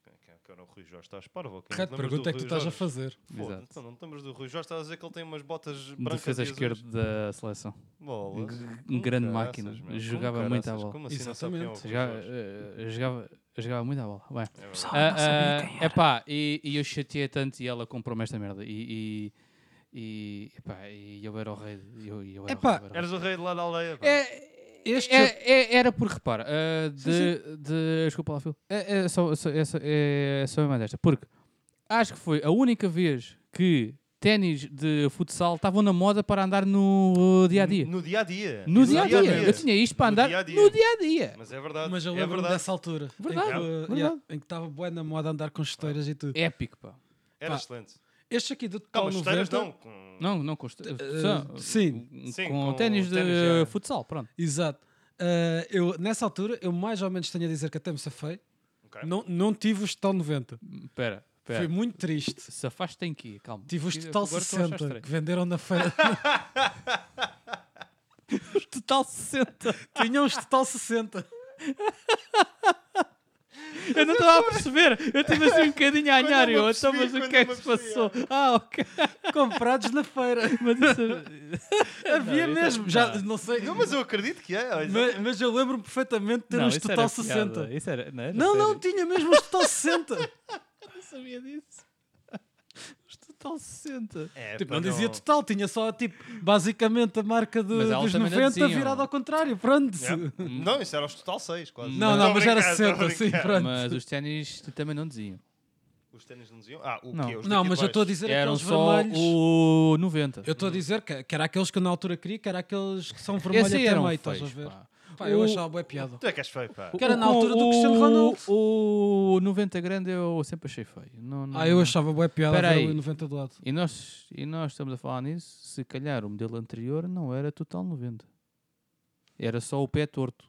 D: Quem é Que era o Rui Jorge. Estás parvo? ok?
A: Que
D: Não te lembras
A: pergunta
D: do
A: é que tu
D: Rui
A: estás a
D: Jorge?
A: fazer?
D: Foda-se,
B: Exato.
D: Então, não te lembras do Rui Jorge? Estás a dizer que ele tem umas botas brancas.
B: Defesa
D: e azuis?
B: esquerda da seleção.
D: Bola.
B: G-
D: Com
B: grande
D: caraças,
B: máquina.
D: meu, com
B: Jogava muito à
D: caraças.
B: bola.
D: Como assim não sabe quem é o Rui
B: Jogava,
D: Jorge?
B: eh, jogava, jogava muito à bola. Bem.
D: É verdade.
B: Ah, ah, epá, e, e eu chateei tanto e ela comprou-me esta merda. E, e, e, epá, e eu era o rei. de- Eu, eu era
A: Epá,
B: o rei, eu era o rei.
D: Eras o rei de lá da aldeia. pá.
B: É,
A: Este
B: é- é- era por repara, ah, de, de- Desculpa lá, Phil. É, é só, só, é, só, é só mais esta. Porque acho que foi a única vez que ténis de futsal estavam na moda para andar no dia a dia.
D: No dia a dia.
B: No dia a dia. Eu tinha isto para
D: No
B: andar
D: dia-a-dia.
B: no dia a dia.
D: Mas é verdade.
A: Mas eu
D: é
A: lembro-me
D: verdade.
A: dessa altura. Em
B: Verdade, é
A: que, uh,
B: verdade.
A: yeah, Em que estava bué na moda andar com chuteiras e tudo.
B: Épico, pá.
D: Era
A: Pá.
D: excelente.
A: Este aqui do Total
D: Calma, chuteiras
A: 90.
D: não. Com...
B: Não, não custa.
A: Eh,
B: Só-
A: sim.
D: Sim,
B: com
D: com
B: ténis de
D: ténis, é.
B: futsal, pronto.
A: Eh, Exato. Ah, eu, nessa altura, eu mais ou menos tenho a dizer que até me safei.
D: Ok.
A: Não, não tive os total 90.
B: Espera,
A: Foi
B: espera.
A: muito triste.
B: Se afasta em que? Calma.
A: Tive um os
B: Eu-
A: total
B: agora estou a achar
A: 60
B: estranho.
A: que venderam na feira.
B: Os total 60.
A: Tinham os total 60.
B: Eu não estava a perceber. Eu estive assim um bocadinho a
D: Quando
B: anhar.
D: eu me
B: Eu, então,
D: apercebi,
B: mas o
D: quando
B: que
D: eu
B: é que
D: me
B: se
D: apercebi,
B: passou? Ah, ok.
A: Comprados na feira.
B: Mas isso...
A: Havia
B: Não, isso é
A: mesmo. Já, não sei.
D: Não, mas eu acredito que é. olha.
A: Mas, mas eu lembro-me perfeitamente de ter
B: Não,
A: os
B: isso
A: total
B: era
A: 60.
B: piada. Isso era... Não, era
A: um Não,
B: sério.
A: não, tinha mesmo os total 60.
B: não sabia disso. Os total 60.
D: É,
A: tipo,
D: pá,
A: não dizia total, tinha só, tipo, basicamente a marca do-
B: Mas elas
A: dos
B: também não
A: 90
B: diziam.
A: virada ao contrário. Pronto.
D: É. Não, isso era os total 6, quase.
A: Não, não,
D: Tô a
A: mas era
D: brincar, tô
A: 60,
D: a
A: sim,
D: brincar.
A: pronto.
B: Mas os ténis também não diziam.
D: Os ténis não diziam. Ah, o
B: Não.
D: quê? Os
A: Não,
D: daqui de
A: mas eu
D: baixo.
A: estou a dizer
B: Eram
A: aqueles
B: só
A: vermelhos.
B: o 90.
A: Eu estou a dizer que, que era aqueles que eu na altura queria, que era aqueles que são vermelhos
B: Esse aí
A: até
B: eram
A: meio, estás a
B: feios,
A: ver?
B: pá.
A: Pá, eu
B: O-
A: achava boa piada.
D: Tu é que és feio, pá.
A: Que era na
B: O-
A: altura do Cristiano Ronaldo.
B: O 90 grande eu sempre achei feio. Não, não,
A: Ah, eu
B: não.
A: achava boa piada
B: Espera
A: ver
B: aí.
A: o 90 do lado.
B: E nós, e nós estamos a falar nisso, se calhar o modelo anterior não era total 90. Era só o pé torto.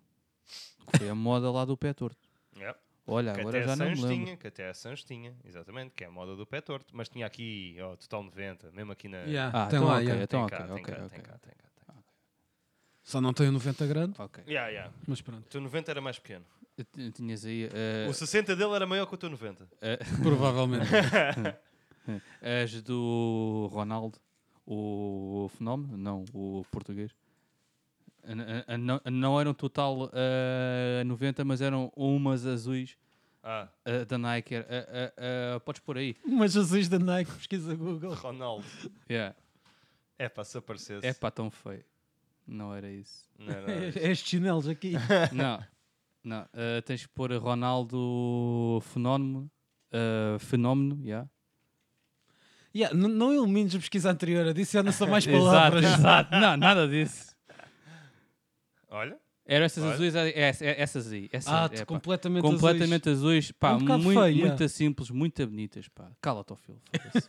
B: Que foi a moda lá do pé torto.
D: Yeah.
B: Olha,
D: Que
B: agora
D: até
B: já
D: a
B: não me
D: Sans
B: lembro.
D: tinha, que até a Sans tinha, exatamente, que é a moda do pé torto. Mas tinha aqui, ó, total 90, mesmo aqui na.
A: Yeah,
B: Ah,
A: tem
B: então
A: lá,
B: ok,
A: yeah.
B: então
D: Tem
B: ok,
D: cá, tem
B: ok,
D: cá,
B: ok.
D: tem cá, tem cá, tem cá.
A: Só não tem o 90 grande,
B: ok.
D: Yeah, yeah.
A: mas pronto.
D: O teu 90 era mais pequeno.
B: T- Tinhas aí eh,
D: O 60 dele era maior que o teu 90.
A: Provavelmente.
B: as do Ronaldo, o fenómeno, não, o português. A- a- a- Não, não eram total eh, 90, mas eram umas azuis
D: Ah,
B: eh, da Nike. Eh, eh, eh, podes pôr aí.
A: mas Jesus da Nike, pesquisa Google.
D: Ronaldo.
B: Yeah.
D: É pá, se aparecesse.
B: É pá, tão feio. Não era isso.
D: Não era nada disso.
A: É estes chinelos aqui.
B: não, não. eh, tens que pôr Ronaldo Fenómeno. eh, fenómeno, já.
A: Yeah, n- não elimines a pesquisa anterior, adiciona só mais
B: Exato,
A: palavras.
B: exato. Não, nada disso.
D: Olha,
B: Eram essas
D: Olha.
B: azuis, é- é- é- essas aí. Essas,
A: Ah,
B: é, pá.
A: completamente
B: completamente azuis, pá,
A: Um bocado
B: muito,
A: feia.
B: muito simples, muito bonitas, pá. Cala-te, ó filho. foda-se.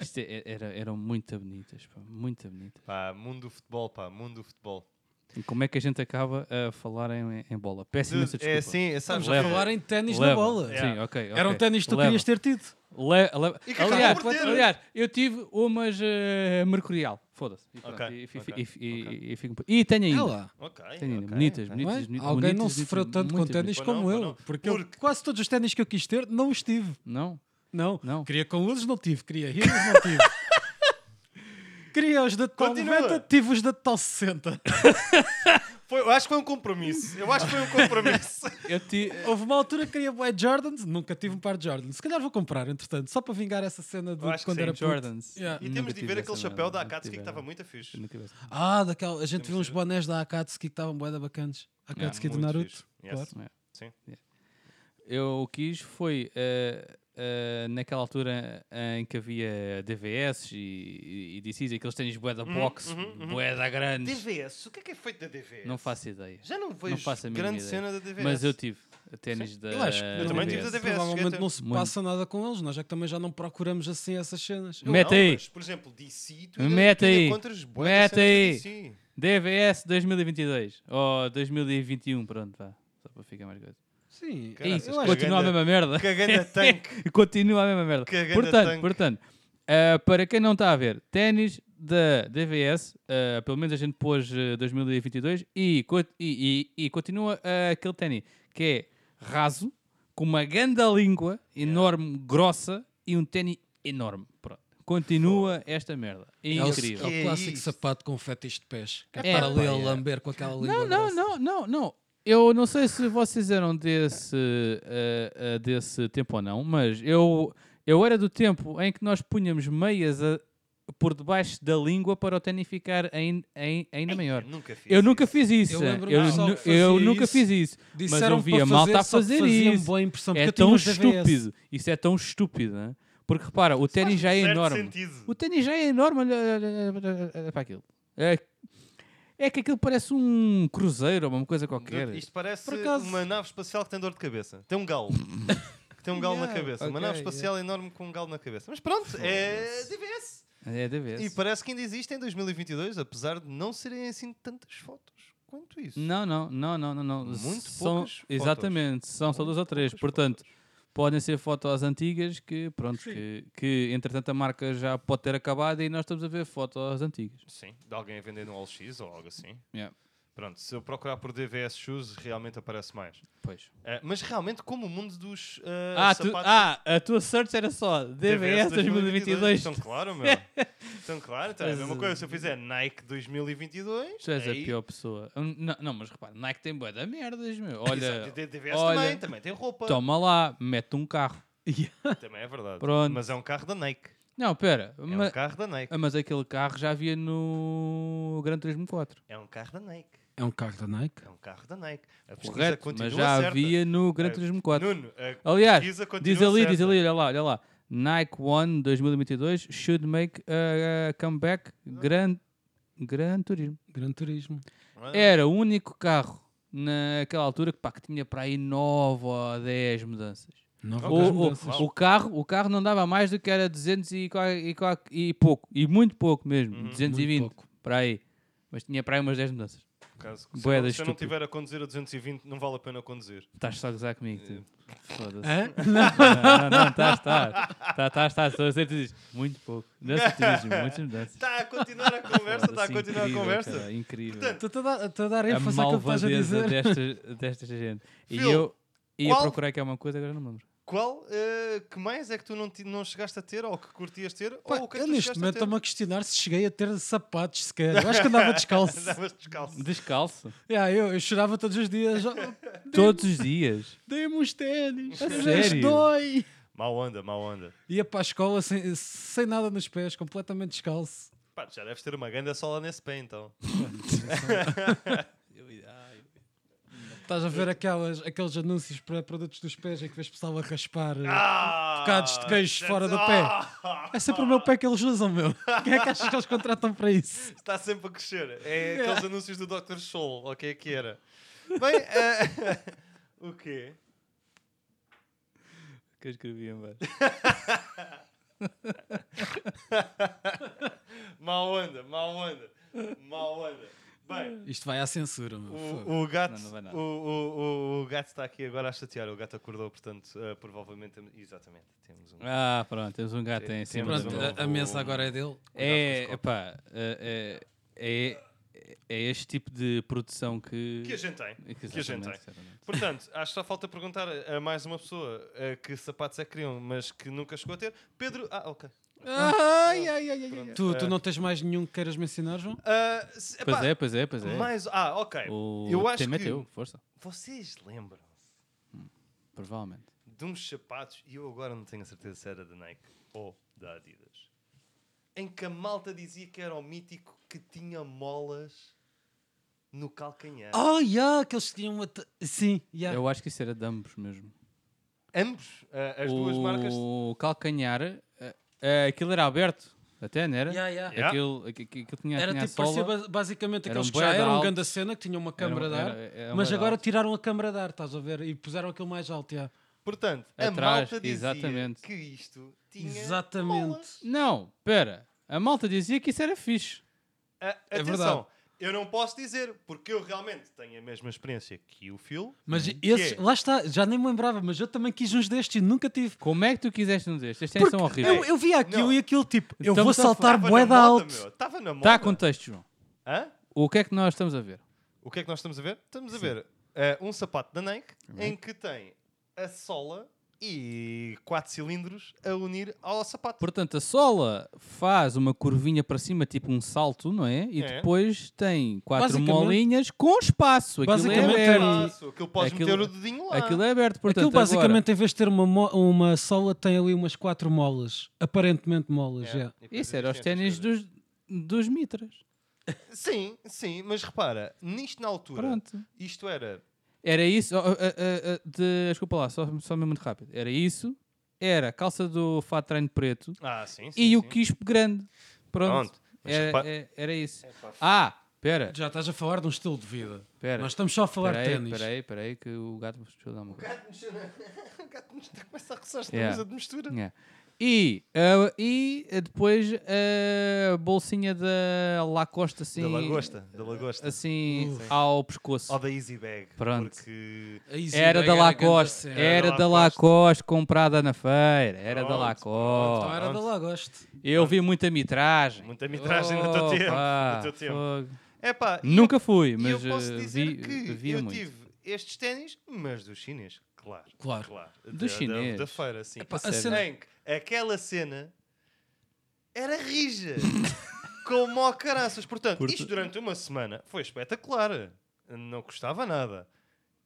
B: Isto é- era, eram muito bonitas, pá, muito bonitas.
D: pá, mundo do futebol, pá, mundo do futebol.
B: E como é que a gente acaba a falar em, em bola? Peço
D: Dude,
B: imensa desculpa.
D: é assim, sabes?
A: Estamos
B: Leva.
A: a falar em ténis na
B: Leva.
A: bola.
B: Sim, ok.
A: Era um
B: ok.
A: ténis que tu
B: Leva.
A: querias ter tido.
B: Le- le-
D: E que acabou
B: aliás,
D: por ter.
B: aliás, eu tive umas eh, mercurial. Foda-se. E, pronto,
D: Ok,
B: e, fi-
D: ok,
B: e fi- e- e fico por- e tenho ainda.
A: É lá.
D: Ok.
B: Tenho ainda.
D: ok.
B: Bonitas,
A: Não é?
B: bonitas, bonitas.
A: Alguém não
B: bonitas,
A: sofreu
B: bonitas,
A: tanto com
B: muito
A: ténis
D: Pois
A: como
D: não, pois
A: eu.
D: não.
A: Porque, eu
D: Porque-
A: quase todos os ténis que eu quis ter, não os tive.
B: bonitas. Não?
A: Não.
B: Não.
A: Queria com luzes, não tive. Queria rios, não tive. Queria os da Total
D: Continua.
A: 90, tive os da Total 60.
D: Foi, eu acho que foi um compromisso. Eu acho que foi um compromisso.
B: Eu ti-
A: Houve uma altura que queria bué Jordans, nunca tive um par de Jordans. Se calhar vou comprar, entretanto, só para vingar essa cena de
D: Eu acho que
A: quando
D: sim,
A: era puto.
B: Jordans.
A: Yeah.
D: e
B: Nunca
D: temos de
B: tive
D: ver
B: essa
D: aquele chapéu
B: merda,
D: da
B: nunca
D: Akatsuki que
B: tive
D: estava
B: essa-
D: muito fixe.
B: nunca tive essa-
A: Ah, daquela, a gente
D: Temos
A: viu uns
D: de ver. É,
A: bonés da Akatsuki que estavam bué da bacanas. Akatsuki do
D: Muito
A: Naruto.
D: fixe. Yes.
B: claro.
D: Sim.
B: Eu quis foi eh, eh, naquela altura eh, em que havia DVS e, e, e DCs, aqueles ténis bué
D: Uhum,
B: da box, bué da grandes.
D: DVS, o que é que é feito da DVS?
B: Não faço ideia.
D: Já não vejo
B: Não faço a mínima
D: grande
B: ideia.
D: cena da DVS.
B: Mas eu tive ténis da
A: Eu acho que é
D: Eu Eh, também tive
B: DVS.
D: da DVS,
A: provavelmente
D: cheguei
A: não
D: a
A: se
B: Muito.
A: passa nada com eles, nós é que também já não procuramos assim essas cenas. Eu-
B: Mete
D: Não,
B: aí.
D: mas, por exemplo, DC, tu
B: Mete
D: ainda,
B: aí.
D: ainda encontras bué da
B: Mete
D: cena da
B: aí.
D: DC.
B: DVS 2022 ou 2021, pronto, vá. Só para ficar mais coisa.
A: Sim,
D: Caralho,
A: eu acho que
B: Continua a mesma
D: ganda-
B: merda.
D: Cagando a tanque.
B: Continua a mesma merda.
D: Que ganda
B: portanto,
D: tanque.
B: portanto ah, para quem não está a ver, ténis da DVS, ah, pelo menos a gente pôs ah, 2022 e, co- e- e- e continua ah, aquele ténis que é raso, com uma ganda língua enorme, grossa e um ténis enorme. Pronto. Continua esta merda. É
A: é o,
B: incrível.
A: é o
D: Que é
A: clássico
D: isto?
A: sapato com um fetiche de pés. Que é
B: É,
A: estar ali
B: pá,
A: a
B: é.
A: lamber com aquela língua.
B: Não, não,
A: grossa.
B: não, não, não. Eu não sei se vocês eram desse, ah, ah, desse tempo ou não, mas eu, eu era do tempo em que nós punhamos meias a- por debaixo da língua para o ténis ficar ain- ain- ainda maior.
D: Nunca fiz.
B: Eu nunca fiz isso.
A: Eu
B: Eu,
A: lembro-me que pessoal
B: nu-
A: que
B: eu
A: fazia
B: nunca
A: isso.
B: fiz isso. mas
A: Disseram
B: eu via
A: para
B: malta a
A: só que
B: fazer
A: fazia-me
B: isso.
A: boa impressão porque
B: É
A: eu tinha
B: tão
A: os DVS.
B: estúpido. Isso é tão estúpido, né? Porque repara, o ténis já é
D: certo
B: enorme.
D: sentido.
B: O ténis já é enorme. Olha, olha, olha, olha, olha para aquilo. É, é que aquilo parece um cruzeiro ou uma coisa qualquer.
D: Dude, Isto parece
A: Por acaso-
D: uma nave espacial que tem dor de cabeça. Tem um galo. que tem um galo na
A: Yeah,
D: cabeça. uma
A: ok,
D: nave espacial enorme com um galo na cabeça. Mas pronto, é DVS.
B: É, deve
D: E parece que ainda existe em 2022, apesar de não serem assim tantas fotos quanto isso.
B: Não, não, não, não, não. não.
D: Muito
B: são,
D: poucas fotos.
B: Exatamente, são só duas ou três. Portanto, podem ser fotos antigas que, pronto, que, que entretanto a marca já pode ter acabado e nós estamos a ver fotos antigas.
D: Sim, de alguém a vender no OLX ou algo assim.
B: Yeah,
D: Pronto, se eu procurar por DVS Shoes, realmente aparece mais.
B: pois.
D: Eh, mas realmente, como o mundo dos eh,
B: Ah, tu-
D: sapatos...
B: ah, a tua search era só DVS 2022.
D: Então, claro, meu. Então, claro, então é a mesma coisa. Se eu fizer Nike 2022,
B: eh, Tu és a
D: aí-
B: pior pessoa. Hum, Não, não, mas repara, Nike tem boa da merdas, meu.
D: Exato,
B: Olha,
D: e DVS
B: olha,
D: também, também tem roupa.
B: toma lá, mete um carro.
D: Também é verdade.
B: Pronto.
D: Mas é um carro da Nike.
B: Não, pera,
D: É
B: ma-
D: um carro da Nike.
B: ah, mas aquele carro já havia no Gran Turismo 4.
D: É um carro da Nike.
A: É um carro da Nike?
D: É um carro da Nike. A pesquisa
B: Correto,
D: continua é
B: mas já
D: certa.
B: havia no Gran
D: Eh,
B: Turismo 4.
D: Nuno, a
B: Aliás,
D: pesquisa continua
B: diz ali,
D: certa.
B: diz ali, olha lá, olha lá. Nike One 2022 should make a comeback Gran, Gran Turismo.
A: Gran Turismo.
D: Ah,
B: Era o único carro naquela altura que, pá, que tinha para aí 9 ou 10 mudanças.
A: Nova
D: Ok.
A: das
B: O- o,
A: mudanças.
B: o carro, o carro não dava mais do que era 200 e, qua- e, qua- e pouco, e muito pouco mesmo,
D: Uhum.
B: 220
A: Muito pouco.
B: para aí. Mas tinha para aí umas 10 mudanças.
D: por acaso, se,
B: bué
D: eu,
B: da
D: se eu
B: estúpido.
D: não estiver a conduzir a 220, não vale a pena conduzir.
B: Estás só a gozar comigo, tu. Foda-se.
A: Hã?
B: Não, não, não, tá, estás, estás. Estás, estás, estás. Estou tá, a dizer, tu dizes, muito pouco. Mudanças, tu dizes, muitas mudanças.
D: Está a continuar Tá, a conversa, está a
B: Foda-se,
D: continuar a
B: Assim incrível,
D: conversa.
B: cara, incrível.
A: Estou a dar- estou a dar
B: a
A: ênfase àquilo que estás a
B: malvadeza
A: dizer.
B: desta, desta gente. E
D: Phil,
B: eu ia
D: qual-
B: procurar que é uma coisa, agora não me lembro.
D: Qual eh, que mais é que tu não, ti- não chegaste a ter ou que curtias ter?
A: Pá,
D: ou o que é
A: eu
D: que tu
A: neste
D: chegaste
A: momento
D: a
A: estou-me
D: ter?
A: a questionar se cheguei a ter sapatos sequer. Eu acho que andava descalço.
D: Andavas descalço.
B: Descalço.
A: yeah, eu, eu chorava todos os dias. Oh,
B: Todos os dias.
A: Dei-me uns ténis. Às
B: Sério?
A: vezes dói.
D: Mal anda, mal anda.
A: Ia para a escola sem, sem nada nos pés, completamente descalço.
D: Pá, já deves ter uma ganda sola nesse pé então.
A: Estás a ver aquelas, aqueles anúncios para produtos dos pés em que vês pessoal a raspar.
D: Ah,
A: Bocados de queijo fora do pé.
D: Ah,
A: É sempre o meu pé que eles usam, meu. Quem é que achas que eles contratam para isso?
D: Está sempre a crescer. É aqueles anúncios do Dr. Soul, ou o que é que era? Bem, eh, o quê?
B: Que eu escrevi em baixo.
D: Mal anda, mal anda, mal anda. Bem,
A: Isto vai à censura, meu. Fogo.
D: o, o gato,
B: Não, não vai nada.
D: o, o, o, o gato está aqui agora a chatear. O gato acordou, portanto, eh, provavelmente. tem- Exatamente, temos um.
B: Ah, pronto, temos um gato em cima
D: Temos
B: da
A: Pronto,
D: um-
B: mesa.
A: a, a mesa agora é dele.
B: É, epá, é, é, é- é este tipo de produção que...
D: Que a gente tem.
B: que
D: que a gente
B: exatamente, é?
D: tem.
B: exatamente.
D: Portanto, acho que só falta perguntar a a mais uma pessoa eh, que sapatos é que queriam, mas que nunca chegou a ter. Pedro. Ah, ok.
B: Ai, ai, ai, ai.
D: Pronto.
A: Tu,
D: Eh,
A: tu não tens mais nenhum que queiras mencionar, João?
D: ah, se- epá,
B: Pois é, pois é, pois é.
D: Mais, ah, ok.
B: O
D: Eu acho
B: tema é
D: que
B: teu, força.
D: vocês lembram
B: Provavelmente.
D: de uns sapatos, e eu agora não tenho a certeza se era da Nike ou da Adidas, em que a malta dizia que era o mítico que tinha molas no calcanhar.
A: Oh, yeah, que eles tinham uma. ta- Sim, yeah.
B: Eu acho que isso era de ambos mesmo.
D: Ambos, ah, as duas
B: o
D: marcas.
B: calcanhar, ah, ah, aquilo era aberto, até, não era?
A: Yeah, yeah.
D: Yeah.
B: Aquilo, aqu- aqu- aquilo tinha,
A: Era
B: tinha a
A: tipo, parecia
B: sola,
A: ba- basicamente
B: Era
A: aqueles
B: um
A: que já
B: bué de
A: eram
B: alto.
A: grande cena, que tinham uma câmara de ar,
B: era- era um
A: mas
B: bué de
A: agora
B: alto.
A: tiraram a câmara de ar, estás a ver? E puseram aquilo mais alto, yeah.
D: Portanto, a
B: Atrás,
D: malta dizia
B: exatamente.
D: que isto tinha molas.
A: Exatamente.
B: Não, pera. A malta dizia que isso era fixe.
D: A-
A: É
D: atenção, eu não posso dizer, porque eu realmente tenho a mesma experiência que o Phil.
A: Mas esses,
D: é?
A: lá está, já nem me lembrava, mas eu também quis uns destes e nunca tive.
B: Como é que tu quiseste nos estes? Estes
A: Porque
B: são
A: eu,
B: horríveis.
A: eu via aquilo
D: Não.
A: e aquilo tipo, eu
D: Então,
B: Estamos
A: vou
B: a
A: saltar
D: Estava na
A: bué de
D: moda,
A: alto.
D: meu, Estava na moda.
B: Está a Tá, contexto, João.
D: Hã?
B: O que é que nós estamos a ver?
D: O que é que nós estamos a ver? Estamos a ver eh, um sapato da Nike em que tem a sola e quatro cilindros a unir ao sapato.
B: Portanto, a sola faz uma curvinha para cima, tipo um salto, não é? E
D: É.
B: depois tem quatro
A: Basicamente-
B: molinhas com espaço. Aquilo é
A: Basicamente
B: aberto.
A: era-
D: Aquilo, aquilo podes
B: Aquilo-
D: meter o dedinho lá.
B: Aquilo é aberto, portanto,
A: aquilo basicamente, em vez de ter uma, mo- uma sola, tem ali umas quatro molas. Aparentemente molas,
D: É,
A: yeah.
D: e depois
B: Isso era os
D: existem
B: ténis
D: estas
B: dos, dos mitras.
D: coisas. Sim, sim, mas repara, nisto na altura,
B: Pronto.
D: isto era.
B: Era isso. oh, oh, oh, oh, de- desculpa lá, só, só mesmo muito rápido. Era isso. Era a calça do fato de treino preto
D: Ah, sim, sim.
B: e o
D: sim.
B: quispo grande. Pronto.
D: Pronto, mas
B: Era,
D: repa-
B: é- era isso. Ah, pera.
A: Já estás a falar de um estilo de vida.
B: Pera.
A: Nós estamos só a falar de
B: Peraí,
A: ténis.
B: peraí, peraí, que o gato me deixou dar uma coisa.
D: O gato mexeu na- o gato mexeu- começa a roçar as
B: Yeah.
D: coisa de mistura.
B: Yeah. É. E, ah, e depois a bolsinha da Lacoste assim.
D: Da lagosta, da lagosta.
B: Assim ao pescoço.
D: Ou da Easy Bag.
B: Pronto.
D: Porque...
A: A Easy
B: Era
A: Bag
B: da
A: a grande
B: Lacoste,
A: cena.
B: era da Lacoste comprada na feira, era da
A: Então
B: Lacoste.
A: era da Lagoste.
B: Eu vi muita mitragem.
D: Muita mitragem no teu
B: Oh,
D: tempo.
B: pá,
D: no teu tempo.
B: fogo.
D: É pá, e
B: Nunca fui,
D: eu- e
B: mas
D: eu posso
B: eh,
D: dizer
B: vi,
D: que
B: via
D: eu
B: muito.
D: tive estes ténis, mas dos chinês, claro.
A: Claro.
D: Do
B: Dos chinês.
D: Da, feira, sim.
A: Epá, a
D: Em
A: cena-
D: que aquela cena era rija. como ao caraças. Portanto, isto durante uma semana foi espetacular. Não custava nada.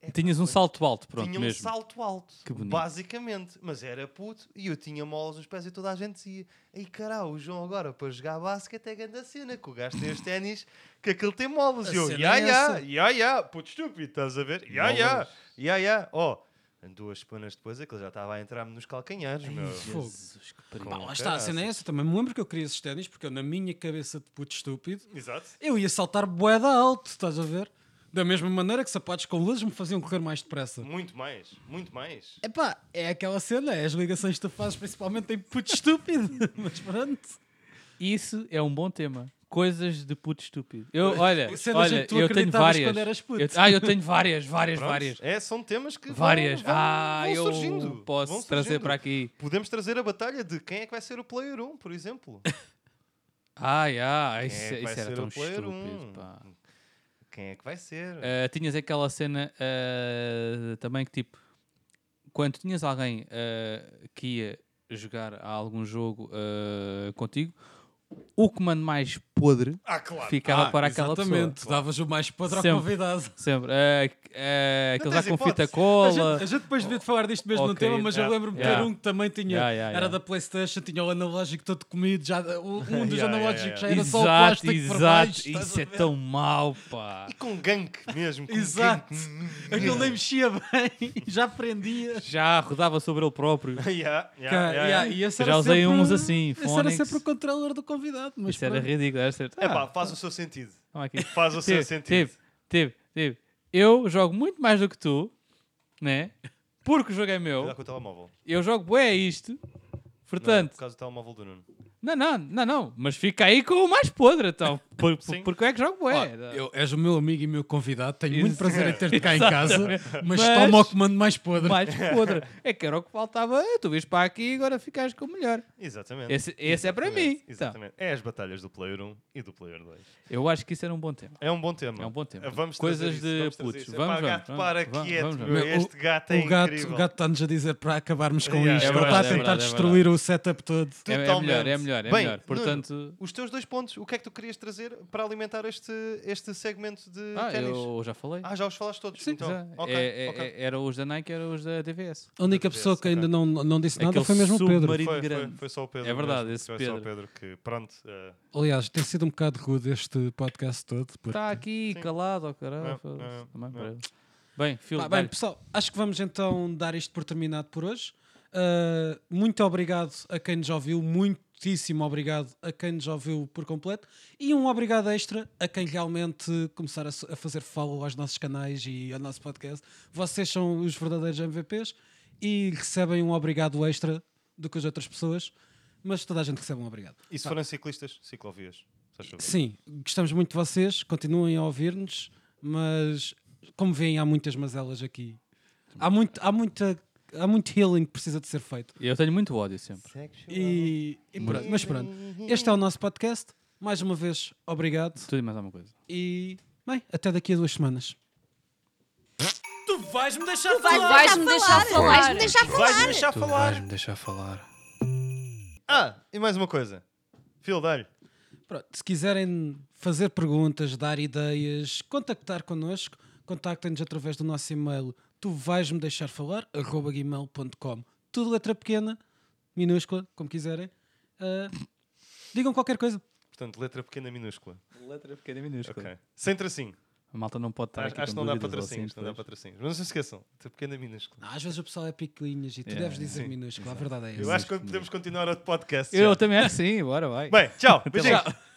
D: Epá,
B: Tinhas um
D: foi-
B: salto alto, pronto
D: tinha um
B: mesmo.
D: salto alto,
B: Que bonito.
D: basicamente. Mas era puto e eu tinha molas nos pés e toda a gente dizia: Ei, caralho, o João agora para jogar basquete é grande a cena, que o gajo tem os ténis, que aquele tem molas.
A: A
D: E eu,
A: cena
D: ya,
A: é
D: ya,
A: essa."
D: ya, ya, puto estúpido, estás a ver? Ya, ya, ya, ya. Ó, duas semanas depois aquele já estava a entrar-me nos calcanhares, meu.
A: Fogo.
D: Com
A: Pá, lá está, a cena é
D: caraças.
A: essa. Também me lembro que eu queria esses ténis porque eu, na minha cabeça de puto estúpido,
D: Exato.
A: eu ia saltar boeda alto, estás a ver? Da mesma maneira que sapatos com luzes me faziam correr mais depressa.
D: Muito mais, muito mais.
A: Epá, é aquela cena, é as ligações que tu fazes principalmente em puto estúpido. Mas pronto.
B: Isso é um bom tema. Coisas de puto estúpido. Eu, olha,
D: é
A: Cenas em
B: olha
A: que tu
B: eu tenho
A: acreditavas
B: várias.
A: quando eras puto.
B: Eu- ah, eu tenho várias, várias,
D: Pronto,
B: várias.
D: É, são temas que vão-
B: Várias.
D: vão-
B: ah,
D: vão
B: eu
D: surgindo,
B: posso
D: vão
B: trazer
D: surgindo.
B: para aqui.
D: Podemos trazer a batalha de quem é que vai ser o player 1, por exemplo.
B: Ah, yeah,
D: Quem é
B: isso,
D: que vai
B: isso era
D: ser
B: tão
D: o player
B: estúpido.
D: um?
B: pá.
D: Quem é que vai ser?
B: Ah, tinhas aquela cena ah, também que tipo, quando tinhas alguém ah, que ia jogar a algum jogo ah, contigo, o comando mais podre
D: ah, claro.
B: ficava para aquela
A: Exatamente, tu
B: pessoa.
A: davas o mais podre ao
B: Sempre.
A: convidado.
B: Sempre. Ah, ah, aquele
D: tens
B: já com fita
D: hipótese.
A: A
B: cola.
A: gente, a gente depois devia de falar disto mesmo no
B: ok,
A: tema, mas
D: yeah,
A: eu lembro-me de
B: yeah.
A: ter um que também tinha.
B: Yeah, yeah,
A: Era
B: yeah.
A: da PlayStation, tinha o analógico todo comido, já, o- um dos
D: Yeah, yeah,
A: analógicos
D: yeah.
A: já era só o
B: Exato,
A: plástico por baixo.
B: exato.
A: estás
B: Isso
A: a
B: é
A: ver?
B: tão mau, pá.
D: E com gank mesmo. Com
A: Exato.
D: gank.
A: Aquilo nem mexia bem, já prendia.
B: Já rodava sobre ele próprio.
D: Yeah, yeah,
A: Cara,
D: yeah,
A: Ah, yeah,
D: yeah.
A: e esse
B: Eu
A: era
B: já usei
A: sempre-
B: uns assim,
A: Esse era
B: Phonics.
A: sempre o controller do convidado. Mas
B: Isso era
A: pronto. É,
B: ridículo. Era certo. Ah,
D: Epá, É faz o seu sentido.
B: toma aqui.
D: Faz o seu
B: Teve,
D: sentido.
B: teve, teve, teve. Eu jogo muito mais do que tu, né? Porque o jogo é meu.
D: Cuidado com o telemóvel.
B: Eu jogo bué a isto.
D: Não, é por
B: Portanto,
D: causa do telemóvel do Nuno.
B: não, não, não, não. Mas fica aí com o mais podre, então. Por, por-
D: Sim.
B: porque eu é que jogo
A: Pá,
B: bué.
A: eu, és o meu amigo e meu convidado, tenho muito
B: Isso.
A: prazer em ter-te cá em casa, mas,
B: Mas-
A: toma o comando mais podre.
B: Mais podre. É que era o que faltava. Tu vês para aqui e agora ficas com o melhor.
D: Exatamente.
B: Esse, esse é para mim.
D: Exatamente.
B: Então,
D: Exatamente. É as batalhas do player 1 e do player 2.
B: eu acho que isso era um bom tema.
D: É um bom tema.
B: É um bom tema.
D: Vamos
B: Coisas
D: trazer isso,
B: de
D: vamos trazer
B: putos.
D: isso.
B: Vamos,
D: Epá,
B: vamos,
D: gato,
B: vamos,
D: para
B: vamos,
D: quieto,
B: vamos,
D: meu.
A: vamos.
D: Este gato é
A: o gato,
D: incrível.
A: o gato está-nos a dizer para acabarmos com
D: Yeah,
A: isto.
D: é
A: Ele está a
D: verdade, é
A: tentar
B: verdade, é
A: destruir o setup todo.
B: É- é
D: Totalmente.
B: melhor, é melhor, é
D: Bem,
B: melhor.
D: Nuno,
B: Portanto-
D: os teus dois pontos, o que é que tu querias trazer para alimentar este, este segmento de
B: Ah,
D: ténis?
B: eu já falei.
D: Ah, já os falaste todos. então,
B: Já.
D: ok,
B: É- é-
D: ok.
B: é- Era os da Nike, era os da DVS.
A: A única pessoa que ainda não, não disse nada
B: Aquele
A: foi mesmo o Pedro.
B: submarino
D: Foi, foi,
B: grande.
D: foi só o Pedro.
B: É verdade,
D: mesmo,
B: esse
D: foi só o Pedro que, pronto. eh,
A: Aliás, tem sido um bocado rude este podcast todo. porque-
B: Está Tá aqui,
D: Sim. É,
B: calado, ó
D: Não,
B: caralho. foda-se,
D: não,
B: também
D: não.
B: para ele. Bem, Phil,
A: Pá, bem,
B: dá-lhe.
A: pessoal, acho que vamos então dar isto por terminado por hoje. Uh, muito obrigado a quem nos ouviu, muitíssimo obrigado a quem nos ouviu por completo e um obrigado extra a quem realmente começar a, so- a fazer follow aos nossos canais e ao nosso podcast. Vocês são os verdadeiros MVPs e recebem um obrigado extra do que as outras pessoas, mas toda a gente recebe um obrigado.
D: e se forem ciclistas, ciclovias. se faz favor.
A: Sim, gostamos muito de vocês, continuem a ouvir-nos, mas como veem, há muitas mazelas aqui. Há muito, há muita, há muito healing que precisa de ser feito.
B: Eu tenho muito ódio sempre.
A: E, e pronto, mas pronto, este é o nosso podcast. Mais uma vez, obrigado
B: Tudo e mais alguma coisa.
A: e bem, até daqui a duas semanas.
F: Tu vais-me deixar
G: Tu
F: falar.
G: vais-me deixar falar. Vais-me deixar
D: Vais-me deixar falar.
B: me deixar falar.
D: Ah, e mais uma coisa. Phil, dá-lhe.
A: Pronto, se quiserem fazer perguntas, dar ideias, contactar connosco, contactem-nos através do nosso e-mail tu vais-me deixar falar, arroba gmail.com. Tudo letra pequena, minúscula, como quiserem. Ah, digam qualquer coisa.
D: Portanto, letra pequena minúscula.
B: Letra é pequena e minúscula.
D: Ok. Sem tracinho.
B: A malta não pode estar
D: Acho,
B: Tá aqui
D: acho que
B: com
D: não dá para
B: dúvidas ou
D: tracinhos.
B: assim,
D: não dá para
B: pois.
D: tracinhos. Mas não se esqueçam. Letra pequena minúscula.
A: Não, às vezes o pessoal é picuinhas e tu
B: Yeah,
A: deves dizer
D: sim,
A: minúscula, a verdade é
D: Eu
A: essa.
D: acho que podemos continuar outro podcast.
B: Eu
D: já.
B: também acho sim, bora vai.
D: Bem, tchau.
B: Até
D: Beijinhos.
B: lá.